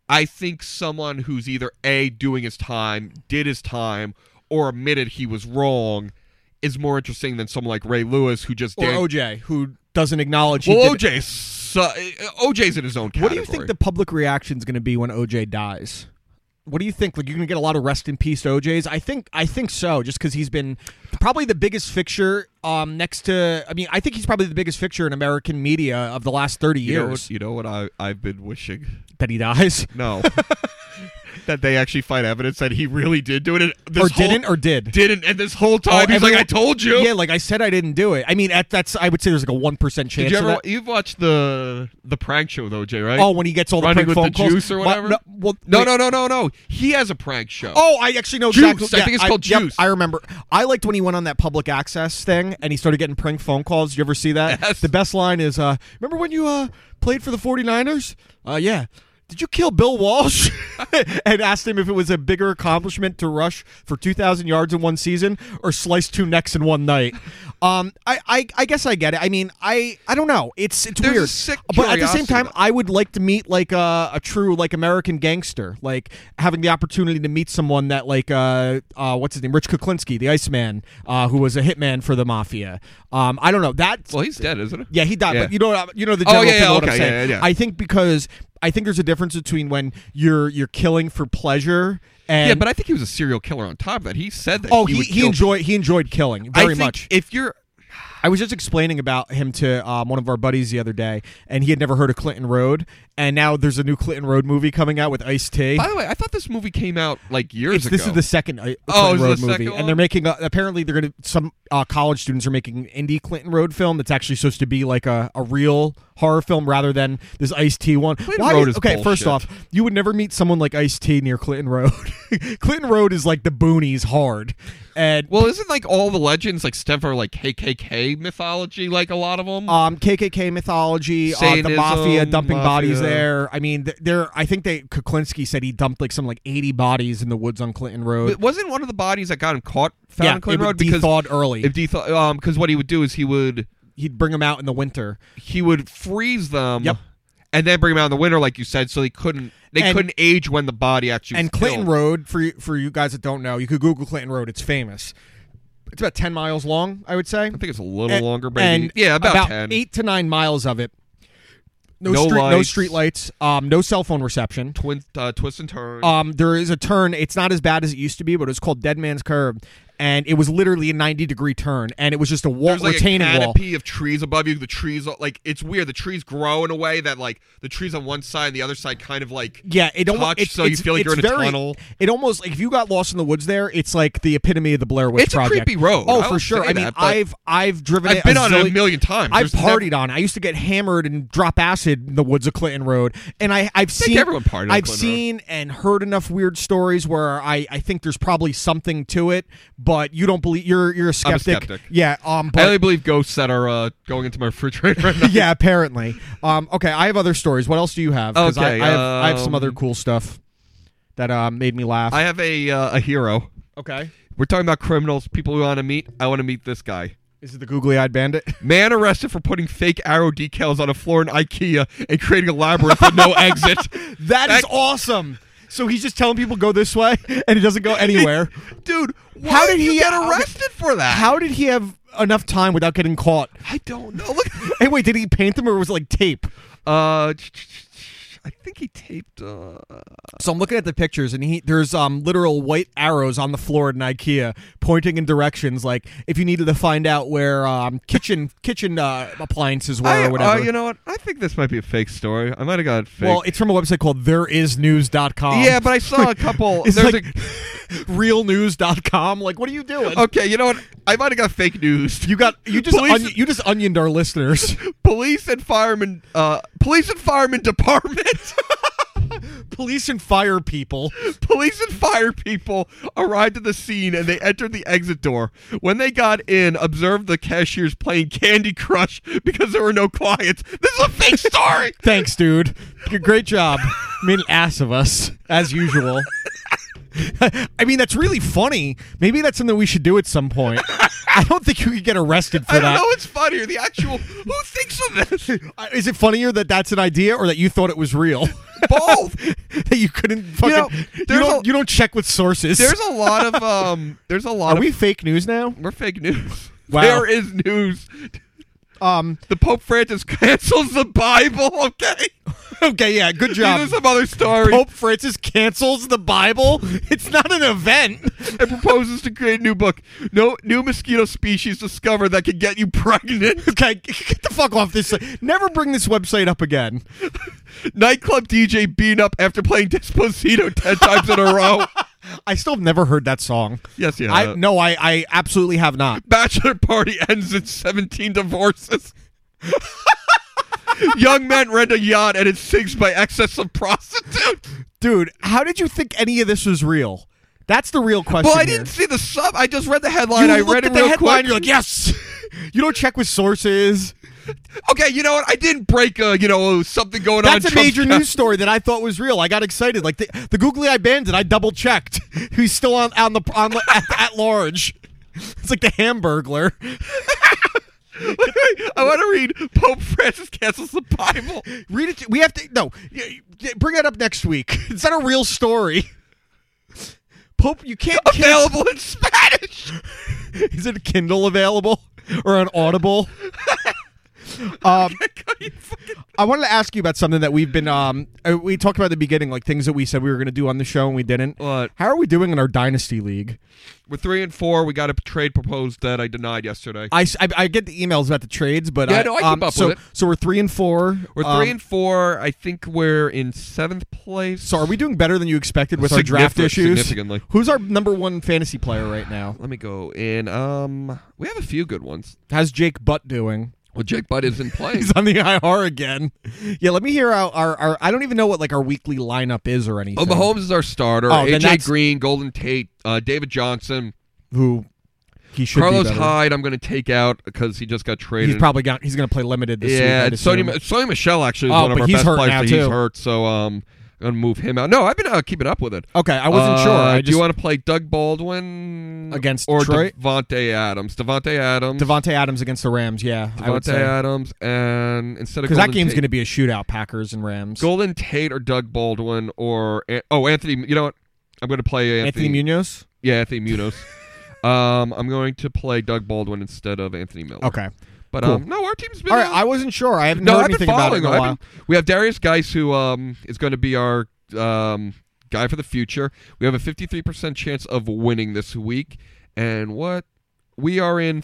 S2: I think someone who's either a doing his time, did his time, or admitted he was wrong, is more interesting than someone like Ray Lewis who just
S1: Or
S2: did.
S1: OJ, who doesn't acknowledge. he
S2: well,
S1: did-
S2: OJ, su- OJ's eh, in his own category.
S1: What do you think the public reaction's going to be when OJ dies? What do you think? Like you're going to get a lot of rest in peace OJ's. I think I think so, just because he's been probably the biggest fixture. Um, next to, I mean, I think he's probably the biggest fixture in American media of the last thirty
S2: you know,
S1: years.
S2: what- you know what I I've been wishing.
S1: that he dies,
S2: No. that they actually find evidence that he really did do it. And this
S1: or
S2: whole-
S1: didn't, or did.
S2: didn't. And this whole
S1: Oh,
S2: time he's
S1: everyone-
S2: like, I told you.
S1: Yeah, like I said, I didn't do it. I mean, at, that's I would say there's like a one percent chance.
S2: Did you
S1: of
S2: ever?
S1: that.
S2: You've watched the the prank show though, Jay, right?
S1: Oh, when he gets all the
S2: running
S1: prank
S2: with
S1: phone
S2: the
S1: calls.
S2: juice or
S1: But
S2: whatever.
S1: no, well,
S2: no,
S1: wait.
S2: no, no, no, no. He has a prank show.
S1: Oh, I actually know
S2: Juice.
S1: exactly.
S2: I think it's called
S1: yep,
S2: Juice.
S1: I remember. I liked when he went on that public access thing and he started getting prank phone calls. Did you ever see that?
S2: Yes.
S1: The best line is, uh, remember when you uh, played for the 49ers? Uh, yeah. Did you kill Bill Walsh? and asked him if it was a bigger accomplishment to rush for 2,000 yards in one season or slice two necks in one night. Um, I, I, I guess I get it. I mean, I, I don't know. It's it's
S2: There's a
S1: weird,
S2: sick
S1: but at the same
S2: curiosity
S1: time,
S2: though.
S1: I would like to meet like a, a true like American gangster, like having the opportunity to meet someone that like uh, uh what's his name, Rich Kuklinski, the Iceman, uh, who was a hitman for the mafia. Um, I don't know. That's
S2: Well, he's dead, isn't it?
S1: yeah, he died.
S2: Yeah.
S1: But you know, what I- you know the
S2: Oh,
S1: general
S2: yeah,
S1: thing
S2: yeah,
S1: of what I'm
S2: okay,
S1: saying.
S2: yeah, yeah, yeah.
S1: I think because I think there's a difference between when you're you're killing for pleasure and
S2: yeah, but I think he was a serial killer. On top of that, he said that.
S1: oh,
S2: he,
S1: he,
S2: would
S1: he
S2: kill-
S1: enjoyed he enjoyed killing
S2: I
S1: very
S2: think
S1: much.
S2: If you're
S1: I was just explaining about him to um, one of our buddies the other day, and he had never heard of Clinton Road, and now there's a new Clinton Road movie coming out with Ice T.
S2: By the way, I thought this movie came out like years
S1: It's,
S2: ago.
S1: this is the second uh, Clinton
S2: Oh, is it
S1: Road
S2: the
S1: movie,
S2: second
S1: and they're
S2: one?
S1: making a, apparently they're gonna some uh, college students are making an indie Clinton Road film that's actually supposed to be like a, a real horror film rather than this Ice T one.
S2: Clinton Road is
S1: okay, first
S2: bullshit.
S1: off, you would never meet someone like Ice T near Clinton Road. Clinton Road is like the boonies hard, and
S2: well, isn't like all the legends like stem from like KKK mythology? Like a lot of them.
S1: um, KKK mythology, uh, the
S2: Satanism,
S1: mafia dumping bodies
S2: mafia.
S1: there. I mean, th- there. I think they Kuklinski said he dumped like some like eighty bodies in the woods on Clinton Road.
S2: But wasn't one of the bodies that got him caught found
S1: yeah,
S2: in Clinton
S1: it
S2: Road
S1: would
S2: because
S1: thawed early.
S2: if because um 'cause what he would do is he would
S1: He'd bring them out in the winter.
S2: he would freeze them.
S1: Yep.
S2: And then bring them out in the winter, like you said, so they couldn't they
S1: And-
S2: couldn't age when the body actually.
S1: and
S2: was
S1: Clinton
S2: killed.
S1: Road for you- for you guys that don't know, you could Google Clinton Road. It's famous. It's about ten miles long, I would say.
S2: I think it's a little
S1: And-
S2: longer, maybe.
S1: and
S2: yeah, about, ten.
S1: eight to nine miles of it. No,
S2: No
S1: street, no
S2: lights.
S1: street lights. Um, no cell phone reception.
S2: Twin, uh, twists and turns.
S1: Um, there is a turn. It's not as bad as it used to be, but it was called Dead Man's Curve, and it was literally a ninety degree turn, and it was just a wall
S2: There's like
S1: retaining
S2: a
S1: wall.
S2: canopy of trees above you. The trees, like it's weird. The trees grow in a way that like the trees on one side, and the other side, kind of like
S1: Yeah, it almost
S2: touch,
S1: it's,
S2: so you
S1: it's-
S2: feel like you're
S1: it's
S2: in a
S1: very-
S2: tunnel.
S1: It almost like if you got lost in the woods there, it's like the epitome of the Blair Witch
S2: It's a
S1: Project.
S2: creepy road.
S1: Oh,
S2: I
S1: for
S2: will
S1: sure.
S2: say
S1: I mean,
S2: that, but
S1: I've I've driven.
S2: I've
S1: it
S2: been on it a
S1: zillion-
S2: million times.
S1: I've
S2: There's never-
S1: partied on. it. I used to get hammered and drop acid in the woods of Clinton Road, and I I've seen
S2: everyone partied on
S1: I've
S2: Clinton Road.
S1: seen and heard enough weird stories where I I think there's probably something to it, but you don't believe you're you're a
S2: I'm a
S1: skeptic.
S2: skeptic.
S1: Yeah. Um.
S2: I
S1: But
S2: only believe ghosts that are uh, going into my refrigerator. Right now.
S1: yeah, apparently. Um, okay, I have other stories. What else do you have? 'Cause I,
S2: Okay,
S1: I, have, I have some
S2: um,
S1: other cool stuff that uh, made me laugh.
S2: I have a uh, a hero.
S1: okay.
S2: We're talking about criminals, people we want to meet. I want to meet this guy.
S1: Is it the googly eyed bandit?
S2: Man arrested for putting fake arrow decals on a floor in IKEA and creating a labyrinth with no exit.
S1: that is
S2: That-
S1: awesome. So he's just telling people go this way, and he doesn't go anywhere.
S2: Dude, why
S1: How did
S2: you
S1: he-
S2: get
S1: how-
S2: arrested for that?
S1: How did he have enough time without getting caught?
S2: I don't know. Look,
S1: Hey, wait, did he paint them or was it like tape?
S2: uh, I think he taped. Uh,
S1: So I'm looking at the pictures, and he there's um literal white arrows on the floor at an IKEA, pointing in directions like if you needed to find out where um kitchen kitchen uh, appliances were
S2: I,
S1: or whatever.
S2: Uh, you know what? I think this might be a fake story. I might have got it fake.
S1: Well, it's from a website called thereisnews.com.
S2: yeah, but I saw a couple.
S1: it's
S2: there's
S1: like realnews.com. Like, what are you doing?
S2: a, okay, you know what? I might have got fake news.
S1: You got you just
S2: Police-
S1: on- you just onioned our listeners.
S2: police and firemen. Uh, police and firemen department.
S1: Police and fire people.
S2: Police and fire people arrived at the scene and they entered the exit door. When they got in, observed the cashiers playing Candy Crush because there were no clients. This is a fake story.
S1: Thanks, dude. G- Great job. Made an ass of us as usual. I mean, that's really funny. Maybe that's something we should do at some point. I don't think you could get arrested for
S2: I don't
S1: that.
S2: know what's funnier, the actual who thinks of this?
S1: Uh, Is it funnier that that's an idea or that you thought it was real?
S2: Both.
S1: that you couldn't fucking
S2: know,
S1: you,
S2: there's
S1: don't,
S2: a-
S1: you don't check with sources.
S2: There's a lot of um there's a lot
S1: Are
S2: of
S1: we fake news now?
S2: We're fake news.
S1: Wow.
S2: There is news.
S1: Um.
S2: The Pope Francis cancels the Bible, okay?
S1: Okay. Yeah. Good job.
S2: These are some other stories.
S1: Pope Francis cancels the Bible. It's not an event.
S2: and proposes to create a new book. No new mosquito species discovered that can get you pregnant.
S1: Okay, get the fuck off this. Never bring this website up again.
S2: Nightclub DJ beaten up after playing Desposito ten times in a row.
S1: I still have never heard that song.
S2: Yes, yeah.
S1: I no, I I absolutely have not.
S2: Bachelor party ends in seventeen divorces. Young men rent a yacht and it sinks by excess of prostitutes.
S1: Dude, how did you think any of this was real? That's the real question.
S2: Well, I
S1: here.
S2: didn't see the sub. I just read the headline.
S1: You
S2: I
S1: looked
S2: read
S1: at
S2: it
S1: the
S2: real
S1: headline.
S2: quick.
S1: You're like, yes. you don't check with sources.
S2: Okay, you know what? I didn't break, uh, you know, something going on.
S1: That's a
S2: Trump's
S1: major
S2: back.
S1: news story that I thought was real. I got excited. Like the, the googly eye bandit, I double checked. He's still on on the on at, at large. It's like the Hamburglar.
S2: I want to read Pope Francis cancels the Bible.
S1: Read it. We have to no. y- y- Bring that up next week. It's not a real story. Pope, you can't. cancel-
S2: Available in Spanish.
S1: Is it Kindle available or on Audible? um,
S2: You fucking-
S1: I wanted to ask you about something that we've been um uh, we talked about at the beginning, like things that we said we were going to do on the show and we didn't.
S2: What?
S1: How are we doing in our dynasty league?
S2: We're three and four. We got a trade proposed that I denied yesterday.
S1: I, s- I, I get the emails about the trades, but
S2: Yeah,
S1: I,
S2: no, I keep
S1: um,
S2: up
S1: so,
S2: with it.
S1: So we're three and four. um,
S2: We're three and four. I think we're in seventh place.
S1: So are we doing better than you expected with our draft
S2: Significant-
S1: issues?
S2: significantly.
S1: Who's our number one fantasy player right now?
S2: Let me go in. Um, we have a few good ones.
S1: How's Jake Butt doing?
S2: Well, Jake Butt isn't playing.
S1: He's on the IR again. Yeah, let me hear our, our, our I don't even know what like our weekly lineup is or anything.
S2: oh, Mahomes is our starter.
S1: Oh, then
S2: AJ
S1: that's-
S2: Green, Golden Tate, uh, David Johnson,
S1: who he should
S2: Carlos
S1: be better.
S2: Hyde. I'm going to take out because he just got traded.
S1: He's probably got he's going to play limited this
S2: yeah.
S1: week. I'd
S2: and Sony,
S1: assume.
S2: Sony Michelle actually is
S1: Oh,
S2: one of
S1: but
S2: our
S1: he's
S2: best
S1: hurt
S2: players.
S1: now,
S2: so
S1: too.
S2: He's hurt, so um, I'm going to move him out. No, I've been uh, keeping up with it.
S1: Okay, I wasn't
S2: Uh,
S1: sure. I
S2: do
S1: just
S2: you want to play Doug Baldwin
S1: Against
S2: or
S1: Detroit?
S2: Devontae Adams? Devontae Adams.
S1: Devonte Adams against the Rams. Yeah, I would
S2: Devontae
S1: say
S2: Adams, and instead of
S1: because that
S2: Golden
S1: game's
S2: Tate-
S1: going to be a shootout. Packers and Rams.
S2: Golden Tate or Doug Baldwin or An- oh Anthony. You know what? I'm going to play
S1: Anthony
S2: Anthony.
S1: Munoz.
S2: yeah, Anthony Munoz. um, I'm going to play Doug Baldwin instead of Anthony Miller.
S1: Okay.
S2: but um, no, our team's been
S1: All right,
S2: uh,
S1: I wasn't sure. I haven't
S2: no,
S1: heard
S2: I've been
S1: anything about it
S2: following.
S1: in a
S2: I've
S1: while.
S2: been- we have Darius Geis, who um, is going to be our um, guy for the future. We have a 53% chance of winning this week. And what? We are in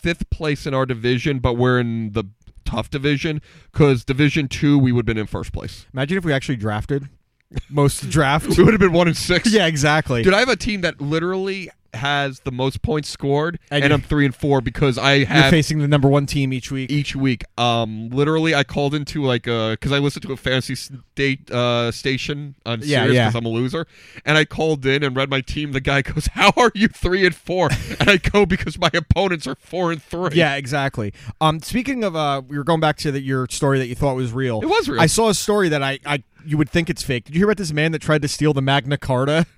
S2: fifth place in our division, but we're in the tough division because Division 2, we would have been in first place.
S1: Imagine if we actually drafted most draft.
S2: We would have been 1 and 6.
S1: yeah, exactly.
S2: Dude, I have a team that literally has the most points scored,
S1: And
S2: and,
S1: you-
S2: I'm 3 and 4 because I
S1: You're
S2: have E-
S1: facing the number one team each week.
S2: each week. Um, literally, I called into like uh, because I listened to a fantasy state uh station on
S1: Yeah,
S2: Sirius
S1: yeah.
S2: because I'm a loser, and I called in and read my team. The guy goes, "How are you three and four? and I go because my opponents are four and three.
S1: Yeah, exactly. Um, speaking of, uh, we were going back to the, your story that you thought was real.
S2: It was real.
S1: I saw a story that I, I, you would think it's fake. Did you hear about this man that tried to steal the Magna Carta?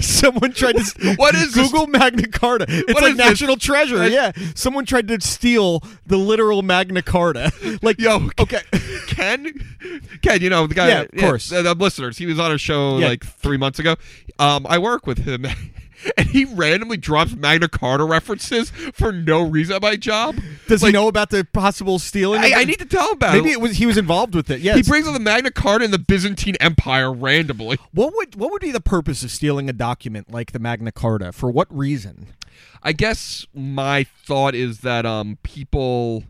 S1: Someone tried to s-
S2: What is this?
S1: Google Magna Carta. It's
S2: What
S1: like
S2: is this?
S1: national treasure.
S2: I-
S1: yeah, someone tried to steal the literal Magna Carta. Like,
S2: Yo,
S1: okay,
S2: Ken, Ken, you know the guy.
S1: Yeah, of course.
S2: the, the listeners. He was on a show
S1: Yeah.
S2: like three months ago. Um, I work with him, and he randomly drops Magna Carta references for no reason at my job.
S1: does
S2: like,
S1: he know about the possible stealing?
S2: I, I need to tell him about
S1: Maybe it was he was involved with it. Yes.
S2: He brings up the Magna Carta and the Byzantine Empire randomly.
S1: what would what would be the purpose of stealing a document like the Magna Carta? For what reason?
S2: I guess my thought is that um people.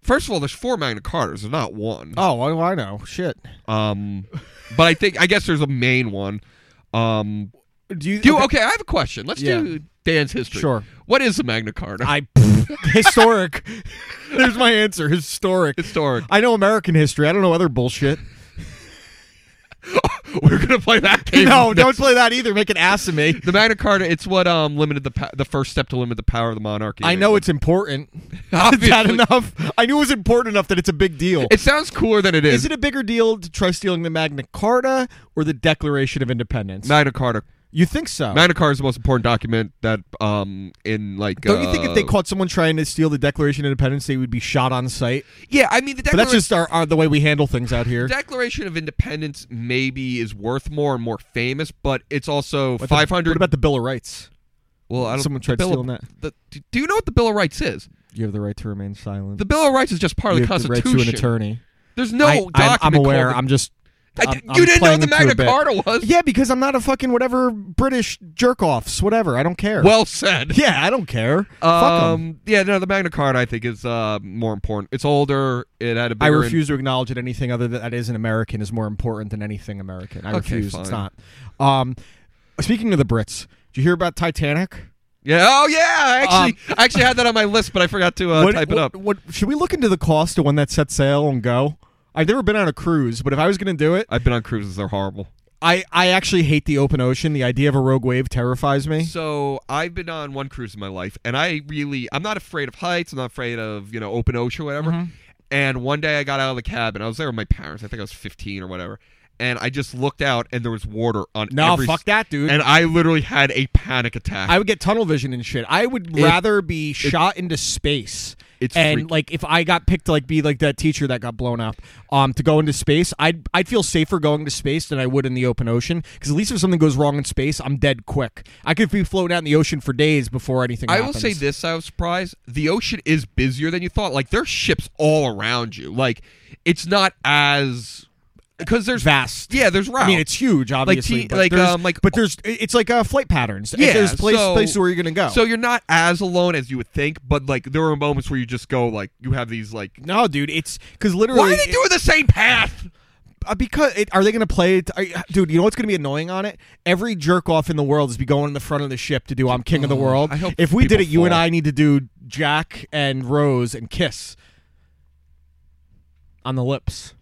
S2: First of all, there's four Magna Cartas. There's not one.
S1: Oh, what do I know? Shit.
S2: Um, but I think I guess there's a main one. Um,
S1: Do you?
S2: do okay. I have a question. Let's
S1: Yeah.
S2: do Dan's history.
S1: Sure.
S2: What is the Magna Carta?
S1: I historic. There's my answer. Historic.
S2: Historic.
S1: I know American history. I don't know other bullshit.
S2: We're gonna play that game.
S1: No, don't play that either. Make an ass of me.
S2: The Magna Carta. It's what um limited the pa- the first step to limit the power of the monarchy.
S1: I know it's important. Is that
S2: Obviously.
S1: enough? I knew it was important enough that it's a big deal.
S2: It sounds cooler than it is.
S1: Is it a bigger deal to try stealing the Magna Carta or the Declaration of Independence?
S2: Magna Carta.
S1: you think so?
S2: Magna Carta is the most important document that um in like.
S1: don't you think
S2: uh,
S1: if they caught someone trying to steal the Declaration of Independence, they would be shot on sight?
S2: Yeah, I mean the
S1: But that's
S2: Declaration,
S1: just our, our the way we handle things out here.
S2: Declaration of Independence maybe is worth more and more famous, but it's also
S1: What the-
S2: five hundred.
S1: What about the Bill of Rights?
S2: well, I don't.
S1: someone
S2: the
S1: tried
S2: Bill of-
S1: stealing that?
S2: the- do- do you know what the Bill of Rights is?
S1: You have the right to remain silent.
S2: The Bill of Rights is just part
S1: you
S2: of the
S1: have the right to
S2: Constitution.
S1: an attorney.
S2: There's no
S1: I,
S2: document.
S1: am aware.
S2: called the-
S1: I'm just.
S2: I-
S1: I'm-
S2: you
S1: I'm
S2: didn't know
S1: playing
S2: what the
S1: it through a
S2: Magna
S1: bit.
S2: Carta was.
S1: Yeah, because I'm not a fucking whatever British jerk offs, whatever. I don't care.
S2: Well said.
S1: yeah, I don't care. Fuck 'em.
S2: Um, yeah, no, the Magna Carta I think is uh, more important. It's older. It had a
S1: I
S2: bigger. in-
S1: refuse to acknowledge that anything other than that is an American is more important than anything American. I
S2: Okay,
S1: refuse. It's
S2: fine.
S1: not. Um, speaking of the Brits, did you hear about Titanic?
S2: yeah. Oh yeah. I actually, I actually had that on my list, but I forgot to uh,
S1: Um, what,
S2: type
S1: what-
S2: it up.
S1: What, should we look into the cost of when that sets sail and go? I've never been on a cruise, but if I was going to do it,
S2: I've been on cruises; they're horrible.
S1: I, I actually hate the open ocean. The idea of a rogue wave terrifies me.
S2: So I've been on one cruise in my life, and I really I'm not afraid of heights. I'm not afraid of you know open ocean, whatever. And one day I got out of the cab, and I was there with my parents. I think I was 15 or whatever. And I just looked out, and there was water on.
S1: No,
S2: every-
S1: fuck that, dude.
S2: And I literally had a panic attack.
S1: I would get tunnel vision and shit. I would rather be shot into space.
S2: It's
S1: and
S2: freak-
S1: like if I got picked to like be like that teacher that got blown up, um, to go into space, I'd I'd feel safer going to space than I would in the open ocean. Because at least if something goes wrong in space, I'm dead quick. I could be floating out in the ocean for days before anything.
S2: I will
S1: happens.
S2: say this: I was surprised. The ocean is busier than you thought. Like there's ships all around you. Like it's not as because there's
S1: Vast.
S2: Yeah, there's routes.
S1: I mean, it's huge, obviously.
S2: te-
S1: but
S2: like,
S1: there's-
S2: um, like-
S1: but there's it's like uh, flight patterns.
S2: yeah.
S1: there's place,
S2: so-
S1: places where you're gonna go.
S2: So you're not as alone as you would think, but like there are moments where you just go like you have these like.
S1: no, dude, it's because literally
S2: Why are they doing the same path?
S1: Uh, because it, are they going to play it? Are, dude, you know what's going to be annoying on it? Every jerk off in the world is be going in the front of the ship to do "I'm King of the World."
S2: Oh, I hope
S1: if we did
S2: people
S1: it, you and
S2: fall.
S1: I need to do Jack and Rose and kiss on the lips.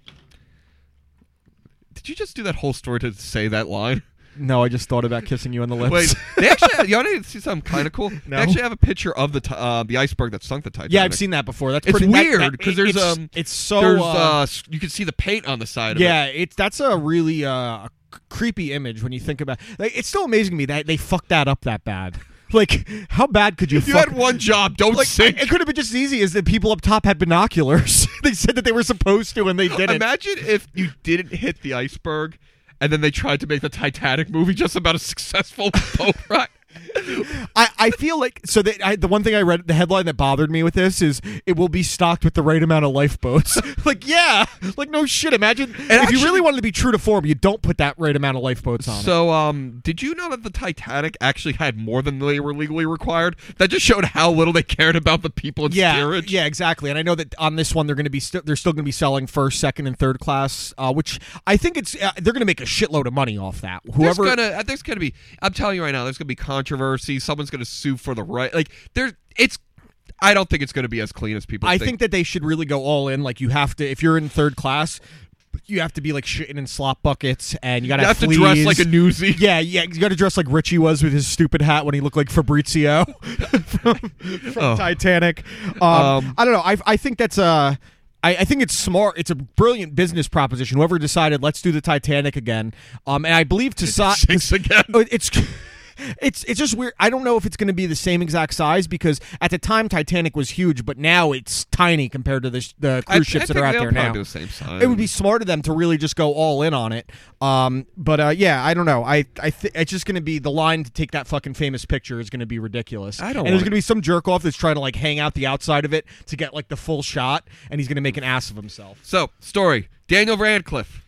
S2: Did you just do that whole story to say that line?
S1: No, I just thought about kissing you on the lips.
S2: Wait, they actually you want to see something kind of cool?
S1: No.
S2: They actually have a picture of the ti- uh, the iceberg that sunk the Titanic.
S1: yeah, I've seen that before. That's
S2: It's
S1: pretty that- that-
S2: weird because there's
S1: it's-
S2: um
S1: it's so
S2: there's,
S1: uh,
S2: uh, s- you can see the paint on the side of it.
S1: yeah, it's that's a really uh, c- creepy image when you think about. Like, it's still amazing to me that they fucked that up that bad. Like, how bad could you?
S2: If you
S1: fuck-
S2: had one job, don't
S1: Like,
S2: sink.
S1: it could have been just as easy as that people up top had binoculars. they said that they were supposed to, and they didn't.
S2: Imagine if you didn't hit the iceberg, and then they tried to make the Titanic movie just about a successful boat ride.
S1: I, I feel like so. That I, the one thing I read, the headline that bothered me with this is it will be stocked with the right amount of lifeboats. like, yeah, like no shit. Imagine if
S2: actually-
S1: you really wanted to be true to form, you don't put that right amount of lifeboats on. it.
S2: So, um, did you know that the Titanic actually had more than they were legally required? That just showed how little they cared about the people in
S1: Yeah,
S2: steerage.
S1: yeah, exactly. And I know that on this one they're going to be sti- they're still going to be selling first, second, and third class, uh, which I think it's uh, they're going to make a shitload of money off that.
S2: There's
S1: Whoever
S2: gonna, there's gonna be. I'm telling you right now, there's gonna be controversy. Someone's gonna sue for the right. Like, there's, it's. I don't think it's gonna be as clean as people
S1: I
S2: think.
S1: think that they should really go all in. Like you have to, if you're in third class, you have to be like shitting in slop buckets, and you gotta
S2: you have
S1: fleas.
S2: to dress like a newsie.
S1: Yeah, yeah, you gotta dress like Richie was with his stupid hat when he looked like Fabrizio from, from
S2: Oh.
S1: Titanic. Um, I don't know. I I think that's uh I I think it's smart. It's a brilliant business proposition. Whoever decided, let's do the Titanic again. Um, and I believe to
S2: Sinks again.
S1: Oh, it's it's it's just weird. I don't know if it's going to be the same exact size because at the time Titanic was huge, but now it's tiny compared to the, sh- the
S2: I-
S1: cruise
S2: I
S1: ships that
S2: think
S1: are out
S2: they'll
S1: there
S2: probably
S1: now.
S2: do the same size.
S1: It would be smart of them to really just go all in on it. Um, but uh, yeah, I don't know. I I th- it's just going to be the line to take that fucking famous picture is going to be ridiculous.
S2: I
S1: And
S2: don't
S1: there's
S2: wanna-
S1: going to be some jerk off that's trying to like hang out the outside of it to get like the full shot, and he's going to make an ass of himself.
S2: So, story Daniel Radcliffe.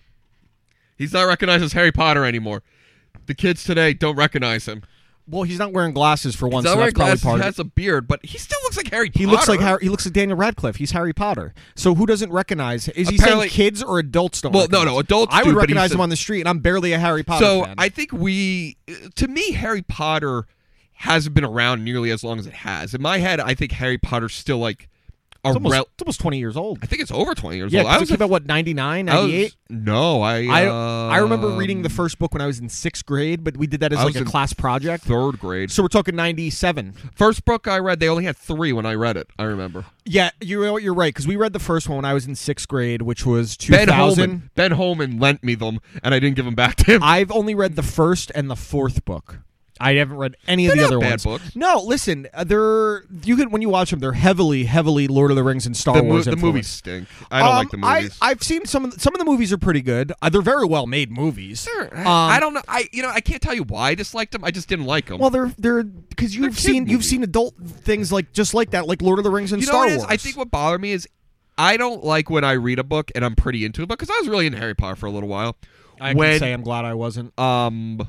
S2: He's not recognized as Harry Potter anymore. The kids today don't recognize him.
S1: Well, he's not wearing glasses for one, so
S2: Delroy
S1: that's probably
S2: Glass
S1: part of it.
S2: has a beard, but he still looks like Harry
S1: He
S2: Potter.
S1: looks like Harry, he looks like Daniel Radcliffe. He's Harry Potter. So who doesn't recognize? Is he
S2: Apparently-
S1: saying kids or adults don't?
S2: Well, no,
S1: recognize
S2: no,
S1: him?
S2: adults
S1: I
S2: do,
S1: would
S2: but he
S1: recognize
S2: said-
S1: him on the street, and I'm barely a Harry Potter
S2: So,
S1: fan.
S2: I think we. uh, To me, Harry Potter hasn't been around nearly as long as it has. In my head, I think Harry Potter's still like a
S1: it's almost,
S2: rel-
S1: it's almost 20 years old.
S2: I think it's over 20 years
S1: Yeah,
S2: old. I
S1: 'cause
S2: was
S1: it came out what 99,
S2: I was-
S1: 98.
S2: No, I.
S1: I, I remember reading the
S2: um,
S1: first book when I was in sixth grade, but we did that as
S2: I
S1: like
S2: was
S1: a
S2: in
S1: class project.
S2: Third grade.
S1: So we're talking 97.
S2: First book I read, they only had three when I read it. I remember.
S1: Yeah, you know what? You're right because we read the first one when I was in sixth grade, which was
S2: Ben
S1: 2000.
S2: Holman. Ben Holman lent me them, and I didn't give them back to him.
S1: I've only read the first and the fourth book. I haven't read any of
S2: They're
S1: the
S2: not
S1: other
S2: bad
S1: ones.
S2: books.
S1: No, listen, uh, they're you can when you watch them, they're heavily, heavily Lord of the Rings and Star
S2: the, mo-
S1: Wars.
S2: the movies
S1: influenced.
S2: stink. I don't
S1: Um,
S2: like the movies.
S1: I, I've seen some of the, some of the movies are pretty good. Uh, they're very well made movies.
S2: Sure. I-
S1: Um,
S2: I don't know. I you know I can't tell you why I disliked them. I just didn't like them.
S1: Well, they're they're because
S2: They're
S1: you've
S2: kid
S1: seen you've
S2: movies.
S1: seen adult things like just like that, like Lord of the Rings and
S2: you know
S1: Star
S2: what it is?
S1: Wars.
S2: I think what bothered me is I don't like when I read a book and I'm pretty into it because I was really into Harry Potter for a little while.
S1: I can
S2: when
S1: say I'm glad I wasn't.
S2: um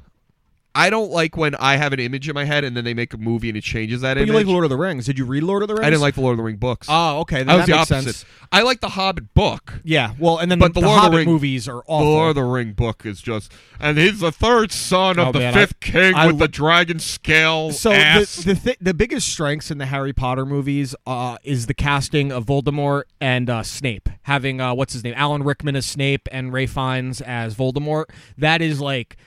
S2: I don't like when I have an image in my head and then they make a movie and it changes that
S1: But you
S2: image.
S1: like Lord of the Rings? Did you read Lord of the Rings?
S2: I didn't like the Lord of the Ring books.
S1: Oh, okay. Then
S2: I was
S1: that
S2: the
S1: makes
S2: opposite.
S1: sense.
S2: I like the Hobbit book.
S1: Yeah. Well, and then
S2: But
S1: the,
S2: the Lord of the
S1: Hobbit
S2: Ring-
S1: movies are
S2: The
S1: awful.
S2: Lord of the Ring book is just, and he's the third son of
S1: Oh,
S2: the
S1: man, I-
S2: fifth king
S1: I
S2: with
S1: lo-
S2: the dragon scale
S1: so
S2: ass.
S1: the the, th- the biggest strengths in the Harry Potter movies uh, is the casting of Voldemort and uh, Snape. Having uh, what's his name, Alan Rickman as Snape and Ray Fiennes as Voldemort. That is like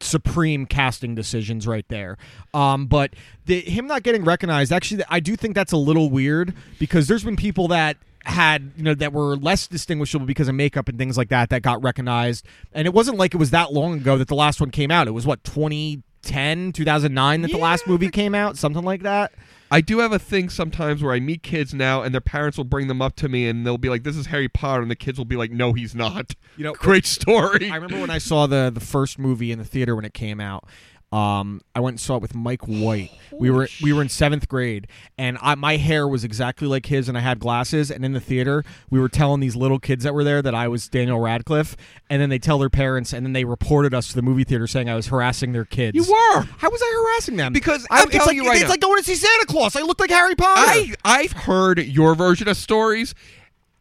S1: supreme casting decisions right there. Um, but the, him not getting recognized, actually, I do think that's a little weird because there's been people that had you know that were less distinguishable because of makeup and things like that that got recognized and it wasn't like it was that long ago that the last one came out it was what 2010 2009 that the last movie came out something like that
S2: I do have a thing sometimes where I meet kids now, and their parents will bring them up to me, and they'll be like, "This is Harry Potter," and the kids will be like, "No, he's not."
S1: You know-
S2: great story.
S1: i remember when i saw the the first movie in the theater when it came out um, I went and saw it with Mike White. we were we were in seventh grade, and I, my hair was exactly like his, and I had glasses. And in the theater, we were telling these little kids that were there that I was Daniel Radcliffe, and then they tell their parents, and then they reported us to the movie theater saying I was harassing their kids.
S2: you were.
S1: How was I harassing them?
S2: Because
S1: I,
S2: I'm
S1: it's
S2: telling
S1: like,
S2: you right
S1: it's
S2: now-
S1: like going to see Santa Claus. I looked like Harry Potter.
S2: I I've heard your version of stories.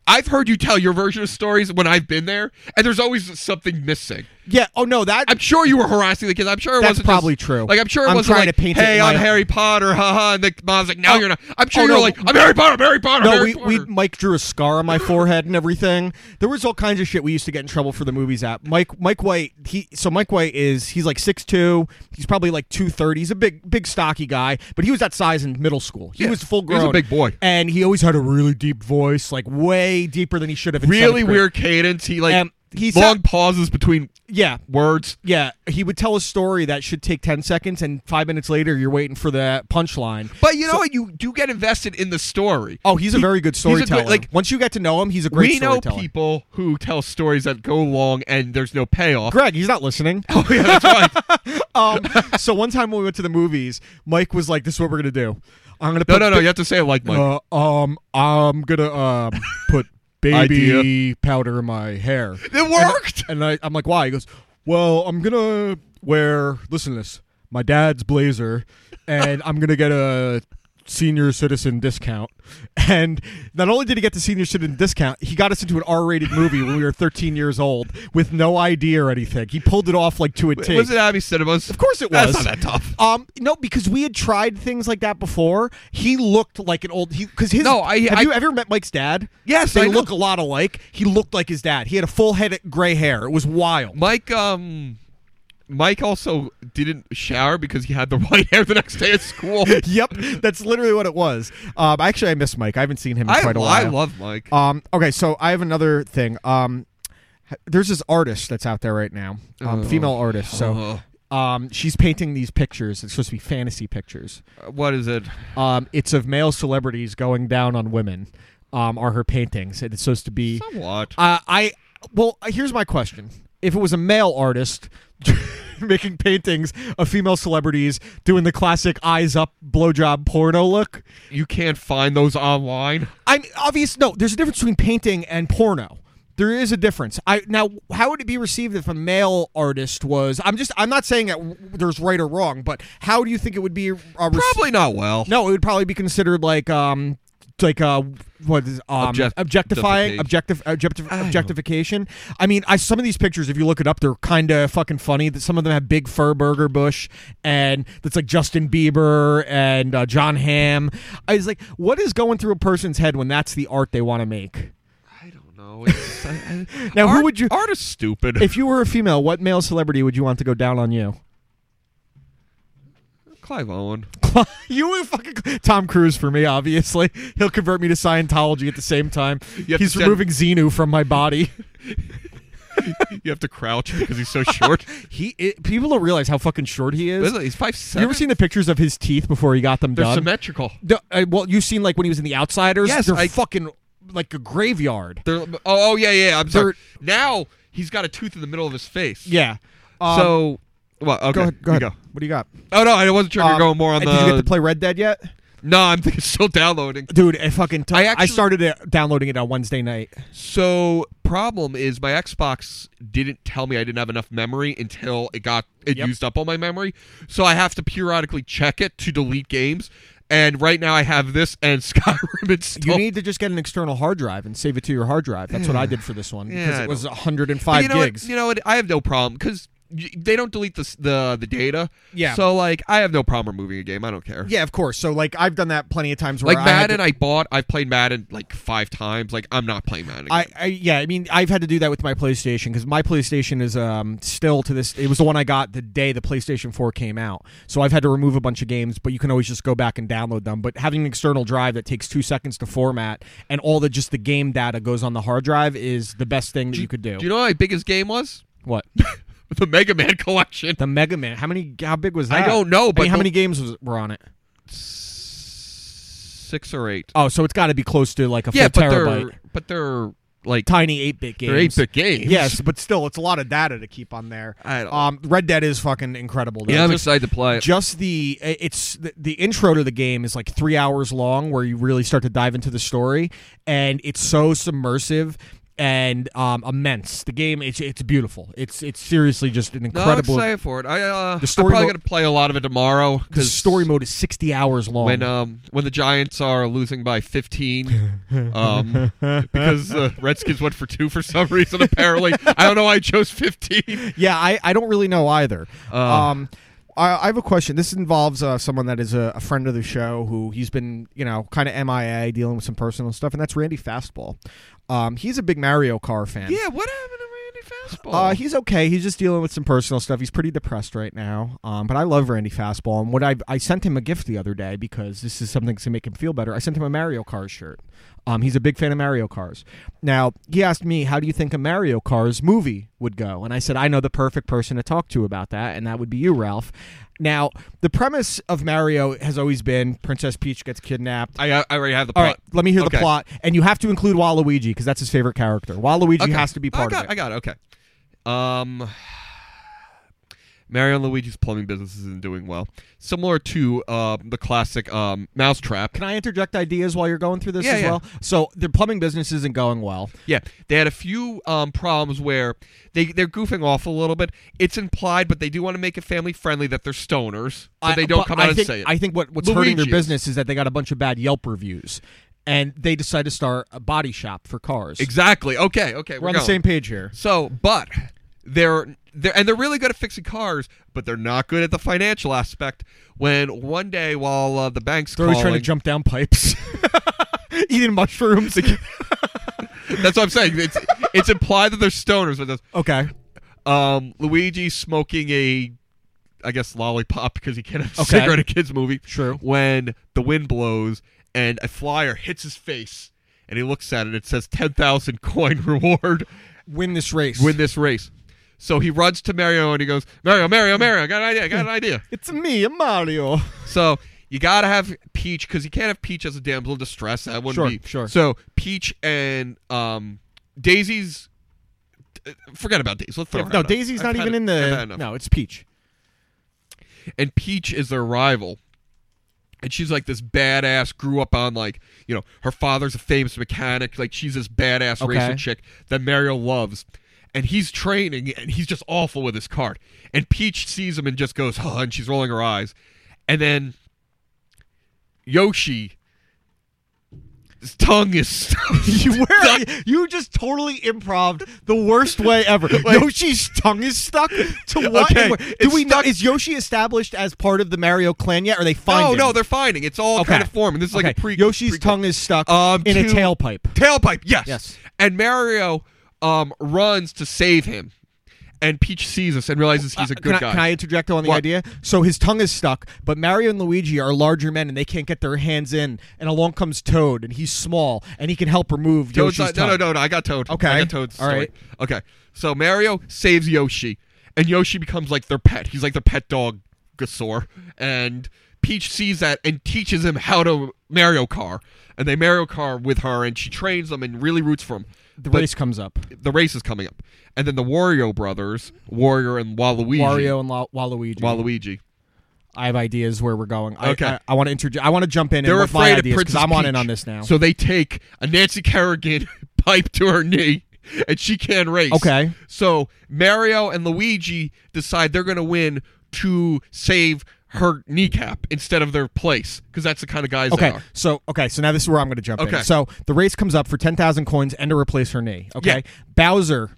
S2: I've heard you tell your version of stories when I've been there, and there's always something missing.
S1: yeah. Oh no, that
S2: I'm sure you were harassing the kids. I'm sure it
S1: That's
S2: wasn't
S1: probably
S2: just-
S1: true.
S2: Like I'm sure it
S1: I'm
S2: wasn't
S1: trying
S2: like,
S1: to paint it
S2: "Hey,
S1: in
S2: I'm
S1: my-
S2: Harry Potter," haha. And the mom's like, "No,
S1: Oh.
S2: you're not." I'm sure
S1: Oh,
S2: you're
S1: no.
S2: like, "I'm Harry Potter, I'm Harry Potter, I'm
S1: no,
S2: Harry
S1: we, we
S2: Potter."
S1: Mike drew a scar on my forehead and everything. There was all kinds of shit we used to get in trouble for the movies at. Mike Mike White, he so Mike White is he's like 6'2", he's probably like 230. He's a big big stocky guy, but he was that size in middle school. He
S2: Yeah,
S1: was full
S2: he was
S1: grown.
S2: a big boy.
S1: And he always had a really deep voice, like way deeper than he should have in
S2: really
S1: seventh grade.
S2: weird cadence. He like
S1: Um, he
S2: long
S1: sound-
S2: pauses between
S1: Yeah.
S2: words.
S1: Yeah, he would tell a story that should take 10 seconds and 5 minutes later you're waiting for the punchline.
S2: But you know what? You do get invested in the story.
S1: Oh, he's a very good
S2: a great-
S1: storyteller. like
S2: like-
S1: once you get to know him, he's a great
S2: we know
S1: storyteller.
S2: people who tell stories that go long and there's no payoff.
S1: Greg, he's not listening.
S2: Oh, yeah, that's right.
S1: Um, so one time when we went to the movies, Mike was like, "This is what we're gonna do. I'm gonna
S2: No,
S1: put
S2: no, no. You have to say it like Mike.
S1: Uh, um, I'm gonna um put baby powder in my hair.
S2: it worked.
S1: And I, I'm like, why? He goes, well, I'm gonna wear. Listen to this. My dad's blazer, and I'm gonna get a senior citizen discount. And not only did he get the senior citizen discount, he got us into an R-rated movie when we were 13 years old with no ID or anything. He pulled it off like to a Uh, T.
S2: Was it Abbey Cinemas? Of
S1: course it was.
S2: That's not that tough.
S1: Um, no, because we had tried things like that before. He looked like an old he because his.
S2: No, I-
S1: have
S2: I-
S1: you ever met Mike's dad?
S2: Yes,
S1: they
S2: I know.
S1: look a lot alike. He looked like his dad. He had a full head of gray hair. It was wild.
S2: Mike, um, Mike also didn't shower because he had the white hair the next day at school.
S1: yep, that's literally what it was. Um, actually, I miss Mike. I haven't seen him in
S2: I,
S1: quite a
S2: I
S1: while.
S2: love Mike.
S1: Um, okay, so I have another thing. Um, h- there's this artist that's out there right now, um,
S2: Oh.
S1: female artist. So.
S2: Oh.
S1: Um, she's painting these pictures. It's supposed to be fantasy pictures.
S2: Uh, what is it?
S1: Um, it's of male celebrities going down on women. Um, are her paintings? And it's supposed to be.
S2: What?
S1: Uh, I well, uh, here's my question: If it was a male artist making paintings of female celebrities doing the classic eyes up blowjob porno look,
S2: you can't find those online.
S1: I'm obvious. No, there's a difference between painting and porno. There is a difference. I now, how would it be received if a male artist was? I'm just. I'm not saying that w- there's right or wrong, but how do you think it would be? Uh, rec-
S2: Probably not well.
S1: no, it would probably be considered like um like uh what is um
S2: Object-
S1: objectifying objectif- objectif- objectification. I mean, I some of these pictures if you look it up they're kind of fucking funny. That some of them have big fur burger bush and that's like Justin Bieber and uh, John Hamm. I was like what is going through a person's head when that's the art they want to make?
S2: I don't know. It's- I- I-
S1: Now, who
S2: art-
S1: would you-
S2: Art is stupid.
S1: If you were a female, what male celebrity would you want to go down on you?
S2: Clive Owen.
S1: you were fucking Tom Cruise for me, obviously. He'll convert me to Scientology at the same time.
S2: have
S1: He's
S2: to send-
S1: removing Xenu from my body.
S2: You have to crouch because he's so short.
S1: He it, people don't realize how fucking short he is.
S2: Listen, he's five seven.
S1: You ever seen the pictures of his teeth before he got them
S2: They're
S1: done?
S2: symmetrical.
S1: The- uh, well, you've seen like when he was in The Outsiders.
S2: Yes,
S1: they're
S2: I-
S1: fucking like a graveyard.
S2: They're oh, oh yeah yeah. I'm sorry. Now he's got a tooth in the middle of his face.
S1: Yeah. Um,
S2: so well, okay.
S1: go ahead. Go
S2: you
S1: ahead. What do you got?
S2: Oh no, I wasn't sure if
S1: Um,
S2: you're going more on
S1: and
S2: the.
S1: Did you get to play Red Dead yet,
S2: no, I'm thinking still downloading.
S1: dude? I fucking. T- I
S2: I actually-
S1: started it, downloading it on Wednesday night.
S2: So problem is my Xbox didn't tell me I didn't have enough memory until it got it
S4: Yep.
S2: used up all my memory. So I have to periodically check it to delete games. And right now I have this and Skyrim installed.
S1: You need to just get an external hard drive and save it to your hard drive. That's what I did for this one because
S2: Yeah, I
S1: it was
S2: But
S1: 105
S2: you know what-
S1: gigs.
S2: you know what? I have no problem because they don't delete the s- the the data.
S1: Yeah.
S2: So like I have no problem removing a game. I don't care.
S1: yeah, of course. So like I've done that plenty of times. Where
S2: Like
S1: I had to-
S2: Madden, I, bought. I've played Madden like five times. Like I'm not playing Madden.
S1: I,
S2: again.
S1: I yeah, I mean, I've had to do that with my PlayStation because my PlayStation is um still to this. It was the one I got the day the PlayStation 4 came out, so I've had to remove a bunch of games, but you can always just go back and download them. But having an external drive that takes two seconds to format and all the just the game data goes on the hard drive is the best thing that you could do.
S2: Do you know what my biggest game was?
S1: what
S2: the Mega Man collection.
S1: the Mega Man? How many? How big was
S2: I
S1: that?
S2: don't know,
S1: mean,
S2: but
S1: how
S2: the-
S1: many games was, were on it?
S2: Six or eight.
S1: Oh, so it's got to be close to like a
S2: yeah,
S1: full
S2: but
S1: terabyte,
S2: they're but they're like
S1: tiny eight bit games.
S2: they're eight bit games.
S1: Yes, but still, it's a lot of data to keep on there.
S2: I don't-
S1: um, Red Dead is fucking incredible. Though.
S2: Yeah, I'm
S1: just,
S2: excited to play. it.
S1: just the it's the, the intro to the game is like three hours long, where you really start to dive into the story, and it's so submersive and um, immense. The game, it's it's beautiful. It's it's seriously just an
S2: no, I'm
S1: incredible.
S2: excited for it. I uh,
S1: The story
S2: I'm probably
S1: mo-
S2: gonna play a lot of it tomorrow
S1: the
S2: because
S1: story mode is sixty hours long.
S2: when um when the Giants are losing by 15, um because the Redskins went for two for some reason. Apparently, I don't know why I chose 15.
S1: yeah, I, I don't really know either. um, I, I have a question. This involves uh, someone that is a, a friend of the show who he's been, you know, kind of MIA dealing with some personal stuff, and that's Randy Fastball. Um, he's a big Mario Kart fan.
S2: Yeah, what happened to Randy Fastball?
S1: Uh, he's okay. He's just dealing with some personal stuff. He's pretty depressed right now. Um, but I love Randy Fastball. And what I I sent him a gift the other day because this is something to make him feel better. I sent him a Mario Kart shirt. Um, he's a big fan of Mario Cars. Now he asked me, "How do you think a Mario Cars movie would go?" And I said, "I know the perfect person to talk to about that, and that would be you, Ralph." Now the premise of Mario has always been Princess Peach gets kidnapped.
S2: I I already have the
S1: All
S2: plot.
S1: right, let me hear the
S2: Okay.
S1: plot, and you have to include Waluigi because that's his favorite character. Waluigi
S2: Okay. Oh,
S1: has to be
S2: I
S1: part
S2: got,
S1: of it.
S2: I got it. Okay. Um, Mario and Luigi's plumbing business isn't doing well. Similar to uh, the classic um, Mousetrap.
S1: Can I interject ideas while you're going through this
S2: Yeah,
S1: as
S2: yeah.
S1: well? So the plumbing business isn't going well.
S2: Yeah, they had a few um, problems where they they're goofing off a little bit. It's implied, but they do want to make it family friendly that they're stoners, but they don't come out
S1: I
S2: and
S1: think,
S2: say it.
S1: I think what, what's hurting their
S2: Luigi is.
S1: business is that they got a bunch of bad Yelp reviews, and they decide to start a body shop for cars.
S2: exactly. Okay. Okay.
S1: We're on the
S2: going.
S1: same page here.
S2: So, but they're they're and they're really good at fixing cars, but they're not good at the financial aspect. When one day while uh, the bank's
S1: They're always trying to
S2: calling-
S1: jump down pipes, eating mushrooms.
S2: That's what I'm saying. It's it's implied that they're stoners, but that's,
S1: okay.
S2: um, Luigi's smoking a, I guess lollipop because he can't have a
S1: Okay.
S2: cigarette in a kids movie.
S1: True.
S2: When the wind blows and a flyer hits his face, and he looks at it, it says ten thousand coin reward.
S1: Win this race.
S2: Win this race. So he runs to Mario and he goes, Mario, Mario, Mario, I got an idea, I got an idea.
S1: it's me, Mario.
S2: So you gotta have Peach because you can't have Peach as a damsel in distress. That wouldn't
S1: Sure,
S2: be
S1: sure.
S2: So Peach and um, Daisy's. uh, Forget about Daisy. Let's throw her
S1: no,
S2: out.
S1: Daisy's
S2: I've
S1: not
S2: had
S1: even
S2: it-
S1: in
S2: I've had
S1: the.
S2: enough.
S1: No, it's Peach.
S2: And Peach is their rival. And she's like this badass. Grew up on like you know her father's a famous mechanic. Like she's this badass
S1: Okay.
S2: racer chick that Mario loves. And he's training, and he's just awful with his cart. And Peach sees him and just goes, "Huh," and she's rolling her eyes. And then Yoshi, his tongue is.
S1: You were you just totally improv the worst way ever. Yoshi's tongue is stuck to what?
S2: Okay,
S1: and where- Do
S2: it's
S1: we know
S2: stuck-
S1: is Yoshi established as part of the Mario clan yet? Or are they
S2: no,
S1: finding?
S2: Oh, no, they're finding. It's all
S1: Okay.
S2: kind of forming. This is like
S1: okay.
S2: a pre.
S1: Yoshi's
S2: pre-
S1: tongue is stuck
S2: Um,
S1: in a
S2: to-
S1: tailpipe.
S2: Tailpipe. Yes.
S1: Yes.
S2: And Mario um, runs to save him, and Peach sees us and realizes he's
S1: Uh,
S2: a
S1: Can
S2: good
S1: I,
S2: guy.
S1: can I interject on the
S2: What?
S1: idea? So his tongue is stuck, but Mario and Luigi are larger men and they can't get their hands in. And along comes Toad, and he's small and he can help remove
S2: Toad's
S1: Yoshi's
S2: not-
S1: tongue.
S2: no, no, no, no. I got Toad.
S1: Okay.
S2: I got Toad's
S1: All
S2: story.
S1: right.
S2: Okay. So Mario saves Yoshi, and Yoshi becomes like their pet. He's like their pet dog, Gasaur. And Peach sees that and teaches him how to Mario Kart. And they Mario Kart with her, and she trains them and really roots for him.
S1: The
S2: But-
S1: race comes up.
S2: the race is coming up, and then the Wario brothers, Warrior and Waluigi,
S1: Wario and La- Waluigi.
S2: Waluigi.
S1: I have ideas where we're going. I-
S2: Okay.
S1: I, I, want to interject. I want to jump in.
S2: They're
S1: and what my
S2: afraid of
S1: ideas,
S2: Princess
S1: because I'm on
S2: Peach.
S1: in on this now.
S2: So they take a Nancy Kerrigan pipe to her knee and she can't race.
S1: Okay.
S2: So Mario and Luigi decide they're going to win to save her kneecap instead of their place because that's the kind of guys
S1: Okay,
S2: they are.
S1: so okay, so now this is where I'm going to jump
S2: Okay.
S1: in. So the race comes up for ten thousand coins and to replace her knee. Okay,
S2: Yeah.
S1: Bowser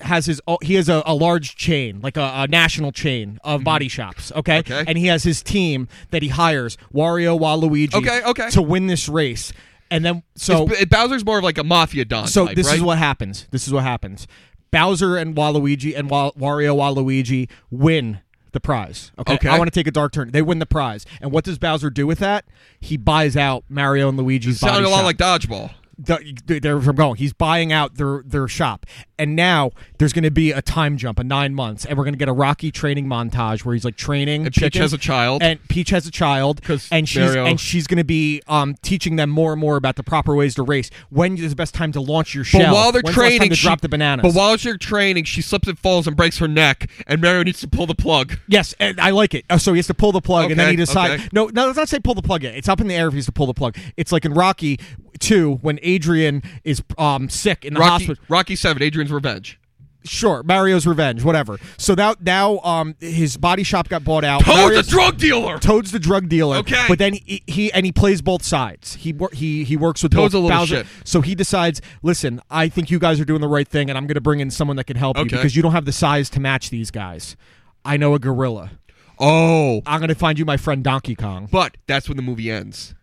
S1: has his oh, he has a, a large chain, like a, a national chain of body shops. Okay?
S2: Mm-hmm. Okay.
S1: and he has his team that he hires Wario, Waluigi.
S2: Okay, okay.
S1: to win this race, and then so
S2: It's- Bowser's more of like a mafia don.
S1: so
S2: type,
S1: this
S2: right?
S1: is what happens. This is what happens. Bowser and Waluigi and Wa- Wario Waluigi win the prize. Okay,
S2: Okay.
S1: I want to take a dark turn. They win the prize, and what does Bowser do with that? He buys out Mario and Luigi's.
S2: sounded
S1: body
S2: a lot
S1: shop.
S2: like dodgeball.
S1: The- they're from going. He's buying out their their shop, and now there's going to be a time jump of nine months, and we're going to get a Rocky training montage where he's like training.
S2: And Peach
S1: chickens,
S2: has a child.
S1: and Peach has a child,
S2: 'Cause
S1: and she's
S2: Mario-
S1: and she's going to be um, teaching them more and more about the proper ways to race. When is the best time to launch your shell?
S2: But while they're
S1: When's the last time
S2: training,
S1: to
S2: she,
S1: drop the bananas.
S2: But while they're training, she slips and falls and breaks her neck, and Mario needs to pull the plug.
S1: Yes, and I like it. Uh, So he has to pull the plug, and then
S2: Okay,
S1: he decides.
S2: okay.
S1: No, no, let's not say pull the plug yet. It's up in the air if he has to pull the plug. It's like in Rocky Two when Adrian is um, sick in the
S2: Rocky,
S1: hospital.
S2: Rocky Seven, Adrian's Revenge.
S1: Sure, Mario's Revenge, whatever. So now, now um, his body shop got bought out.
S2: Toad's a
S1: Mario's-
S2: drug dealer.
S1: Toad's the drug dealer.
S2: Okay.
S1: but then he, he and he plays both sides. He wor- he he works with
S2: Toad's
S1: both
S2: a little
S1: Bowser.
S2: shit.
S1: So he decides. Listen, I think you guys are doing the right thing, and I'm going to bring in someone that can help you
S2: Okay.
S1: because you don't have the size to match these guys. I know a gorilla.
S2: Oh,
S1: I'm going to find you my friend Donkey Kong.
S2: but that's when the movie ends.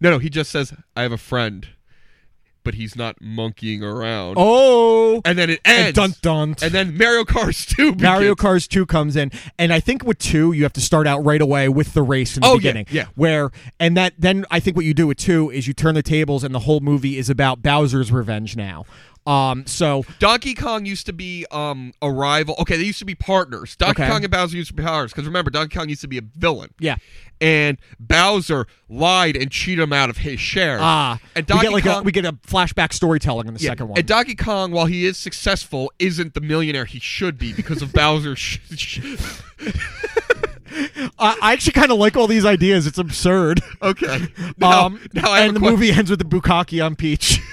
S2: No, no, he just says, "I have a friend," but he's not monkeying around.
S1: Oh,
S2: and then it
S1: and
S2: ends.
S1: dun dun.
S2: And then Mario Kart Two.
S1: Mario
S2: begins.
S1: Kart 2 comes in, and I think with two you have to start out right away with the race in the
S2: Oh, yeah,
S1: beginning.
S2: yeah.
S1: Where and that then I think what you do with two is you turn the tables, and the whole movie is about Bowser's revenge now. Um, so
S2: Donkey Kong used to be um, a rival. Okay, they used to be partners. Donkey
S1: Okay.
S2: Kong and Bowser used to be partners because remember, Donkey Kong used to be a villain.
S1: Yeah.
S2: and Bowser lied and cheated him out of his share.
S1: ah,
S2: and
S1: we
S2: Donkey
S1: get like
S2: Kong
S1: a, we get a flashback storytelling in the
S2: Yeah,
S1: second one.
S2: And Donkey Kong, while he is successful, isn't the millionaire he should be because of Bowser's. Sh- sh-
S1: I, I actually kind of like all these ideas. It's absurd.
S2: okay, now,
S1: um,
S2: now I have
S1: and the
S2: a question.
S1: movie ends with the Bukaki on Peach.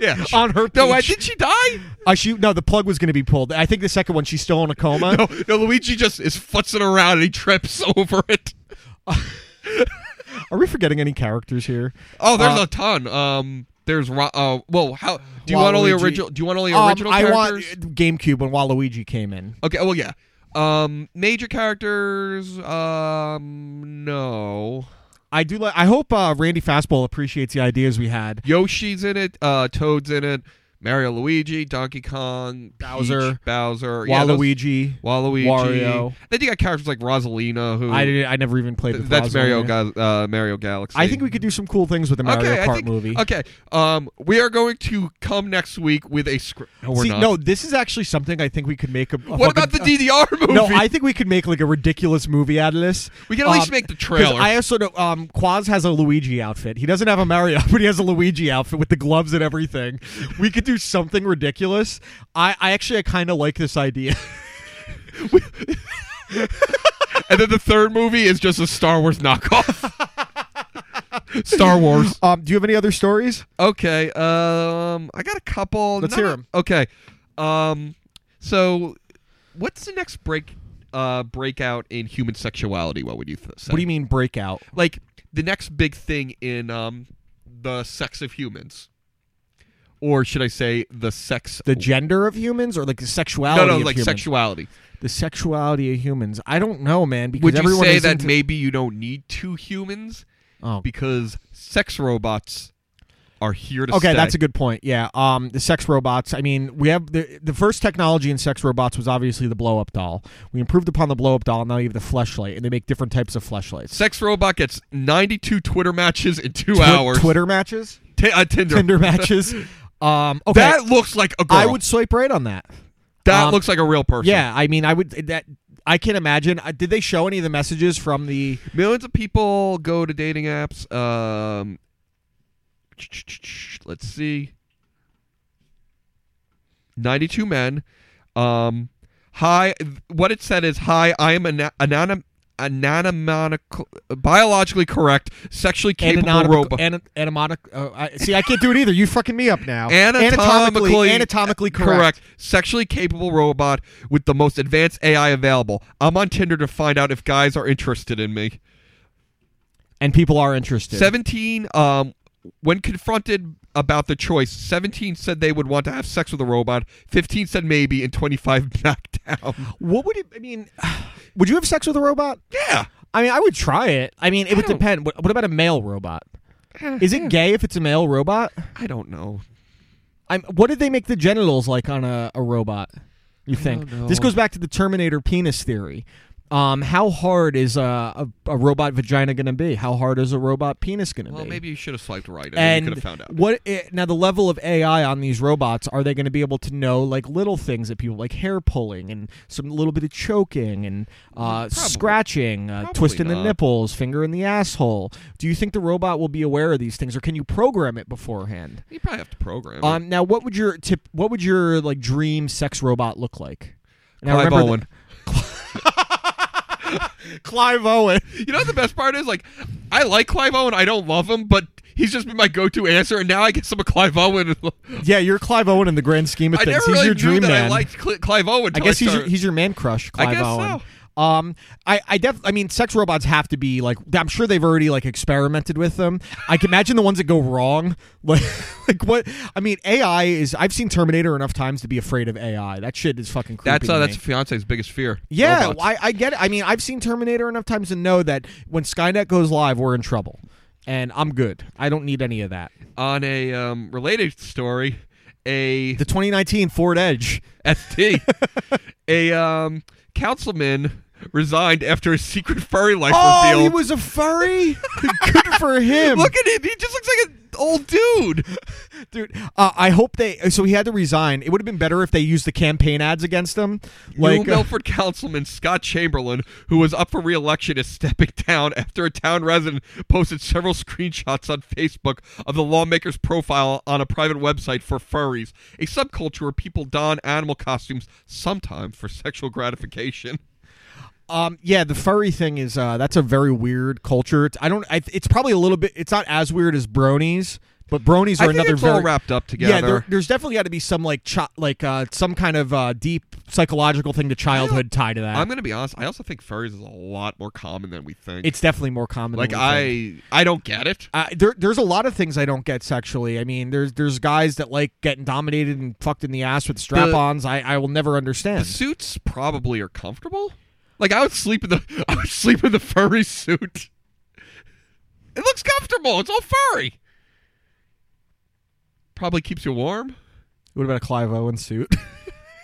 S2: yeah.
S1: on her
S2: No, I,
S1: peach.
S2: did she die?
S1: Uh, she no, the plug was going to be pulled. I think the second one, she's still in a coma.
S2: No, no, Luigi just is futzing around and he trips over it.
S1: Are we forgetting any characters here?
S2: Oh, there's
S1: Uh,
S2: a ton. Um, there's Ro- uh, well, how do you want only
S1: Waluigi.
S2: original? Do you want only
S1: Um,
S2: original
S1: I want
S2: characters?
S1: GameCube when Waluigi came in.
S2: Okay, well, yeah. Um, major characters. Um, no.
S1: I do. Like, I hope uh, Randy Fastball appreciates the ideas we had.
S2: Yoshi's in it. Uh, Toad's in it. Mario, Luigi, Donkey Kong,
S1: Bowser.
S2: Peach, Bowser, yeah, those-
S1: Waluigi,
S2: Waluigi,
S1: Wario.
S2: Then you got characters like Rosalina, who
S1: I didn't. I never even played.
S2: th-
S1: with
S2: that's Mario
S1: Rosalina.
S2: Ga- uh, Mario Galaxy.
S1: I think we could do some cool things with the Mario
S2: okay, I
S1: Kart
S2: think,
S1: movie.
S2: Okay, um, we are going to come next week with a script. No, we're
S1: See,
S2: not.
S1: no, this is actually something I think we could make a. a
S2: what about
S1: fucking- uh,
S2: the DDR movie?
S1: No, I think we could make like a ridiculous movie out of this.
S2: We can at least
S1: Um,
S2: make the
S1: 'cause
S2: trailer.
S1: I also know um, Quaz has a Luigi outfit. He doesn't have a Mario, but he has a Luigi outfit with the gloves and everything. We could do something ridiculous. I, I actually I kind of like this idea.
S2: and then the third movie is just a Star Wars knockoff. Star Wars.
S1: Um, do you have any other stories?
S2: Okay. Um, I got a couple.
S1: Let's
S2: Not-
S1: hear 'em.
S2: Okay. Um, so what's the next break? Uh, breakout in human sexuality. What would you th- say?
S1: What do you mean breakout?
S2: Like the next big thing in um, the sex of humans, or should I say the sex?
S1: The gender of humans or like the sexuality
S2: no, no,
S1: of
S2: like
S1: humans?
S2: sexuality.
S1: the sexuality of humans. I don't know, man, because
S2: Would you
S1: everyone
S2: say
S1: is
S2: that
S1: into-
S2: maybe you don't need two humans
S1: Oh.
S2: because sex robots are here to
S1: Okay,
S2: stay?
S1: that's a good point. Yeah, um, the sex robots. I mean, we have the the first technology in sex robots was obviously the blow up doll. We improved upon the blow up doll. Now you have the fleshlight, and they make different types of fleshlights.
S2: sex robot gets ninety-two Twitter matches in two
S1: Twi-
S2: hours.
S1: Twitter matches,
S2: T- uh, Tinder.
S1: Tinder matches. Um, okay,
S2: That looks like a girl.
S1: I would swipe right on that.
S2: that
S1: um,
S2: looks like a real person.
S1: Yeah, I mean, I would that. I can imagine. Uh, Did they show any of the messages from the?
S2: Millions of people go to dating apps. Um, let's see. 92 men. Um, hi. What it said is, hi, I am an- anon- anatomical, biologically correct, sexually capable robot.
S1: An, anatomonic- uh, I, see, I can't do
S5: Do it either. You fucking me up now.
S2: Anatomically,
S5: anatomically, anatomically correct.
S2: Sexually capable robot with the most advanced AI available. I'm on Tinder to find out if guys are interested in me.
S1: And people are interested.
S2: 17 um when confronted about the choice 17 said they would want to have sex with a robot 15 said maybe and 25 knocked down
S1: What would it? I mean,
S5: Would you have sex with a robot?
S2: yeah
S1: I mean, I would try it. I mean, it would
S2: don't-
S1: depend. What, what about a male robot? Is it gay if it's a male robot?
S2: i don't know
S1: I'm, what did they make the genitals like on a, a robot? You think
S2: don't know.
S1: this goes back to the Terminator penis theory? Um, how hard is a, a, a robot vagina going to be? How hard is a robot penis going to
S2: well
S1: be?
S2: maybe you should have swiped right and, then
S1: and
S2: you could have found out
S1: what i- now the level of AI on these robots are they going to be able to know like little things that people like hair pulling and some little bit of choking and uh, scratching, uh,
S2: Mm, Probably
S1: twisting the
S2: not.
S1: nipples, finger in the asshole? Do you think the robot will be aware of these things, or can you program it beforehand?
S2: you probably have to program it.
S1: Um, now what would your tip? What would your like dream sex robot look like? Now,
S2: Clive
S1: remember
S2: Owen.
S5: Clive Owen.
S2: you know what the best part is like i like clive owen i don't love him but he's just been my go-to answer and now i guess i'm a clive owen
S1: Yeah, you're Clive Owen in the grand scheme of
S2: i
S1: things.
S2: never
S1: he's
S2: really
S1: your
S2: knew
S1: dream
S2: that
S1: man.
S2: i liked Cl- clive owen
S1: I
S2: till
S1: guess he's your,
S2: started-
S1: he's your man crush, Clive
S2: guess
S1: Owen. Um, I I def I mean, sex robots have to be like I'm sure they've already like experimented with them. I can imagine the ones that go wrong, like like what I mean. AI is I've seen Terminator enough times to be afraid of AI. That shit is fucking creepy.
S2: that's
S1: to
S2: uh,
S1: me.
S2: that's fiance's biggest fear
S1: yeah.
S2: Robots.
S1: I, I get it. I mean, I've seen Terminator enough times to know that when Skynet goes live, we're in trouble, and I'm good. I don't need any of that.
S2: on a um, related story a
S1: The 2019 Ford Edge.
S2: ST. a um, councilman resigned after his secret furry life
S1: Oh, he
S2: revealed.
S1: was a furry. Good for him.
S2: Look at him. He just looks like an old dude.
S1: Dude, uh, I hope they. So he had to resign. It would have been better if they used the campaign ads against him. Like, uh,
S2: New Milford councilman Scott Chamberlain, who was up for re-election, is stepping down after a town resident posted several screenshots on Facebook of the lawmaker's profile on a private website for furries, a subculture where people don animal costumes sometimes for sexual gratification.
S1: uh, um, yeah, the furry thing is uh, that's a very weird culture. It's, I don't. I, it's probably a little bit. It's not as weird as bronies, but bronies are
S2: I think
S1: another
S2: it's
S1: very
S2: all wrapped up together.
S1: Yeah, there, there's definitely got to be some like chi- like uh, some kind of uh, deep psychological thing to childhood tie to that.
S2: I'm gonna be honest. I also think furries is a lot more common than we think.
S1: it's definitely more common.
S2: like
S1: than we think.
S2: I, I don't get it.
S1: Uh, there, there's a lot of things I don't get sexually. I mean, there's there's guys that like getting dominated and fucked in the ass with strap-ons. I, I will never understand.
S2: The suits probably are comfortable. Like I would sleep in the, I would sleep in the furry suit. It looks comfortable. It's all furry. Probably keeps you warm.
S1: What about a Clive Owen suit?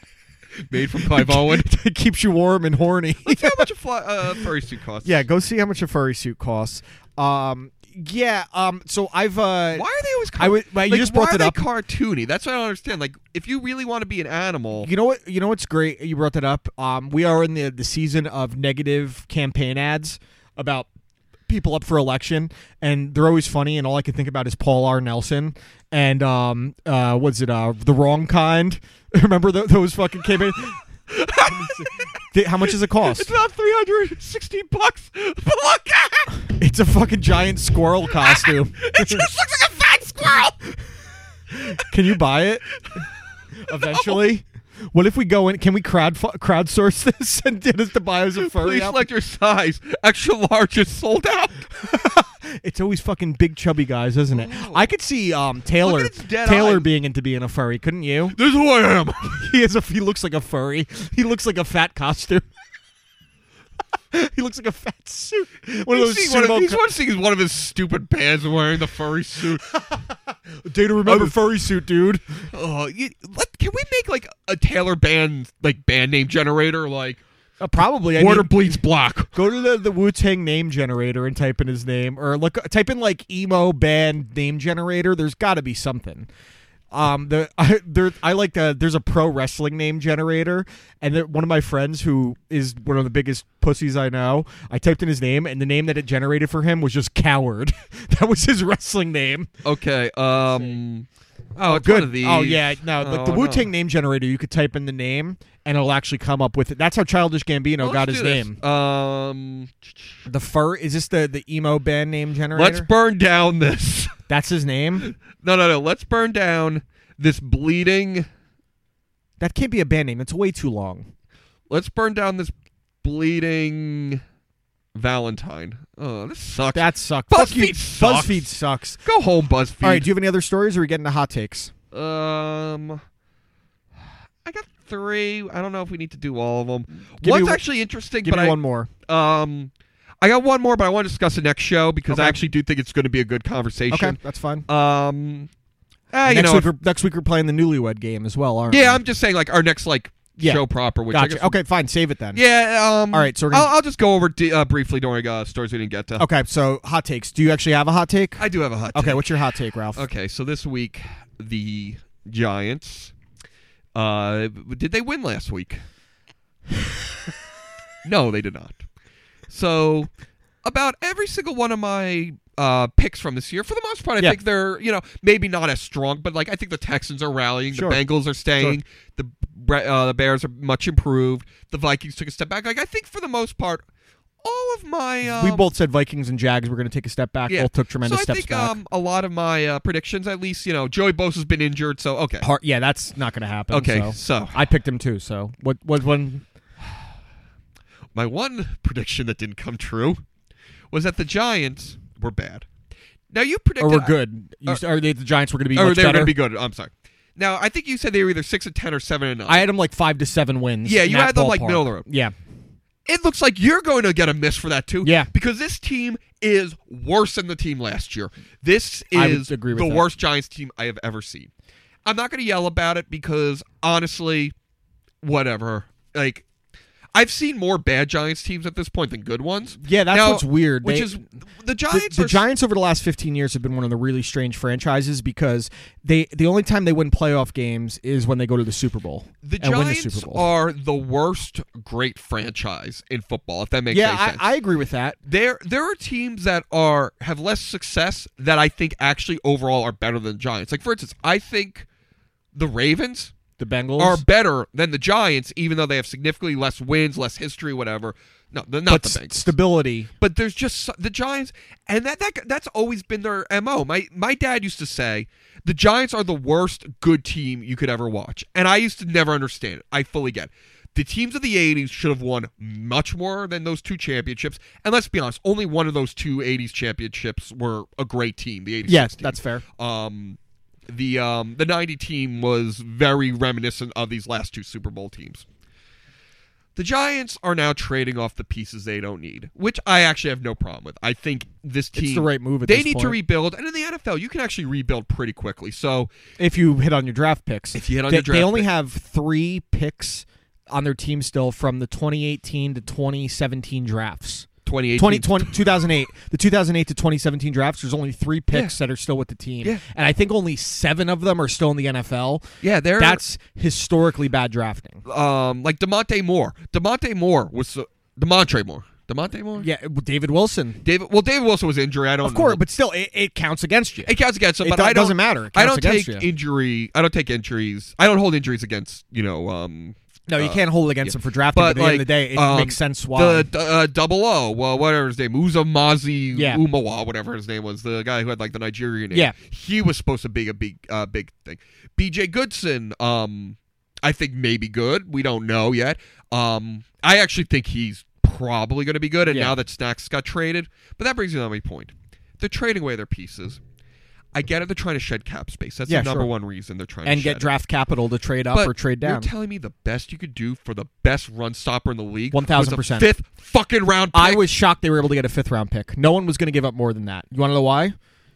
S2: Made from Clive Owen.
S1: it keeps you warm and horny.
S2: Let's see how much a fly, uh, furry suit costs.
S5: Yeah, go see how much a furry suit costs. Um, yeah. Um, so I've uh,
S2: Why are they always? Car-
S1: I would- well, you
S2: like,
S1: just brought it
S2: why are they
S1: up.
S2: cartoony. That's what I don't understand. Like, if you really want to be an animal,
S1: you know what? You know what's great? You brought that up. Um, we are in the the season of negative campaign ads about people up for election, and they're always funny. And all I can think about is Paul R. Nelson and um, uh, what's it? Uh, the wrong kind. Remember tho- those fucking campaign? Th- How much does it
S2: it's
S1: cost?
S2: about three hundred sixty bucks. But look at.
S1: It's a fucking giant squirrel costume.
S2: It just looks like a fat squirrel.
S1: Can you buy it eventually? What if we go in? Can we crowd crowdsource this and get us to buy us a furry?
S2: Please
S1: outfit?
S2: select your size. Extra large is sold out.
S1: it's always fucking big chubby guys, isn't it? I could see um, Taylor
S2: Look at its dead
S1: Taylor
S2: eyes.
S1: being into being a furry. Couldn't you?
S2: This is who I am.
S1: He is. A, he looks like a furry. He looks like a fat costume. he looks like a fat suit. One of
S2: He's
S1: those
S2: seeing one of,
S1: sumo
S2: he's
S1: co-
S2: one, seeing one of his stupid bands wearing the furry suit.
S1: Day to remember furry suit, dude.
S2: oh, you, let, can we make like a Taylor band like band name generator like
S1: Uh, probably. I
S2: Water
S1: mean,
S2: Bleeds Black?
S1: go to the, the Wu Tang name generator and type in his name, or look type in like emo band name generator. There's got to be something. Um, the I, there I like the there's a pro wrestling name generator, and there, one of my friends who is one of the biggest pussies I know. I typed in his name, and the name that it generated for him was just coward. that was his wrestling name.
S2: Okay. Um. Oh, it's
S1: Good.
S2: One of these.
S1: Oh yeah, no,
S2: Oh,
S1: but the Wu Tang name generator, you could type in the name, and it'll actually come up with it. That's how Childish Gambino
S2: Well,
S1: got
S2: let's
S1: his
S2: do
S1: name.
S2: this. Um,
S1: The fur is this the the emo band name generator?
S2: let's burn down this.
S1: That's his name.
S2: No, no, no. Let's burn down this bleeding.
S1: That can't be a band name. It's way too long.
S2: Let's burn down this bleeding Valentine. Oh, this sucks.
S1: That sucks.
S2: BuzzFeed
S1: Fuck you.
S2: sucks.
S1: BuzzFeed sucks.
S2: Go home, BuzzFeed.
S1: All right. Do you have any other stories? Or are we getting to hot takes?
S2: Um, I got three. I don't know if we need to do all of them.
S1: Give
S2: One's
S1: me-
S2: actually interesting,
S1: Give
S2: but
S1: me
S2: I
S1: one more.
S2: um, I got one more, but I want to discuss the next show because I
S1: Okay.
S2: actually do think it's going to be a good
S1: Okay,
S2: conversation.
S1: that's fine.
S2: Um, eh, you
S1: next
S2: know,
S1: week, we're, next week we're playing the Newlywed Game as well, aren't
S2: yeah,
S1: we?
S2: I'm just saying like our next like
S1: Yeah.
S2: show proper. Which I
S1: gotcha.
S2: guess-
S1: Okay, fine. Save it then.
S2: Yeah. Um,
S1: All right, so we're gonna-
S2: I'll, I'll just go over d- uh, briefly during uh, stories we didn't get to.
S1: Okay, so hot takes. Do you actually have a hot take?
S2: I do have a hot.
S1: Okay,
S2: take.
S1: what's your hot take, Ralph?
S2: Okay, so this week the Giants uh did they win last week? no, they did not. So about every single one of my uh, picks from this year, for the most part, I
S1: Yeah.
S2: think they're you know maybe not as strong, but like I think the Texans are rallying,
S1: Sure.
S2: the Bengals are staying, the Bre- uh, the Bears are much improved, the Vikings took a step back. Like I think for the most part, all of my um,
S1: we both said Vikings and Jags were going to take a step back. Both took tremendous
S2: so I
S1: steps
S2: think,
S1: back.
S2: Um, a lot of my uh, predictions, at least, you know, Joey Bosa's been injured, so okay.
S1: Har- yeah, that's not going to happen.
S2: Okay,
S1: so.
S2: so.
S1: I picked him too. So what? What one?
S2: My one prediction that didn't come true was that the Giants were bad. Now you predicted
S1: Or we're good? You,
S2: uh,
S1: s- are they, the Giants were going to be
S2: or
S1: much
S2: they were
S1: better?
S2: going to be good. I'm sorry. Now I think you said they were either six and ten or seven and nine.
S1: I had them like five to seven wins.
S2: Yeah,
S1: in
S2: you
S1: that
S2: had them, like,
S1: ballpark.
S2: middle of the road.
S1: Yeah,
S2: it looks like you're going to get a miss for that too.
S1: Yeah.
S2: because this team is worse than the team last year. This
S1: I would
S2: is
S1: agree with
S2: the
S1: that.
S2: worst Giants team I have ever seen. I'm not going to yell about it because honestly, whatever. Like, I've seen more bad Giants teams at this point than good ones.
S1: Yeah, that's
S2: Now,
S1: what's weird.
S2: Which
S1: They-
S2: is the
S1: the,
S2: Giants.
S1: the
S2: are,
S1: Giants over the last 15 years have been one of the really strange franchises because they the only time they win playoff games is when they go to the Super Bowl
S2: the
S1: and win the
S2: Giants
S1: Super Bowl.
S2: are the worst great franchise in football. If that makes
S1: yeah,
S2: any sense.
S1: I, I agree with that.
S2: there there are teams that are have less success that I think actually overall are better than the Giants. Like for instance, I think the Ravens
S1: The Bengals
S2: are better than the Giants, even though they have significantly less wins, less history, whatever. No, they're not
S1: but
S2: the
S1: st-
S2: Bengals.
S1: stability.
S2: but there's just so- the Giants, and that, that that's always been their mo. My my dad used to say the Giants are the worst good team you could ever watch, and I used to never understand it. I fully get. It. The teams of the '80s should have won much more than those two championships. And let's be honest, only one of those two '80s championships were a great team. The '80s,
S1: Yes, that's fair.
S2: um, the um, the '90 team was very reminiscent of these last two Super Bowl teams. The Giants are now trading off the pieces they don't need, which I actually have no problem with. I think this team
S1: the right move at
S2: they
S1: this
S2: need to
S1: point.
S2: rebuild, and in the NFL, you can actually rebuild pretty quickly. So
S1: If you hit on your draft picks,
S2: If you hit on
S1: they,
S2: your draft
S1: they only
S2: pick.
S1: have three picks on their team still from the 2018 to 2017 drafts.
S2: 2018,
S1: 20, 20 2008 the 2008 to 2017 drafts there's only three picks that are still with the team
S2: Yeah.
S1: and i think only seven of them are still in the nfl
S2: yeah, they're
S1: that's historically bad drafting
S2: um like Demonte Moore. Demonte Moore was the Demontre Moore. Demonte Moore.
S1: yeah david wilson
S2: David. Well, David Wilson was injured. I don't
S1: of course
S2: know.
S1: but still it, it counts against you
S2: Oh, It counts against them,
S1: It
S2: but
S1: do-
S2: I don't,
S1: doesn't matter. It
S2: I don't
S1: counts
S2: take
S1: against you.
S2: injury. I don't take injuries. I don't hold injuries against you know. Um,
S1: no you can't hold it against them for drafting but, at
S2: but
S1: the
S2: like
S1: end of the day it
S2: um,
S1: makes sense why
S2: the uh, double O, well, whatever his name, Uzamazi
S1: Yeah.
S2: Umawa, whatever his name was, the guy who had like the Nigerian name.
S1: Yeah.
S2: he was supposed to be a big, uh, big thing. B.J. Goodson, um, I think maybe good. We don't know yet. Um, I actually think he's probably going to be good. And
S1: Yeah.
S2: now that Snacks got traded, but that brings me to my point. They're trading away their pieces. I get it. They're trying to shed cap space. That's
S1: Yeah,
S2: the number
S1: sure.
S2: one reason they're trying
S1: and
S2: to
S1: get
S2: shed it.
S1: draft capital to trade up
S2: But
S1: or trade
S2: You're
S1: down
S2: telling me the best you could do for the best run stopper in the league, was a
S1: 1000%.
S2: fifth fucking round. Pick?
S1: i was shocked they were able to get a fifth round pick no one was going to give up more than that you want to know why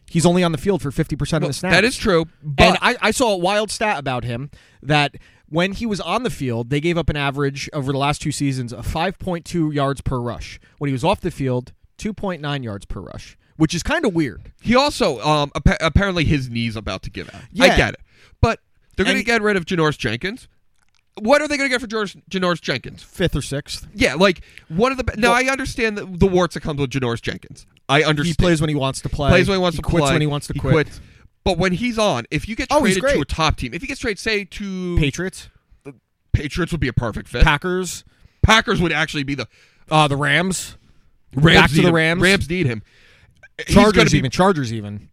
S1: he's only on the field for 50% of the snaps
S2: that is true, but
S1: And I, I saw a wild stat about him that when he was on the field, they gave up an average over the last two seasons of 5.2 yards per rush. When he was off the field, 2.9 yards per rush, which is kind of weird.
S2: he also um appa- apparently his knee's about to give out.
S1: Yeah.
S2: I get it, but they're going
S1: And
S2: to
S1: he-
S2: get rid of Janoris Jenkins. What are they going to get for Janoris, Janoris Jenkins?
S1: Fifth or sixth.
S2: Yeah, like one of the. Be- now I understand the, the warts that comes with Janoris Jenkins. I
S1: He
S2: understand.
S1: plays when he wants to play.
S2: plays when he wants to
S1: quits
S2: play.
S1: when he wants to quit.
S2: Quits. But when he's on, if you get
S1: Oh, he's
S2: traded to
S1: great.
S2: a top team, if he gets traded, say to
S1: Patriots.
S2: Patriots would be a perfect fit.
S1: Packers,
S2: Packers would actually be the
S1: uh, the Rams,
S2: Rams
S1: Back to
S2: need
S1: the
S2: him.
S1: Rams.
S2: Rams need him. He's gonna
S1: Chargers,
S2: be-
S1: even Chargers, even.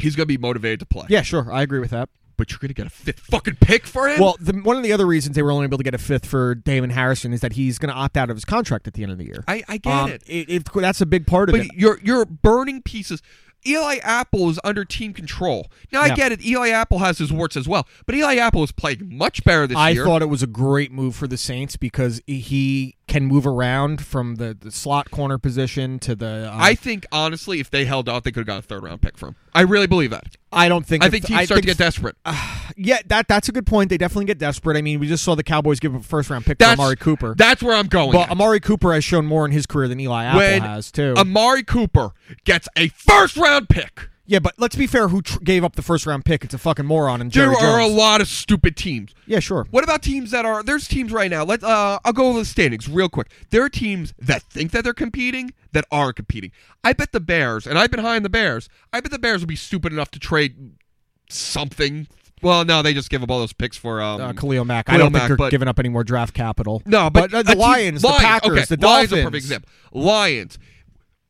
S2: He's going to be motivated to play.
S1: Yeah, sure, I agree with that.
S2: but you're going to get a fifth fucking pick for him.
S1: Well, the, one of the other reasons they were only able to get a fifth for Damon Harrison is that he's going to opt out of his contract at the end of the year.
S2: I, I get
S1: Um,
S2: it.
S1: it- that's a big part of
S2: but
S1: it.
S2: you're you're burning pieces. Eli Apple is under team control. Now I
S1: Yeah.
S2: get it. Eli Apple has his warts as well, but Eli Apple is playing much better this
S1: I
S2: year.
S1: thought it was a great move for the Saints because he can move around from the, the slot corner position to the. uh,
S2: I think honestly, if they held out, they could have got a third round pick from. I really believe that.
S1: I don't think
S2: I
S1: if-
S2: think teams start to get desperate.
S1: Yeah, that that's a good point. They definitely get desperate. I mean, we just saw the Cowboys give up a first round pick
S2: That's
S1: to Amari Cooper.
S2: That's where I'm going.
S1: but
S2: at.
S1: Amari Cooper has shown more in his career than Eli Apple
S2: when um
S1: has too.
S2: Amari Cooper gets a first round pick,
S1: yeah, but let's be fair. Who tr- gave up the first round pick? It's a fucking moron. And
S2: there
S1: Jerry
S2: are a
S1: Jones.
S2: lot of stupid teams.
S1: yeah, sure.
S2: What about teams that are? There's teams right now. Let uh, I'll go over the standings real quick. There are teams that think that they're competing that aren't competing. I bet the Bears, and I've been high on the Bears. I bet the Bears would be stupid enough to trade something. Well, no, they just give up all those picks for um,
S1: Uh, Khalil Mack. I
S2: Khalil
S1: don't
S2: Mack,
S1: think they're
S2: but-
S1: giving up any more draft capital.
S2: No, but,
S1: uh,
S2: a
S1: the
S2: team-
S1: Lions, the Packers,
S2: okay,
S1: the
S2: Lions
S1: Dolphins.
S2: are a perfect example. Lions,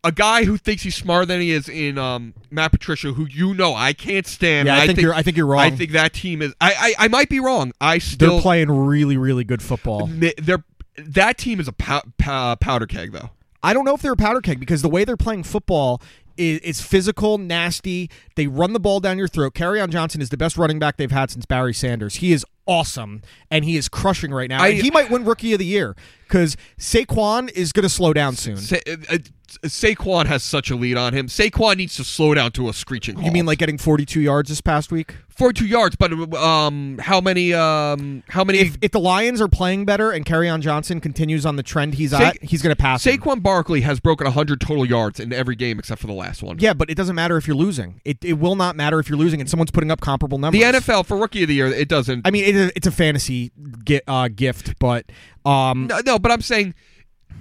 S2: a guy who thinks he's smarter than he is in um, Matt Patricia, who you know I can't stand.
S1: Yeah,
S2: and
S1: I think you're- I think you're wrong.
S2: I think that team is. I I, I might be wrong. I
S1: They're
S2: still
S1: playing really, really good football.
S2: Mi- They're that team is a pow- pow- powder keg though.
S1: I don't know if they're a powder keg because the way they're playing football is, is physical, nasty. They run the ball down your throat. on Johnson is the best running back they've had since Barry Sanders. He is awesome and he is crushing right now.
S2: I-
S1: and he might win Rookie of the Year because Saquon is going to slow down soon.
S2: Sa- uh, uh, Saquon has such a lead on him. Saquon needs to slow down to a screeching.
S1: you mean like getting 42 yards this past week?
S2: forty-two yards? But um, how many um, how many?
S1: If, if the Lions are playing better and on Johnson continues on the trend he's
S2: Sa-
S1: at, he's going to pass. him.
S2: Saquon Barkley has broken hundred total yards in every game except for the last one.
S1: Yeah, but it doesn't matter if you're losing. It, it will not matter if you're losing and someone's putting up comparable numbers.
S2: The NFL for rookie of the year, it doesn't.
S1: I mean, it is, it's a fantasy gi- uh, gift, but um,
S2: no, no, but I'm saying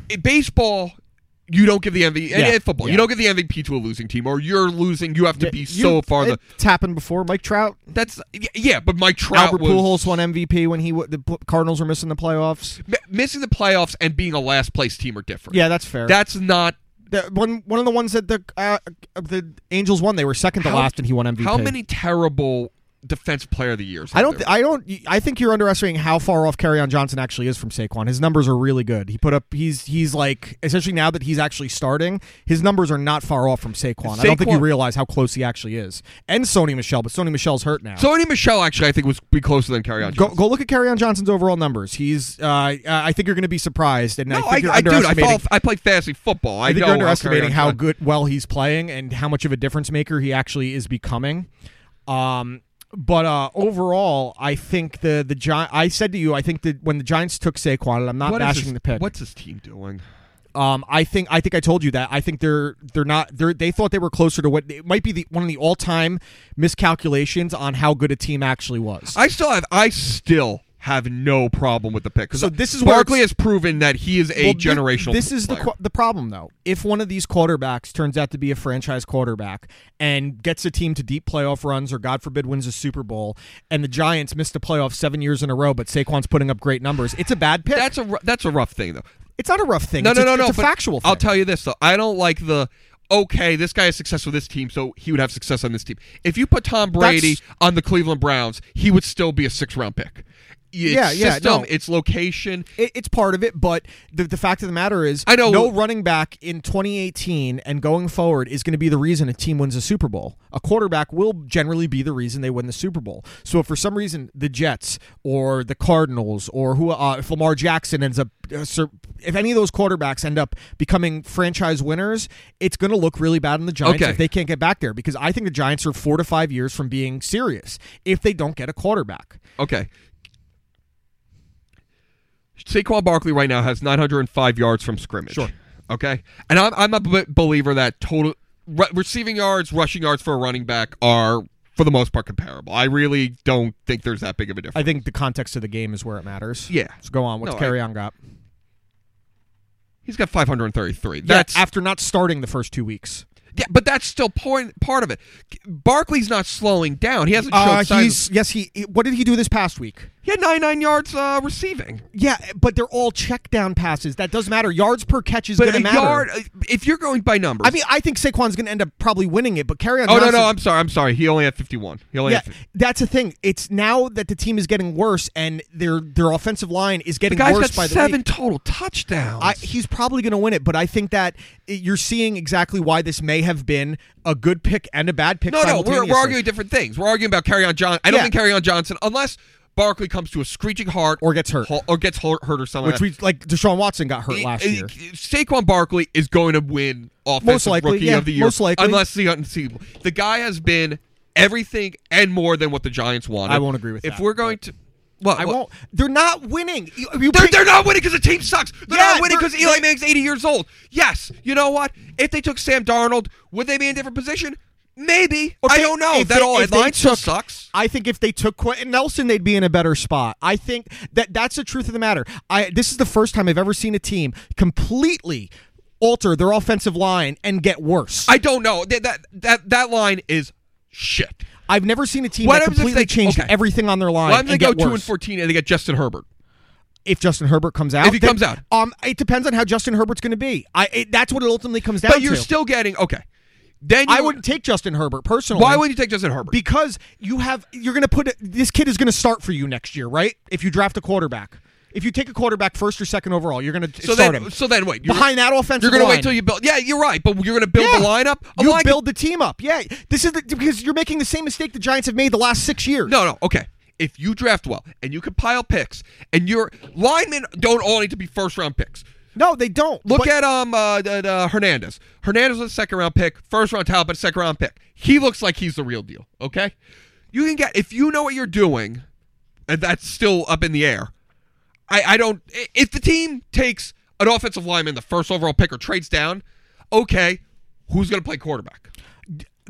S2: in baseball. You don't give the MVP and
S1: Yeah,
S2: in football. You
S1: yeah.
S2: don't give the MVP to a losing team, or you're losing. You have to be so far. The,
S1: It's happened before. Mike Trout,
S2: that's yeah, but Mike Trout
S1: Albert
S2: was,
S1: Pujols won MVP when he w- the P- Cardinals were missing the playoffs.
S2: M- missing the playoffs and being a last place team are different.
S1: Yeah, that's fair.
S2: that's not
S1: The- one one of the ones that the uh, the Angels won, they were second to
S2: How-
S1: last, and he won MVP.
S2: how many terrible defense player of the years.
S1: I don't.
S2: Th-
S1: Th- I don't. I think you're underestimating how far off on Johnson actually is from Saquon. His numbers are really good. He put up. He's he's like essentially now that he's actually starting, his numbers are not far off from Saquon. I don't think you
S2: Saquon-
S1: realize how close he actually is. And Sony Michelle, but Sony Michelle's hurt now.
S2: Sony Michelle actually I think was be closer than Carry on.
S1: Go, go look at on Johnson's overall numbers. He's. Uh, I- I think you're going to be surprised, and
S2: no,
S1: I think you're
S2: I, I, dude, I,
S1: underestimating.
S2: follow, I play fantasy football. I,
S1: I think
S2: know
S1: you're underestimating
S2: Kerryon
S1: how
S2: Johnson-
S1: good well he's playing and how much of a difference maker he actually is becoming. Um, but uh, overall, I think the the Gi- I said to you, I think that when the Giants took Saquon, and I'm not
S2: What is
S1: bashing
S2: this-
S1: the pick.
S2: What's his team doing?
S1: Um, I think I think I told you that. I think they're they're not they are they thought they were closer to what it might be the one of the all time miscalculations on how good a team actually was.
S2: I still have. I still have no problem with the pick. 'cause
S1: So this is where
S2: Barkley
S1: it's-
S2: has proven that he is a
S1: Well, thi-
S2: generational.
S1: This is
S2: player.
S1: the qu- the problem though. If one of these quarterbacks turns out to be a franchise quarterback and gets a team to deep playoff runs, or God forbid, wins a Super Bowl, and the Giants missed the playoffs seven years in a row, but Saquon's putting up great numbers, it's a bad pick.
S2: That's a ru- that's a rough thing though.
S1: it's not a rough thing.
S2: No,
S1: it's
S2: no,
S1: a,
S2: no, no.
S1: It's a
S2: but
S1: factual. Thing.
S2: I'll tell you this though. I don't like the okay. This guy has success with this team, so he would have success on this team. If you put Tom Brady
S1: That's-
S2: on the Cleveland Browns, he would still be a six round pick. It's
S1: Yeah, yeah,
S2: System,
S1: no.
S2: It's location.
S1: It, it's part of it, but the, the fact of the matter is,
S2: I know-
S1: no running back in 2018 and going forward is going to be the reason a team wins a Super Bowl. A quarterback will generally be the reason they win the Super Bowl. So if for some reason the Jets or the Cardinals or who, uh, if Lamar Jackson ends up, uh, sur- if any of those quarterbacks end up becoming franchise winners, it's going to look really bad on the Giants
S2: Okay.
S1: if they can't get back there because I think the Giants are four to five years from being serious if they don't get a quarterback.
S2: Okay. Saquon Barkley right now has 905 yards from scrimmage.
S1: Sure.
S2: Okay. And I'm, I'm a b- believer that total re- receiving yards, rushing yards for a running back are, for the most part, comparable. I really don't think there's that big of a difference.
S1: I think the context of the game is where it matters.
S2: yeah.
S1: So go on. What's
S2: No, I-
S1: carry on got?
S2: He's got 533. That's
S1: after not starting the first two weeks.
S2: Yeah, but that's still point, part of it. Barkley's not slowing down. He hasn't shown
S1: Uh,
S2: signs.
S1: he's yes. He what did he do this past week?
S2: He had 99 yards uh, receiving.
S1: Yeah, but they're all check down passes. That doesn't matter. Yards per catch is
S2: But
S1: going
S2: a
S1: to matter.
S2: yard, uh, if you're going by numbers.
S1: I mean, I think Saquon's going to end up probably winning it, but carry on.
S2: oh, no, no, I'm sorry. I'm sorry. He only had 51. He only
S1: yeah,
S2: had 50.
S1: that's the thing. It's now that the team is getting worse, and their their offensive line is
S2: The
S1: getting
S2: guy's
S1: worse
S2: got
S1: by the
S2: seven
S1: week.
S2: total touchdowns.
S1: I, he's probably going to win it, but I think that it, you're seeing exactly why this may have been a good pick and a bad pick.
S2: no, no, we're,
S1: simultaneously.
S2: we're arguing different things. We're arguing about Carry On Johnson. I don't
S1: Yeah.
S2: think Carry On Johnson, unless Barkley comes to a screeching heart
S1: Or gets hurt.
S2: ho- or gets hurt, hurt or something.
S1: which we like. Deshaun Watson got hurt
S2: like
S1: last
S2: that. I- I-
S1: year.
S2: Saquon Barkley is going to win offensive
S1: Most likely,
S2: rookie
S1: yeah,
S2: of the year,
S1: most likely.
S2: unless the unseeable. The guy has been everything and more than what the Giants wanted.
S1: I won't agree with
S2: if
S1: that,
S2: we're going to. Well,
S1: I won't. They're not winning. You, you
S2: They're,
S1: pick-
S2: they're not winning because the team sucks. They're
S1: Yeah,
S2: not winning
S1: they're-
S2: because Eli
S1: they-
S2: Manning's 80 years old. Yes, you know what? If they took Sam Darnold, would they be in a different position? Maybe.
S1: If
S2: I
S1: they-
S2: don't know.
S1: if
S2: That
S1: they-
S2: all
S1: if
S2: that line
S1: they
S2: still
S1: took-
S2: sucks.
S1: I think if they took Quentin Nelson, they'd be in a better spot. I think that that's the truth of the matter. I this is the first time I've ever seen a team completely alter their offensive line and get worse.
S2: I don't know. That that that, that line is shit.
S1: I've never seen a team
S2: What
S1: that
S2: happens if
S1: completely
S2: they-
S1: changed
S2: okay.
S1: everything on their line
S2: Why don't they
S1: and
S2: go
S1: get
S2: two and
S1: worse.
S2: fourteen and they get Justin Herbert?
S1: if Justin Herbert comes out,
S2: If he comes out.
S1: um, it depends on how Justin Herbert's going to be. I it, that's what it ultimately comes down
S2: But you're
S1: to.
S2: still getting okay. Then you,
S1: I wouldn't take Justin Herbert personally.
S2: Why would you take Justin Herbert?
S1: because you have you're going to put this kid is going to start for you next year, right? If you draft a quarterback, if you take a quarterback first or second overall, you're going to
S2: so
S1: start
S2: then,
S1: him.
S2: so then wait. You're,
S1: Behind that offensive,
S2: you're going to
S1: line.
S2: wait till you build. Yeah, you're right. But you're going to build the lineup. Oh, A
S1: you
S2: line-
S1: build the team up. Yeah, this is the, because you're making the same mistake the Giants have made the last six years.
S2: No, no. Okay. If you draft well and you compile picks and your linemen don't all need to be first round picks.
S1: no, they don't.
S2: Look
S1: But-
S2: at um uh, the, the Hernandez. Hernandez was a second round pick, first round Talbot, second round pick. He looks like he's the real deal. Okay, you can get if you know what you're doing, and that's still up in the air. I I don't i- if the team takes an offensive lineman the first overall pick or trades down. Okay, who's going to play quarterback?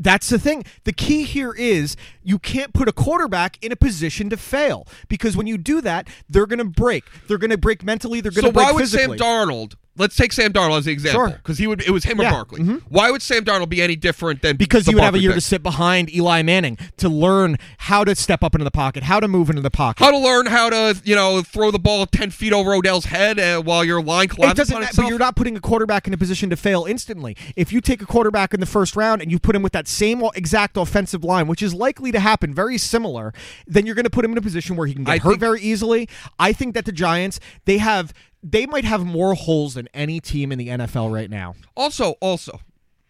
S1: That's the thing. The key here is you can't put a quarterback in a position to fail because when you do that, they're going to break. They're going to break mentally. They're going
S2: So
S1: to break
S2: why would
S1: physically.
S2: Sam Darnold? Let's take Sam Darnold as an example
S1: Sure.
S2: because he would. It was him
S1: Yeah, Mm-hmm.
S2: or Barkley. Why would Sam Darnold be any different than
S1: because
S2: the
S1: you would have a
S2: Barkley
S1: year
S2: pick?
S1: to sit behind Eli Manning to learn how to step up into the pocket, how to move into the pocket.
S2: how to learn how to you know throw the ball ten feet over Odell's head uh, while your line collapses
S1: it doesn't
S2: on
S1: matter,
S2: itself.
S1: but you're not putting a quarterback in a position to fail instantly. If you take a quarterback in the first round and you put him with that same o- exact offensive line, which is likely to happen, very similar, then you're going to put him in a position where he can get
S2: I
S1: hurt
S2: think-
S1: very easily. I think that the Giants, they have, they might have more holes than any team in the NFL right now,
S2: also, also,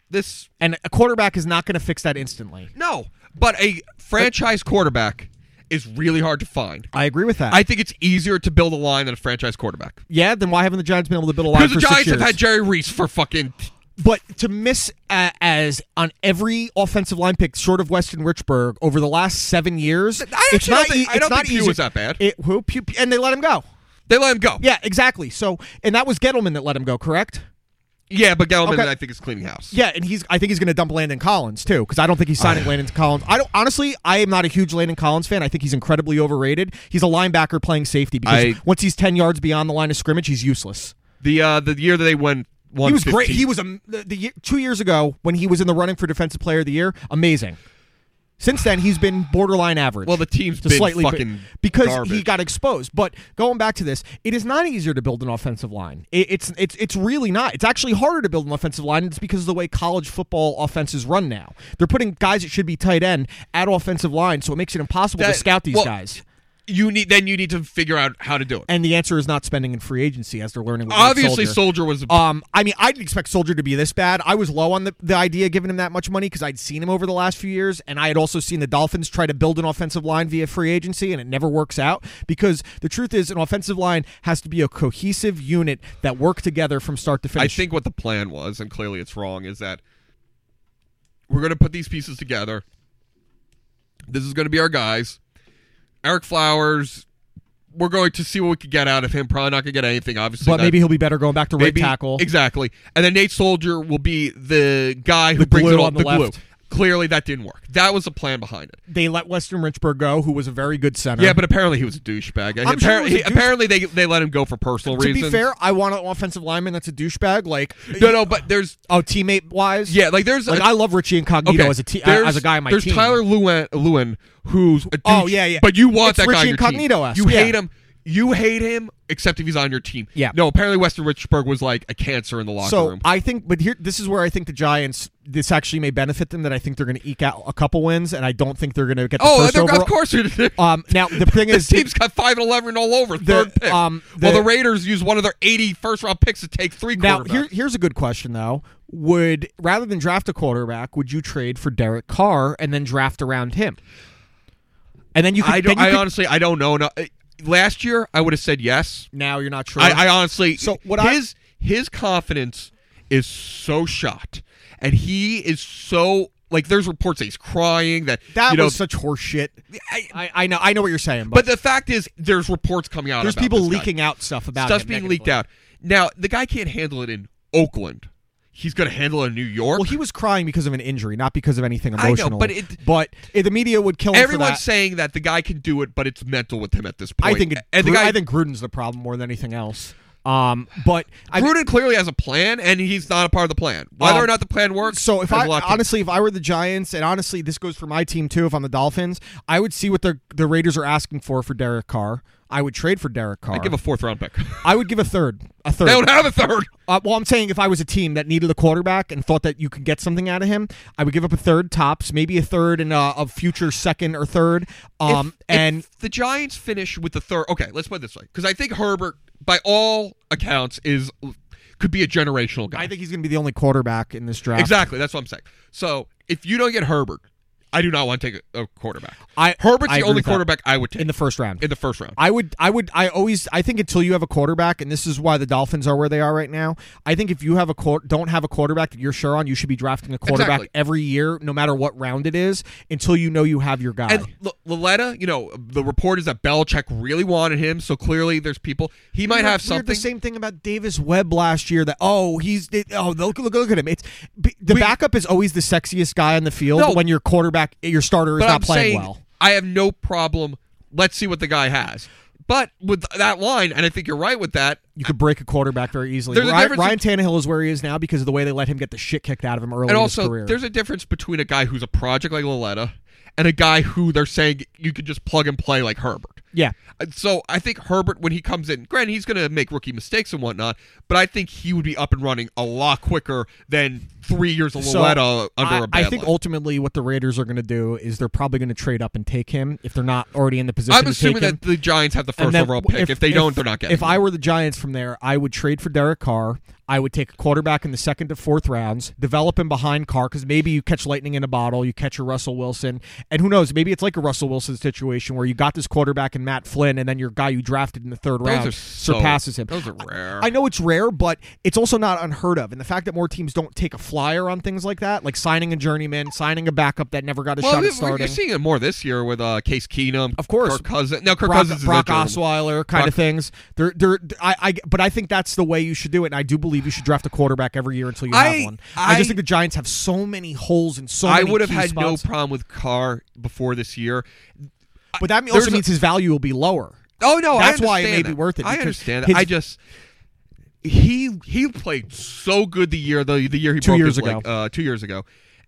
S2: this
S1: and a quarterback is not going to fix that instantly.
S2: no, but a franchise quarterback is really hard to find.
S1: I agree with that.
S2: I think it's easier to build a line than a franchise quarterback
S1: yeah, then why haven't the Giants been able to build a line
S2: because
S1: for
S2: the
S1: six
S2: Giants have
S1: years?
S2: had Jerry Reese for fucking.
S1: But to miss uh, as on every offensive line pick, short of Weston Richburg, over the last seven years,
S2: actually
S1: it's not.
S2: don't think-
S1: e-
S2: I don't
S1: it's not
S2: think Pugh
S1: easy.
S2: was that bad.
S1: It, who, Pugh, Pugh- and they let him go.
S2: They let him go.
S1: Yeah, exactly. So, and that was Gettleman that let him go, correct?
S2: yeah, but Gelman,
S1: Okay.
S2: I think, is cleaning house.
S1: Yeah, and he's. I think he's going to dump Landon Collins too, because I don't think he's signing Landon Collins. I don't. Honestly, I am not a huge Landon Collins fan. I think he's incredibly overrated. He's a linebacker playing safety because
S2: I-
S1: once he's ten yards beyond the line of scrimmage, he's useless.
S2: The uh, the year that they went one.
S1: He was great. He was um, the, the year, two years ago when he was in the running for Defensive Player of the Year. Amazing. Since then, he's been borderline average.
S2: Well, the team's
S1: To
S2: been
S1: bi-
S2: fucking
S1: because he
S2: garbage.
S1: got exposed. But going back to this, it is not easier to build an offensive line. It, it's it's it's really not. It's actually harder to build an offensive line. It's because of the way college football offenses run now. They're putting guys that should be tight end at offensive line, so it makes it impossible
S2: That-
S1: to scout these
S2: well,
S1: guys.
S2: You need then you need to figure out how to do it.
S1: And the answer is not spending in free agency, as they're learning. With Nate
S2: Obviously,
S1: Soldier.
S2: Soldier was. a
S1: Um, I mean, I didn't expect Soldier to be this bad. I was low on the, the idea of giving him that much money because I'd seen him over the last few years, and I had also seen the Dolphins try to build an offensive line via free agency, and it never works out because the truth is, an offensive line has to be a cohesive unit that work together from start to
S2: I
S1: finish.
S2: think what the plan was, and clearly it's wrong, is that we're going to put these pieces together. This is going to be our guys. Eric Flowers, we're going to see what we can get out of him. Probably not going to get anything, obviously.
S1: but
S2: not-
S1: maybe he'll be better going back to right
S2: maybe-
S1: tackle.
S2: Exactly. And then Nate Soldier will be the guy who
S1: The
S2: brings
S1: glue
S2: it all
S1: on the
S2: the glue.
S1: left.
S2: Clearly, that didn't work. That was the plan behind it.
S1: They let Weston Richburg go, who was a very good center.
S2: Yeah, but apparently he was a douchebag.
S1: I'm
S2: Appar-
S1: sure he was a
S2: he-
S1: douche-
S2: apparently they they let him go for personal
S1: to be
S2: reasons.
S1: fair, I want an offensive lineman that's a douchebag. Like,
S2: no, no, but there's
S1: oh, teammate wise,
S2: yeah, like there's
S1: Like
S2: a-
S1: I love Richie Incognito as a te-
S2: there's-
S1: as a guy in my
S2: there's
S1: team.
S2: Tyler Lewin, Lewin who's a
S1: Oh,
S2: douche,
S1: yeah, yeah.
S2: But you want
S1: It's
S2: that guy. on
S1: Richie
S2: your team.
S1: Incognito-esque,
S2: You
S1: yeah.
S2: hate him. You hate him, except if he's on your team.
S1: Yeah.
S2: No, apparently Weston Richburg was like a cancer in the locker
S1: So uh,
S2: room.
S1: I think, but here, this is where I think the Giants. This actually may benefit them. That I think they're going to eke out a couple wins, and I don't think they're going to get the
S2: oh,
S1: first
S2: they're-
S1: overall.
S2: of course. they're-
S1: Um, now the thing
S2: This
S1: is,
S2: team's got five and eleven all over third pick.
S1: um,
S2: well, the
S1: the-
S2: Raiders used one of their 80 first round picks to take three
S1: now
S2: quarterbacks.
S1: here, here's a good question though. Would rather than draft a quarterback, would you trade for Derek Carr and then draft around him? And then you could.
S2: I
S1: then
S2: don't.
S1: you
S2: I
S1: could-
S2: honestly, I don't know. No, uh, Last year, I would have said yes.
S1: now you're not sure.
S2: I, I honestly.
S1: So, what I-
S2: his his confidence is so shot, and he is so like. There's reports that he's crying. That
S1: that
S2: you know,
S1: was such horseshit.
S2: I-
S1: I, I know. I know what you're saying, but,
S2: but the fact is, there's reports coming out.
S1: there's
S2: about
S1: people
S2: this guy.
S1: leaking out stuff about
S2: Stuff's
S1: him
S2: being
S1: negatively.
S2: leaked out. Now the guy can't handle it in Oakland. He's going to handle it in New York.
S1: Well, he was crying because of an injury, not because of anything
S2: I know,
S1: emotional.
S2: but it-
S1: but eh, the media would kill him for
S2: Everyone's
S1: that.
S2: saying that the guy can do it, but it's mental with him at this
S1: I
S2: point.
S1: think it,
S2: and the
S1: Gru-
S2: guy,
S1: I think Gruden's the problem more than anything else. Um, but I,
S2: Gruden clearly has a plan, and he's not a part of the plan. Whether
S1: Um,
S2: or not the plan works,
S1: so if
S2: has
S1: I
S2: a lot to-
S1: honestly, if I were the Giants, and honestly, this goes for my team too. If I'm the Dolphins, I would see what the the Raiders are asking for for Derek Carr. I would trade for Derek Carr.
S2: I give a fourth round pick.
S1: I would give a third, a third.
S2: they don't have a third.
S1: Uh, well, I'm saying if I was a team that needed a quarterback and thought that you could get something out of him, I would give up a third tops, maybe a third and a, a future second or third. Um,
S2: If- if
S1: and
S2: the Giants finish with the third, okay, let's put it this way, because I think Herbert, by all accounts, is could be a generational guy.
S1: I think he's going to be the only quarterback in this draft.
S2: exactly. That's what I'm saying. So if you don't get Herbert, I do not want to take a, a quarterback.
S1: I-
S2: Herbert's
S1: I
S2: the
S1: agree
S2: only
S1: with that.
S2: quarterback I would take
S1: in the first round.
S2: in the first round.
S1: I would, I would, I always, I think until you have a quarterback, and this is why the Dolphins are where they are right now. I think if you have a quar- don't have a quarterback that you're sure on, you should be drafting a quarterback
S2: Exactly.
S1: every year, no matter what round it is, until you know you have your guy.
S2: And L- Loletta, you know, the report is that Belichick really wanted him, so clearly there's people he might
S1: We heard- we
S2: have
S1: heard
S2: something.
S1: The same thing about Davis Webb last year. That oh he's they- oh look look look at him. It's b- the backup is always the sexiest guy on the field
S2: No.
S1: when your quarterback your starter is
S2: but
S1: not
S2: I'm
S1: playing
S2: saying
S1: well.
S2: I have no problem. Let's see what the guy has. But with that line, and I think you're right with that.
S1: You could break a quarterback very easily.
S2: There's a
S1: Ryan,
S2: difference
S1: Ryan Tannehill is where he is now because of the way they let him get the shit kicked out of him early
S2: And
S1: in his
S2: also,
S1: career.
S2: there's a difference between a guy who's a project like Loletta and a guy who they're saying you could just plug and play like Herbert.
S1: yeah,
S2: And So I think Herbert, when he comes in, granted he's going to make rookie mistakes and whatnot, but I think he would be up and running a lot quicker than three years of
S1: So,
S2: Loletta under
S1: I,
S2: a
S1: I
S2: bad
S1: think
S2: line.
S1: ultimately what the Raiders are going to do is they're probably going to trade up and take him if they're not already in the position.
S2: I'm
S1: to
S2: assuming
S1: take him.
S2: that the Giants have the first
S1: And then
S2: overall pick. If, they don't, they're not getting.
S1: If I were the Giants from there, I would trade for Derek Carr. I would take a quarterback in the second to fourth rounds, develop him behind Carr because maybe you catch lightning in a bottle, you catch a Russell Wilson, and who knows? Maybe it's like a Russell Wilson situation where you got this quarterback in Matt Flynn, and then your guy you drafted in the third
S2: those
S1: round
S2: are so-
S1: surpasses him.
S2: Those are rare.
S1: I know it's rare, but it's also not unheard of. And the fact that more teams don't take a flyer on things like that, like signing a journeyman, signing a backup that never got a
S2: well,
S1: shot
S2: we,
S1: at
S2: are
S1: starting,
S2: seeing it more this year with uh, Case Keenum,
S1: Of course.
S2: Kirk Cousins. No, Kirk
S1: Brock,
S2: Cousins is
S1: Brock
S2: injured.
S1: Osweiler kind
S2: Brock-
S1: of things. They're, they're, I, I, but I think that's the way you should do it. And I do believe you should draft a quarterback every year until you
S2: I-
S1: have one. I, just
S2: I-
S1: think the Giants have so many holes and so
S2: I
S1: many
S2: would have
S1: key
S2: had no
S1: spots.
S2: problem with Carr before this year.
S1: but that
S2: there's
S1: also
S2: a-
S1: means his value will be lower.
S2: Oh no,
S1: That's
S2: I
S1: why it may
S2: understand
S1: be
S2: that.
S1: worth it,
S2: I
S1: because
S2: understand.
S1: his-
S2: That. I just he he played so good the year the the year he
S1: Two
S2: broke
S1: years
S2: his leg,
S1: ago.
S2: uh, two years ago,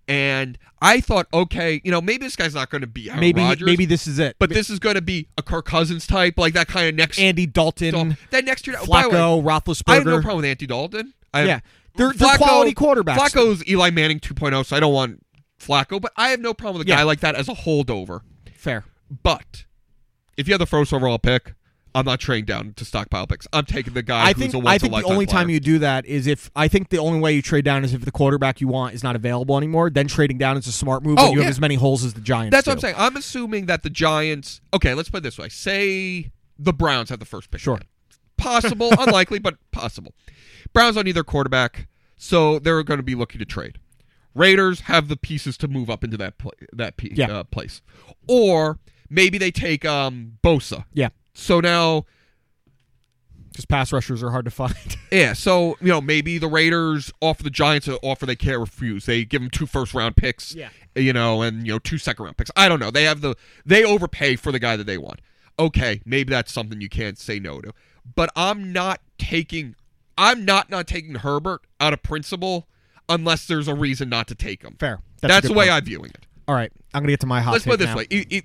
S2: and I thought okay, you know maybe this guy's not going to be Aaron
S1: Maybe,
S2: Rodgers,
S1: maybe this is it.
S2: but this is going to be a Kirk Cousins type like that kind of next
S1: Andy Dalton,
S2: Dalton. that next year. by the way,
S1: Flacco,
S2: I have no
S1: Roethlisberger.
S2: problem with Andy Dalton. I
S1: Yeah. They're- they're quality quarterbacks.
S2: Flacco's Eli Manning 2.0, so I don't want Flacco, but I have no problem with a
S1: Yeah.
S2: guy like that as a holdover.
S1: Fair.
S2: But if you have the first overall pick, I'm not trading down to stockpile picks. I'm taking the guy
S1: I
S2: who's
S1: think
S2: a once
S1: I think the only time you do that is if I think the only way you trade down is if the quarterback you want is not available anymore. Then trading down is a smart move.
S2: Oh,
S1: and you
S2: yeah.
S1: have as many holes as the Giants.
S2: That's what I'm
S1: do.
S2: saying. I'm assuming that the Giants. Okay, let's put it this way. Say the Browns have the first pick.
S1: Sure.
S2: Possible, unlikely, but possible. Browns don't need their quarterback, so they're going to be looking to trade. Raiders have the pieces to move up into that pla that pe-
S1: Yeah.
S2: uh, place, or maybe they take um, Bosa.
S1: Yeah.
S2: So now
S1: because pass rushers are hard to find.
S2: Yeah, so you know maybe the Raiders offer the Giants an offer they can't refuse. They give them two first round picks,
S1: Yeah.
S2: you know, and you know two second round picks. I don't know. They have the they overpay for the guy that they want. Okay, maybe that's something you can't say no to. But I'm not taking, I'm not not taking Herbert out of principle unless there's a reason not to take him.
S1: Fair.
S2: That's,
S1: a
S2: the
S1: good
S2: way
S1: point.
S2: I'm viewing it.
S1: All right, I'm gonna get to my hot.
S2: Let's put it
S1: take
S2: this
S1: now.
S2: way: E- E-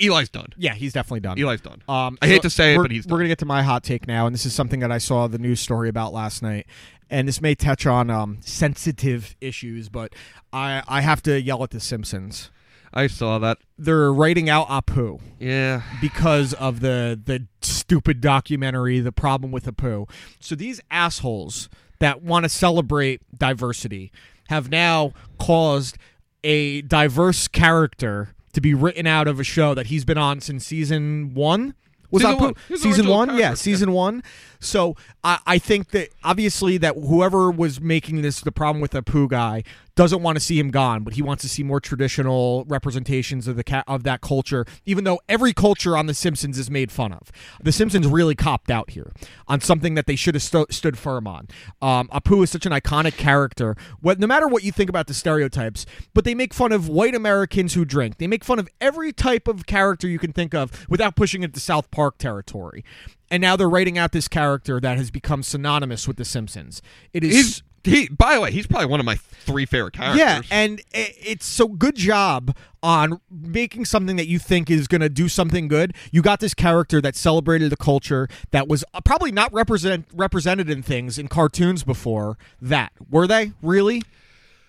S2: E- Eli's done.
S1: Yeah, he's definitely done.
S2: Eli's done.
S1: Um,
S2: I hate
S1: so
S2: to say it,
S1: we're-
S2: but he's
S1: We're
S2: done.
S1: gonna get to my hot take now, and this is something that I saw the news story about last night, and this may touch on um, sensitive issues, but I I have to yell at the Simpsons.
S2: I saw that.
S1: They're writing out Apu
S2: Yeah.
S1: because of the the stupid documentary, the problem with Apu. So these assholes that want to celebrate diversity have now caused a diverse character to be written out of a show that he's been on since season one. Was
S2: Season
S1: Apu-
S2: one. He was the
S1: season
S2: original
S1: one? Yeah,
S2: character, yeah.
S1: season one. So I, I think that obviously that whoever was making this the problem with the poo guy doesn't want to see him gone, but he wants to see more traditional representations of the ca- of that culture. Even though every culture on The Simpsons is made fun of, The Simpsons really copped out here on something that they should have sto- stood firm on. Um, Apu is such an iconic character. What, no matter what you think about the stereotypes, but they make fun of white Americans who drink. They make fun of every type of character you can think of without pushing it to South Park territory. And now they're writing out this character that has become synonymous with The Simpsons. It is
S2: He's he. By the way, he's probably one of my three favorite characters.
S1: yeah, and i it's so good job on making something that you think is going to do something good. You got this character that celebrated the culture that was uh, probably not represent represented in things in cartoons before that. Were they really?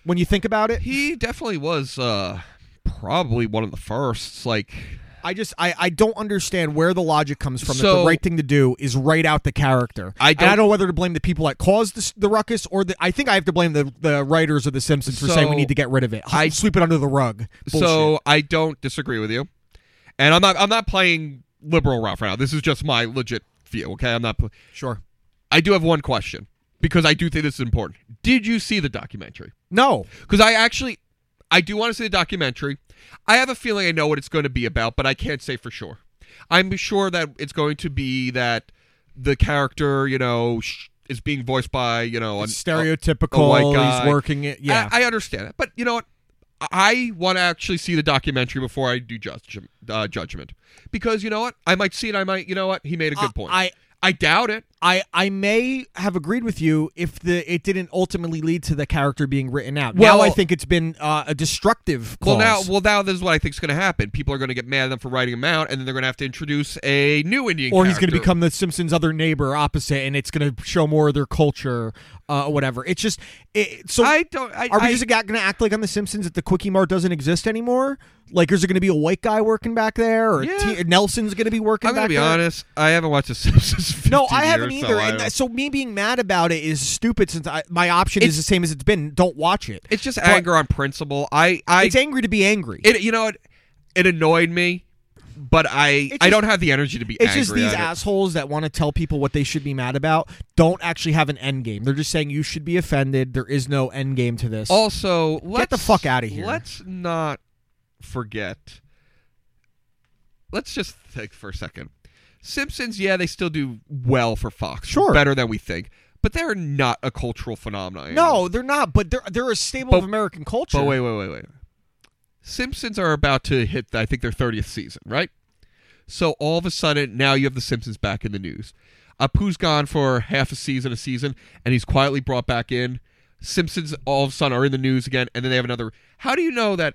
S1: When you think about it,
S2: he definitely was uh, probably one of the firsts. Like,
S1: I just I, I don't understand where the logic comes from that the
S2: So-
S1: right thing to do is write out the character.
S2: I
S1: And I
S2: don't-
S1: don't know whether to blame the people that caused this, the ruckus or the I think I have to blame the, the writers of The Simpsons for saying we
S2: So,
S1: need to get rid of it.
S2: I-
S1: sweep it under the rug. Bullshit.
S2: so I don't disagree with you, and I'm not. I'm not playing liberal route right now. This is just my legit view. Okay, I'm not. Pl-
S1: sure.
S2: I do have one question because I do think this is important. Did you see the documentary?
S1: No.
S2: Because I actually, I do want to see the documentary. I have a feeling I know what it's going to be about, but I can't say for sure. I'm sure that it's going to be that the character, you know, sh- is being voiced by, you know, an,
S1: stereotypical.
S2: a white guy.
S1: He's working it. Yeah.
S2: I, I understand that, but you know what? I want to actually see the documentary before I do judge, uh, judgment because you know what? I might see it. I might. You know what? He made a good
S1: Uh,
S2: point.
S1: I-
S2: I doubt it.
S1: I, I may have agreed with you if the it didn't ultimately lead to the character being written out.
S2: Well-
S1: now I think it's been uh, a destructive. Clause.
S2: Well, now, well, now this is what I think is going to happen. People are going to get mad at them for writing him out, and then they're going to have to introduce a new Indian.
S1: or he's going to
S2: character.
S1: become the Simpsons' other neighbor opposite, and it's going to show more of their culture, uh, whatever. It's just it, so.
S2: I don't. I,
S1: are we
S2: I-
S1: just going to act like on The Simpsons that the Quickie Mart doesn't exist anymore? Like, is there going to be a white guy working back there, or
S2: Yeah.
S1: T- Nelson's going to be working?
S2: I'm going to
S1: back
S2: be
S1: there?
S2: honest. I haven't watched The Simpsons. In
S1: No,
S2: 15
S1: I haven't
S2: years, so
S1: either.
S2: I
S1: and
S2: don't-
S1: that- so me being mad about it is stupid since I, my option is
S2: It's-
S1: the same as it's been. Don't watch it.
S2: it's just
S1: But
S2: anger on principle. I, I,
S1: it's angry to be angry.
S2: it, you know, it, it annoyed me, but I,
S1: It's just-
S2: I don't have the energy to be.
S1: it's
S2: angry
S1: just these
S2: at it.
S1: assholes that want to tell people what they should be mad about don't actually have an end game. They're just saying you should be offended. There is no end game to this.
S2: Oh, Also, let's,
S1: the fuck outta here.
S2: Let's not forget. Let's just think for a second. Simpsons, yeah, they still do well for Fox.
S1: Sure.
S2: better than we think, but they're not a cultural phenomenon. anymore.
S1: no, they're not. But they're they're a staple
S2: But-
S1: of American culture.
S2: But wait, wait, wait, wait. Simpsons are about to hit, I think, their 30th season, right? So all of a sudden, now you have The Simpsons back in the news. Apu's gone for half a season, a season, and he's quietly brought back in. Simpsons all of a sudden are in the news again, and then they have another. How do you know that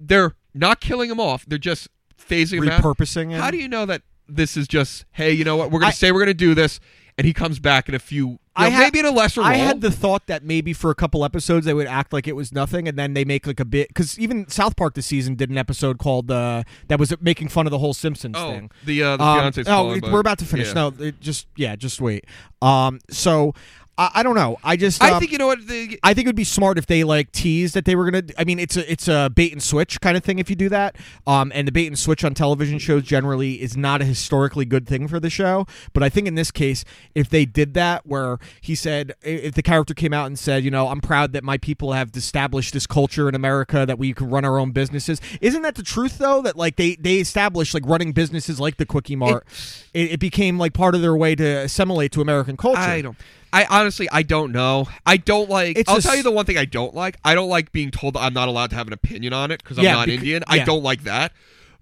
S2: they're not killing him off? They're just phasing him out.
S1: Repurposing him?
S2: How do you know that this is just, hey, you know what? We're going
S1: I-
S2: to say we're going to do this, and he comes back in a few, you know,
S1: ha-
S2: maybe in a lesser
S1: I
S2: role.
S1: had the thought that maybe for a couple episodes they would act like it was nothing, and then they make like a bit because even South Park this season did an episode called uh, that was making fun of the whole Simpsons
S2: oh,
S1: thing.
S2: the uh, the
S1: Um,
S2: fiance's
S1: no,
S2: calling,
S1: it-
S2: but-
S1: we're about to finish.
S2: yeah.
S1: No, it just yeah, just wait. Um, so I, I don't know. I just
S2: I
S1: um,
S2: think you know what. The,
S1: I think it would be smart if they like teased that they were gonna. I mean, it's a it's a bait and switch kind of thing if you do that. Um, and the bait and switch on television shows generally is not a historically good thing for the show. But I think in this case, if they did that, where he said, i- if the character came out and said, you know, I'm proud that my people have established this culture in America that we can run our own businesses. Isn't that the truth though? That like they they established like running businesses like the Quickie Mart. It, it became like part of their way to assimilate to American culture.
S2: I don't. I honestly, I don't know. I don't like.
S1: It's
S2: I'll
S1: a
S2: tell
S1: s-
S2: you the one thing I don't like. I don't like being told that I'm not allowed to have an opinion on it because I'm
S1: Yeah,
S2: not
S1: becau-
S2: Indian.
S1: yeah.
S2: I don't like that.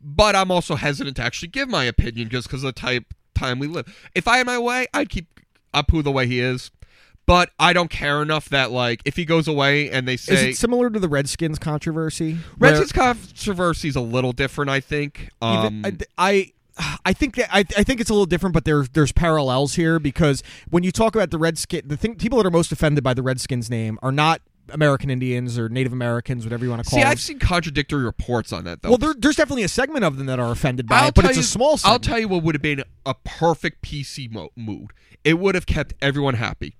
S2: But I'm also hesitant to actually give my opinion just because of the type time we live. If I had my way, I'd keep Apu the way he is. But I don't care enough that like if he goes away and they
S1: Is
S2: say
S1: it similar to the Redskins controversy? where-
S2: Redskins controversy is a little different, I think. Um,
S1: Even- uh, I, I, I think that I, I think it's a little different, but there's there's parallels here because when you talk about the Redskin, the thing people that are most offended by the Redskins name are not American Indians or Native Americans, whatever you want to call
S2: see,
S1: them.
S2: I've seen contradictory reports on that though.
S1: well, there, there's definitely a segment of them that are offended by it, but
S2: tell
S1: it's
S2: you,
S1: a small. Segment.
S2: I'll tell you what would have been a perfect PC mo- mood. It would have kept everyone happy.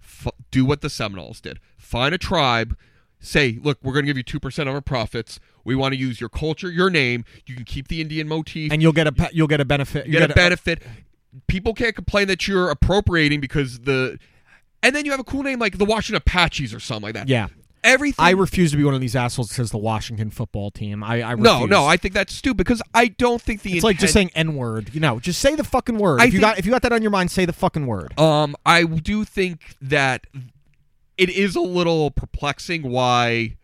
S2: F- do what the Seminoles did. Find a tribe. Say, look, we're going to give you two percent of our profits. We want to use your culture, your name. You can keep the Indian motif.
S1: and you'll get a pe- you'll get a benefit. You uh,
S2: you get a
S1: get
S2: benefit. People can't complain that you're appropriating because the, and then you have a cool name like the Washington Apaches or something like that.
S1: Yeah.
S2: everything.
S1: I refuse to be one of these assholes that says the Washington football team. I, I refuse.
S2: no, no, I think that's stupid because I don't think the
S1: it's like just
S2: intent-
S1: saying N word. You know, just say the fucking word.
S2: I
S1: if you
S2: think-
S1: got if you got that on your mind, say the fucking word.
S2: Um, I do think that it is a little perplexing why,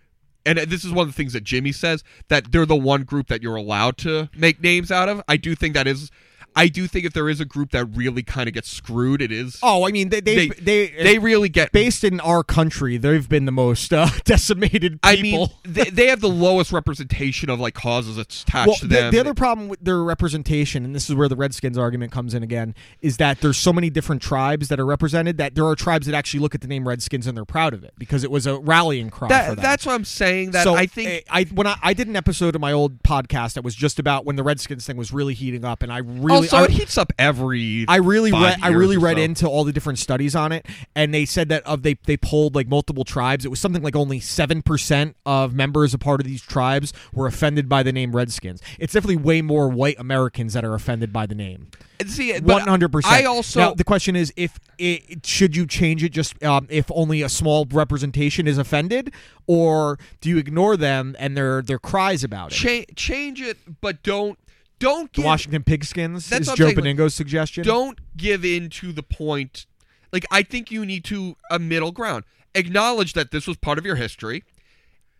S2: and this is one of the things that Jimmy says that they're the one group that you're allowed to make names out of. I do think that is, I do think if there is a group that really kind of gets screwed, it is.
S1: Oh, I mean, they they
S2: they,
S1: they, uh,
S2: they really get.
S1: based in our country, they've been the most uh, decimated people.
S2: I mean, they, they have the lowest representation of like causes that's attached
S1: well,
S2: to
S1: the,
S2: them.
S1: the other problem with their representation, and this is where the Redskins argument comes in again, is that there's so many different tribes that are represented that there are tribes that actually look at the name Redskins and they're proud of it because it was a rallying cry.
S2: That-
S1: for them.
S2: that's what I'm saying. That
S1: so
S2: I think
S1: eh, I when I, I did an episode of my old podcast that was just about when the Redskins thing was really heating up, and I really
S2: also
S1: I-
S2: Oh, it heats up every.
S1: I really
S2: five
S1: read I
S2: years
S1: really
S2: or
S1: read
S2: so.
S1: into all the different studies on it, and they said that of they they polled like multiple tribes. It was something like only seven percent of members a part of these tribes were offended by the name Redskins. It's definitely way more white Americans that are offended by the name.
S2: see, but
S1: One hundred percent.
S2: I also
S1: the question is if it should you change it just um, if only a small representation is offended, or do you ignore them and their their cries about it?
S2: cha- change it, but don't don't
S1: The
S2: give
S1: Washington Pigskins
S2: That's
S1: is
S2: what I'm
S1: Joe
S2: saying, like,
S1: Beningo's suggestion.
S2: don't give in to the point. Like I think you need to a middle ground. Acknowledge that this was part of your history.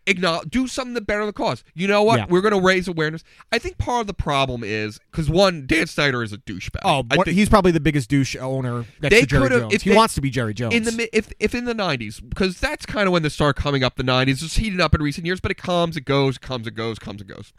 S2: Acknowledge, do something to better the cause. You know what?
S1: Yeah.
S2: We're going to raise awareness. I think part of the problem is because one, Dan Snyder is a douchebag.
S1: Oh,
S2: I
S1: what-
S2: think
S1: he's probably the biggest douche owner next
S2: They
S1: to Jerry
S2: could've-
S1: Jones.
S2: if
S1: he
S2: they-
S1: wants to be Jerry Jones.
S2: in the mi- if if in the nineties because that's kind of when this started coming up. The nineties just heating up in recent years, but it comes, it goes, comes, it goes, comes, it goes.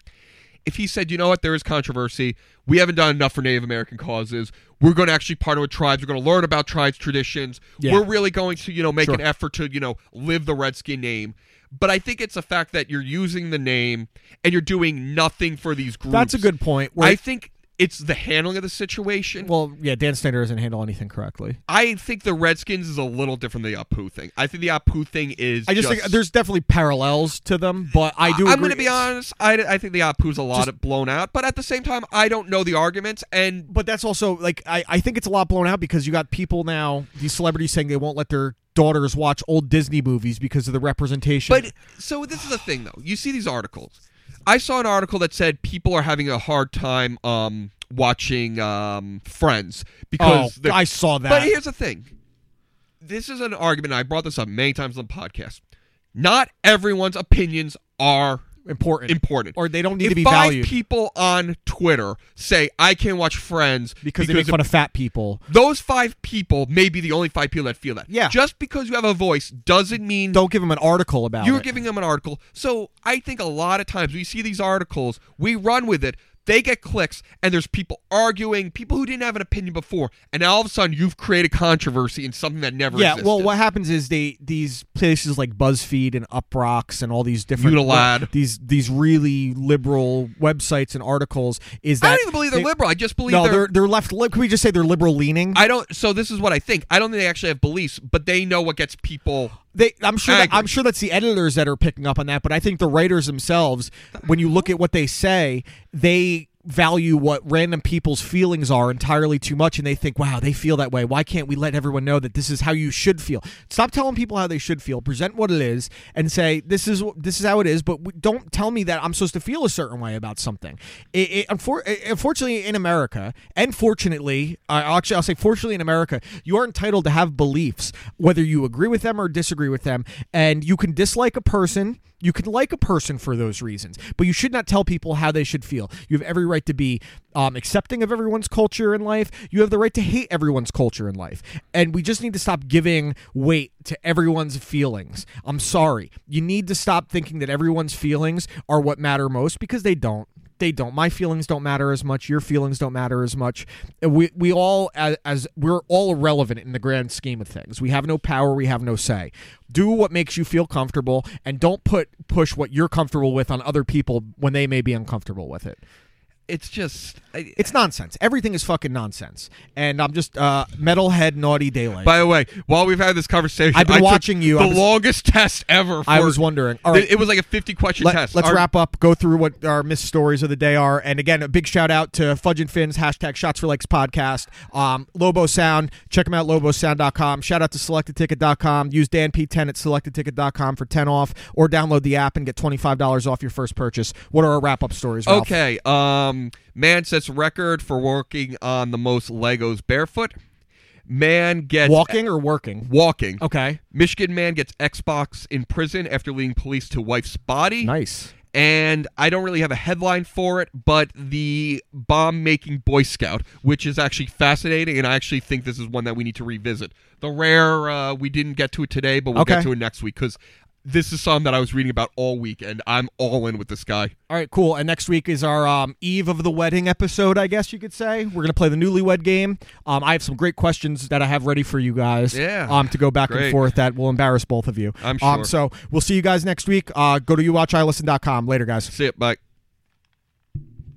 S2: If he said, you know what, there is controversy. We haven't done enough for Native American causes. We're going to actually partner with tribes. We're going to learn about tribes' traditions.
S1: Yeah.
S2: We're really going to, you know, make an
S1: Sure.
S2: effort to, you know, live the Redskin name. But I think it's a fact that you're using the name and you're doing nothing for these groups.
S1: That's a good point. Where
S2: I think it's the handling of the situation.
S1: well, yeah, Dan Snyder doesn't handle anything correctly.
S2: I think the Redskins is a little different than the Apu thing. I think the Apu thing is.
S1: I just, think there's definitely parallels to them, but I do.
S2: I'm
S1: agree-
S2: going to be honest. I, I think the Apu's a lot
S1: Just-
S2: blown out, but at the same time, I don't know the arguments. And
S1: But that's also like I, I think it's a lot blown out because you got people now, these celebrities saying they won't let their daughters watch old Disney movies because of the representation.
S2: but so this is the thing though. You see these articles. I saw an article that said people are having a hard time um, watching um, Friends
S1: oh,
S2: because they're-
S1: I saw that.
S2: But here's the thing. This is an argument. and I brought this up many times on the podcast. Not everyone's opinions are
S1: important,
S2: important.
S1: or they don't need
S2: if
S1: to be
S2: five
S1: valued
S2: people on Twitter say I can watch Friends
S1: because they make fun of fat people.
S2: those five people may be the only five people that feel that.
S1: Yeah.
S2: Just because you have a voice doesn't mean
S1: Don't give them an article about
S2: you're
S1: it.
S2: giving them an article. So I think a lot of times we see these articles, we run with it. They get clicks, and there's people arguing, people who didn't have an opinion before, and now all of a sudden you've created controversy in something that never
S1: yeah,
S2: existed.
S1: well, what happens is they these places like BuzzFeed and UpRocks and all these different
S2: Unilad.
S1: these these really liberal websites and articles is that
S2: I don't even believe they're liberal. I just believe
S1: No,
S2: they're,
S1: they're they're left. li- Can we just say they're liberal leaning?
S2: I don't. So this is what I think. I don't think they actually have beliefs, but they know what gets people.
S1: They, I'm sure.
S2: I
S1: That,
S2: agree.
S1: I'm sure that's the editors that are picking up on that, but I think the writers themselves, when you look at what they say, they value what random people's feelings are entirely too much, and they think, "Wow, they feel that way. Why can't we let everyone know that this is how you should feel?" Stop telling people how they should feel. Present what it is, and say, "This is wh- this is how it is." But w- don't tell me that I'm supposed to feel a certain way about something. It, it, unfor- it- unfortunately, in America, and fortunately, I actually, I'll say, fortunately, in America, you are entitled to have beliefs, whether you agree with them or disagree with them. And you can dislike a person, you can like a person for those reasons, but you should not tell people how they should feel. You have every right to be um, accepting of everyone's culture in life. You have the right to hate everyone's culture in life. And we just need to stop giving weight to everyone's feelings. I'm sorry. You need to stop thinking that everyone's feelings are what matter most because they don't they don't. My feelings don't matter as much. Your feelings don't matter as much. We we all as, as we're all irrelevant in the grand scheme of things. We have no power. We have no say. Do what makes you feel comfortable, and don't put push what you're comfortable with on other people when they may be uncomfortable with it.
S2: It's just. I,
S1: It's nonsense. Everything is fucking nonsense. And I'm just uh, metalhead naughty daylight.
S2: by the way, while we've had this conversation,
S1: I've been
S2: I took
S1: watching you.
S2: The
S1: I was-
S2: longest test ever. For,
S1: I was wondering. All right.
S2: It was like a fifty-question
S1: Let,
S2: test.
S1: us
S2: Our-
S1: wrap up, go through what our missed stories of the day are. And again, a big shout out to Fudge and Finn's hashtag Shots for Likes podcast, um, Lobo Sound. Check them out, lobosound.com. Shout out to selectedticket.com. Use Dan P10 at selectedticket.com for 10 off or download the app and get $25 off your first purchase. What are our wrap up stories, Ralph?
S2: Okay. Um, man sets record for working on the most Legos barefoot. Man gets
S1: Walking or working?
S2: Walking.
S1: Okay.
S2: Michigan man gets Xbox in prison after leading police to wife's body.
S1: Nice.
S2: And I don't really have a headline for it, but the bomb making Boy Scout, which is actually fascinating, and I actually think this is one that we need to revisit. The rare, uh, we didn't get to it today, but we'll get
S1: Okay.
S2: to it next week because this is something that I was reading about all week, and I'm all in with this guy.
S1: All right, cool. And next week is our um, eve of the wedding episode, I guess you could say. We're gonna play the newlywed game. Um, I have some great questions that I have ready for you guys.
S2: Yeah.
S1: Um, to go back and
S2: Great.
S1: forth that will embarrass both of you.
S2: I'm
S1: Um,
S2: sure.
S1: so we'll see you guys next week. Uh, go to youwatchilisten.com. Later, guys.
S2: See it, bye.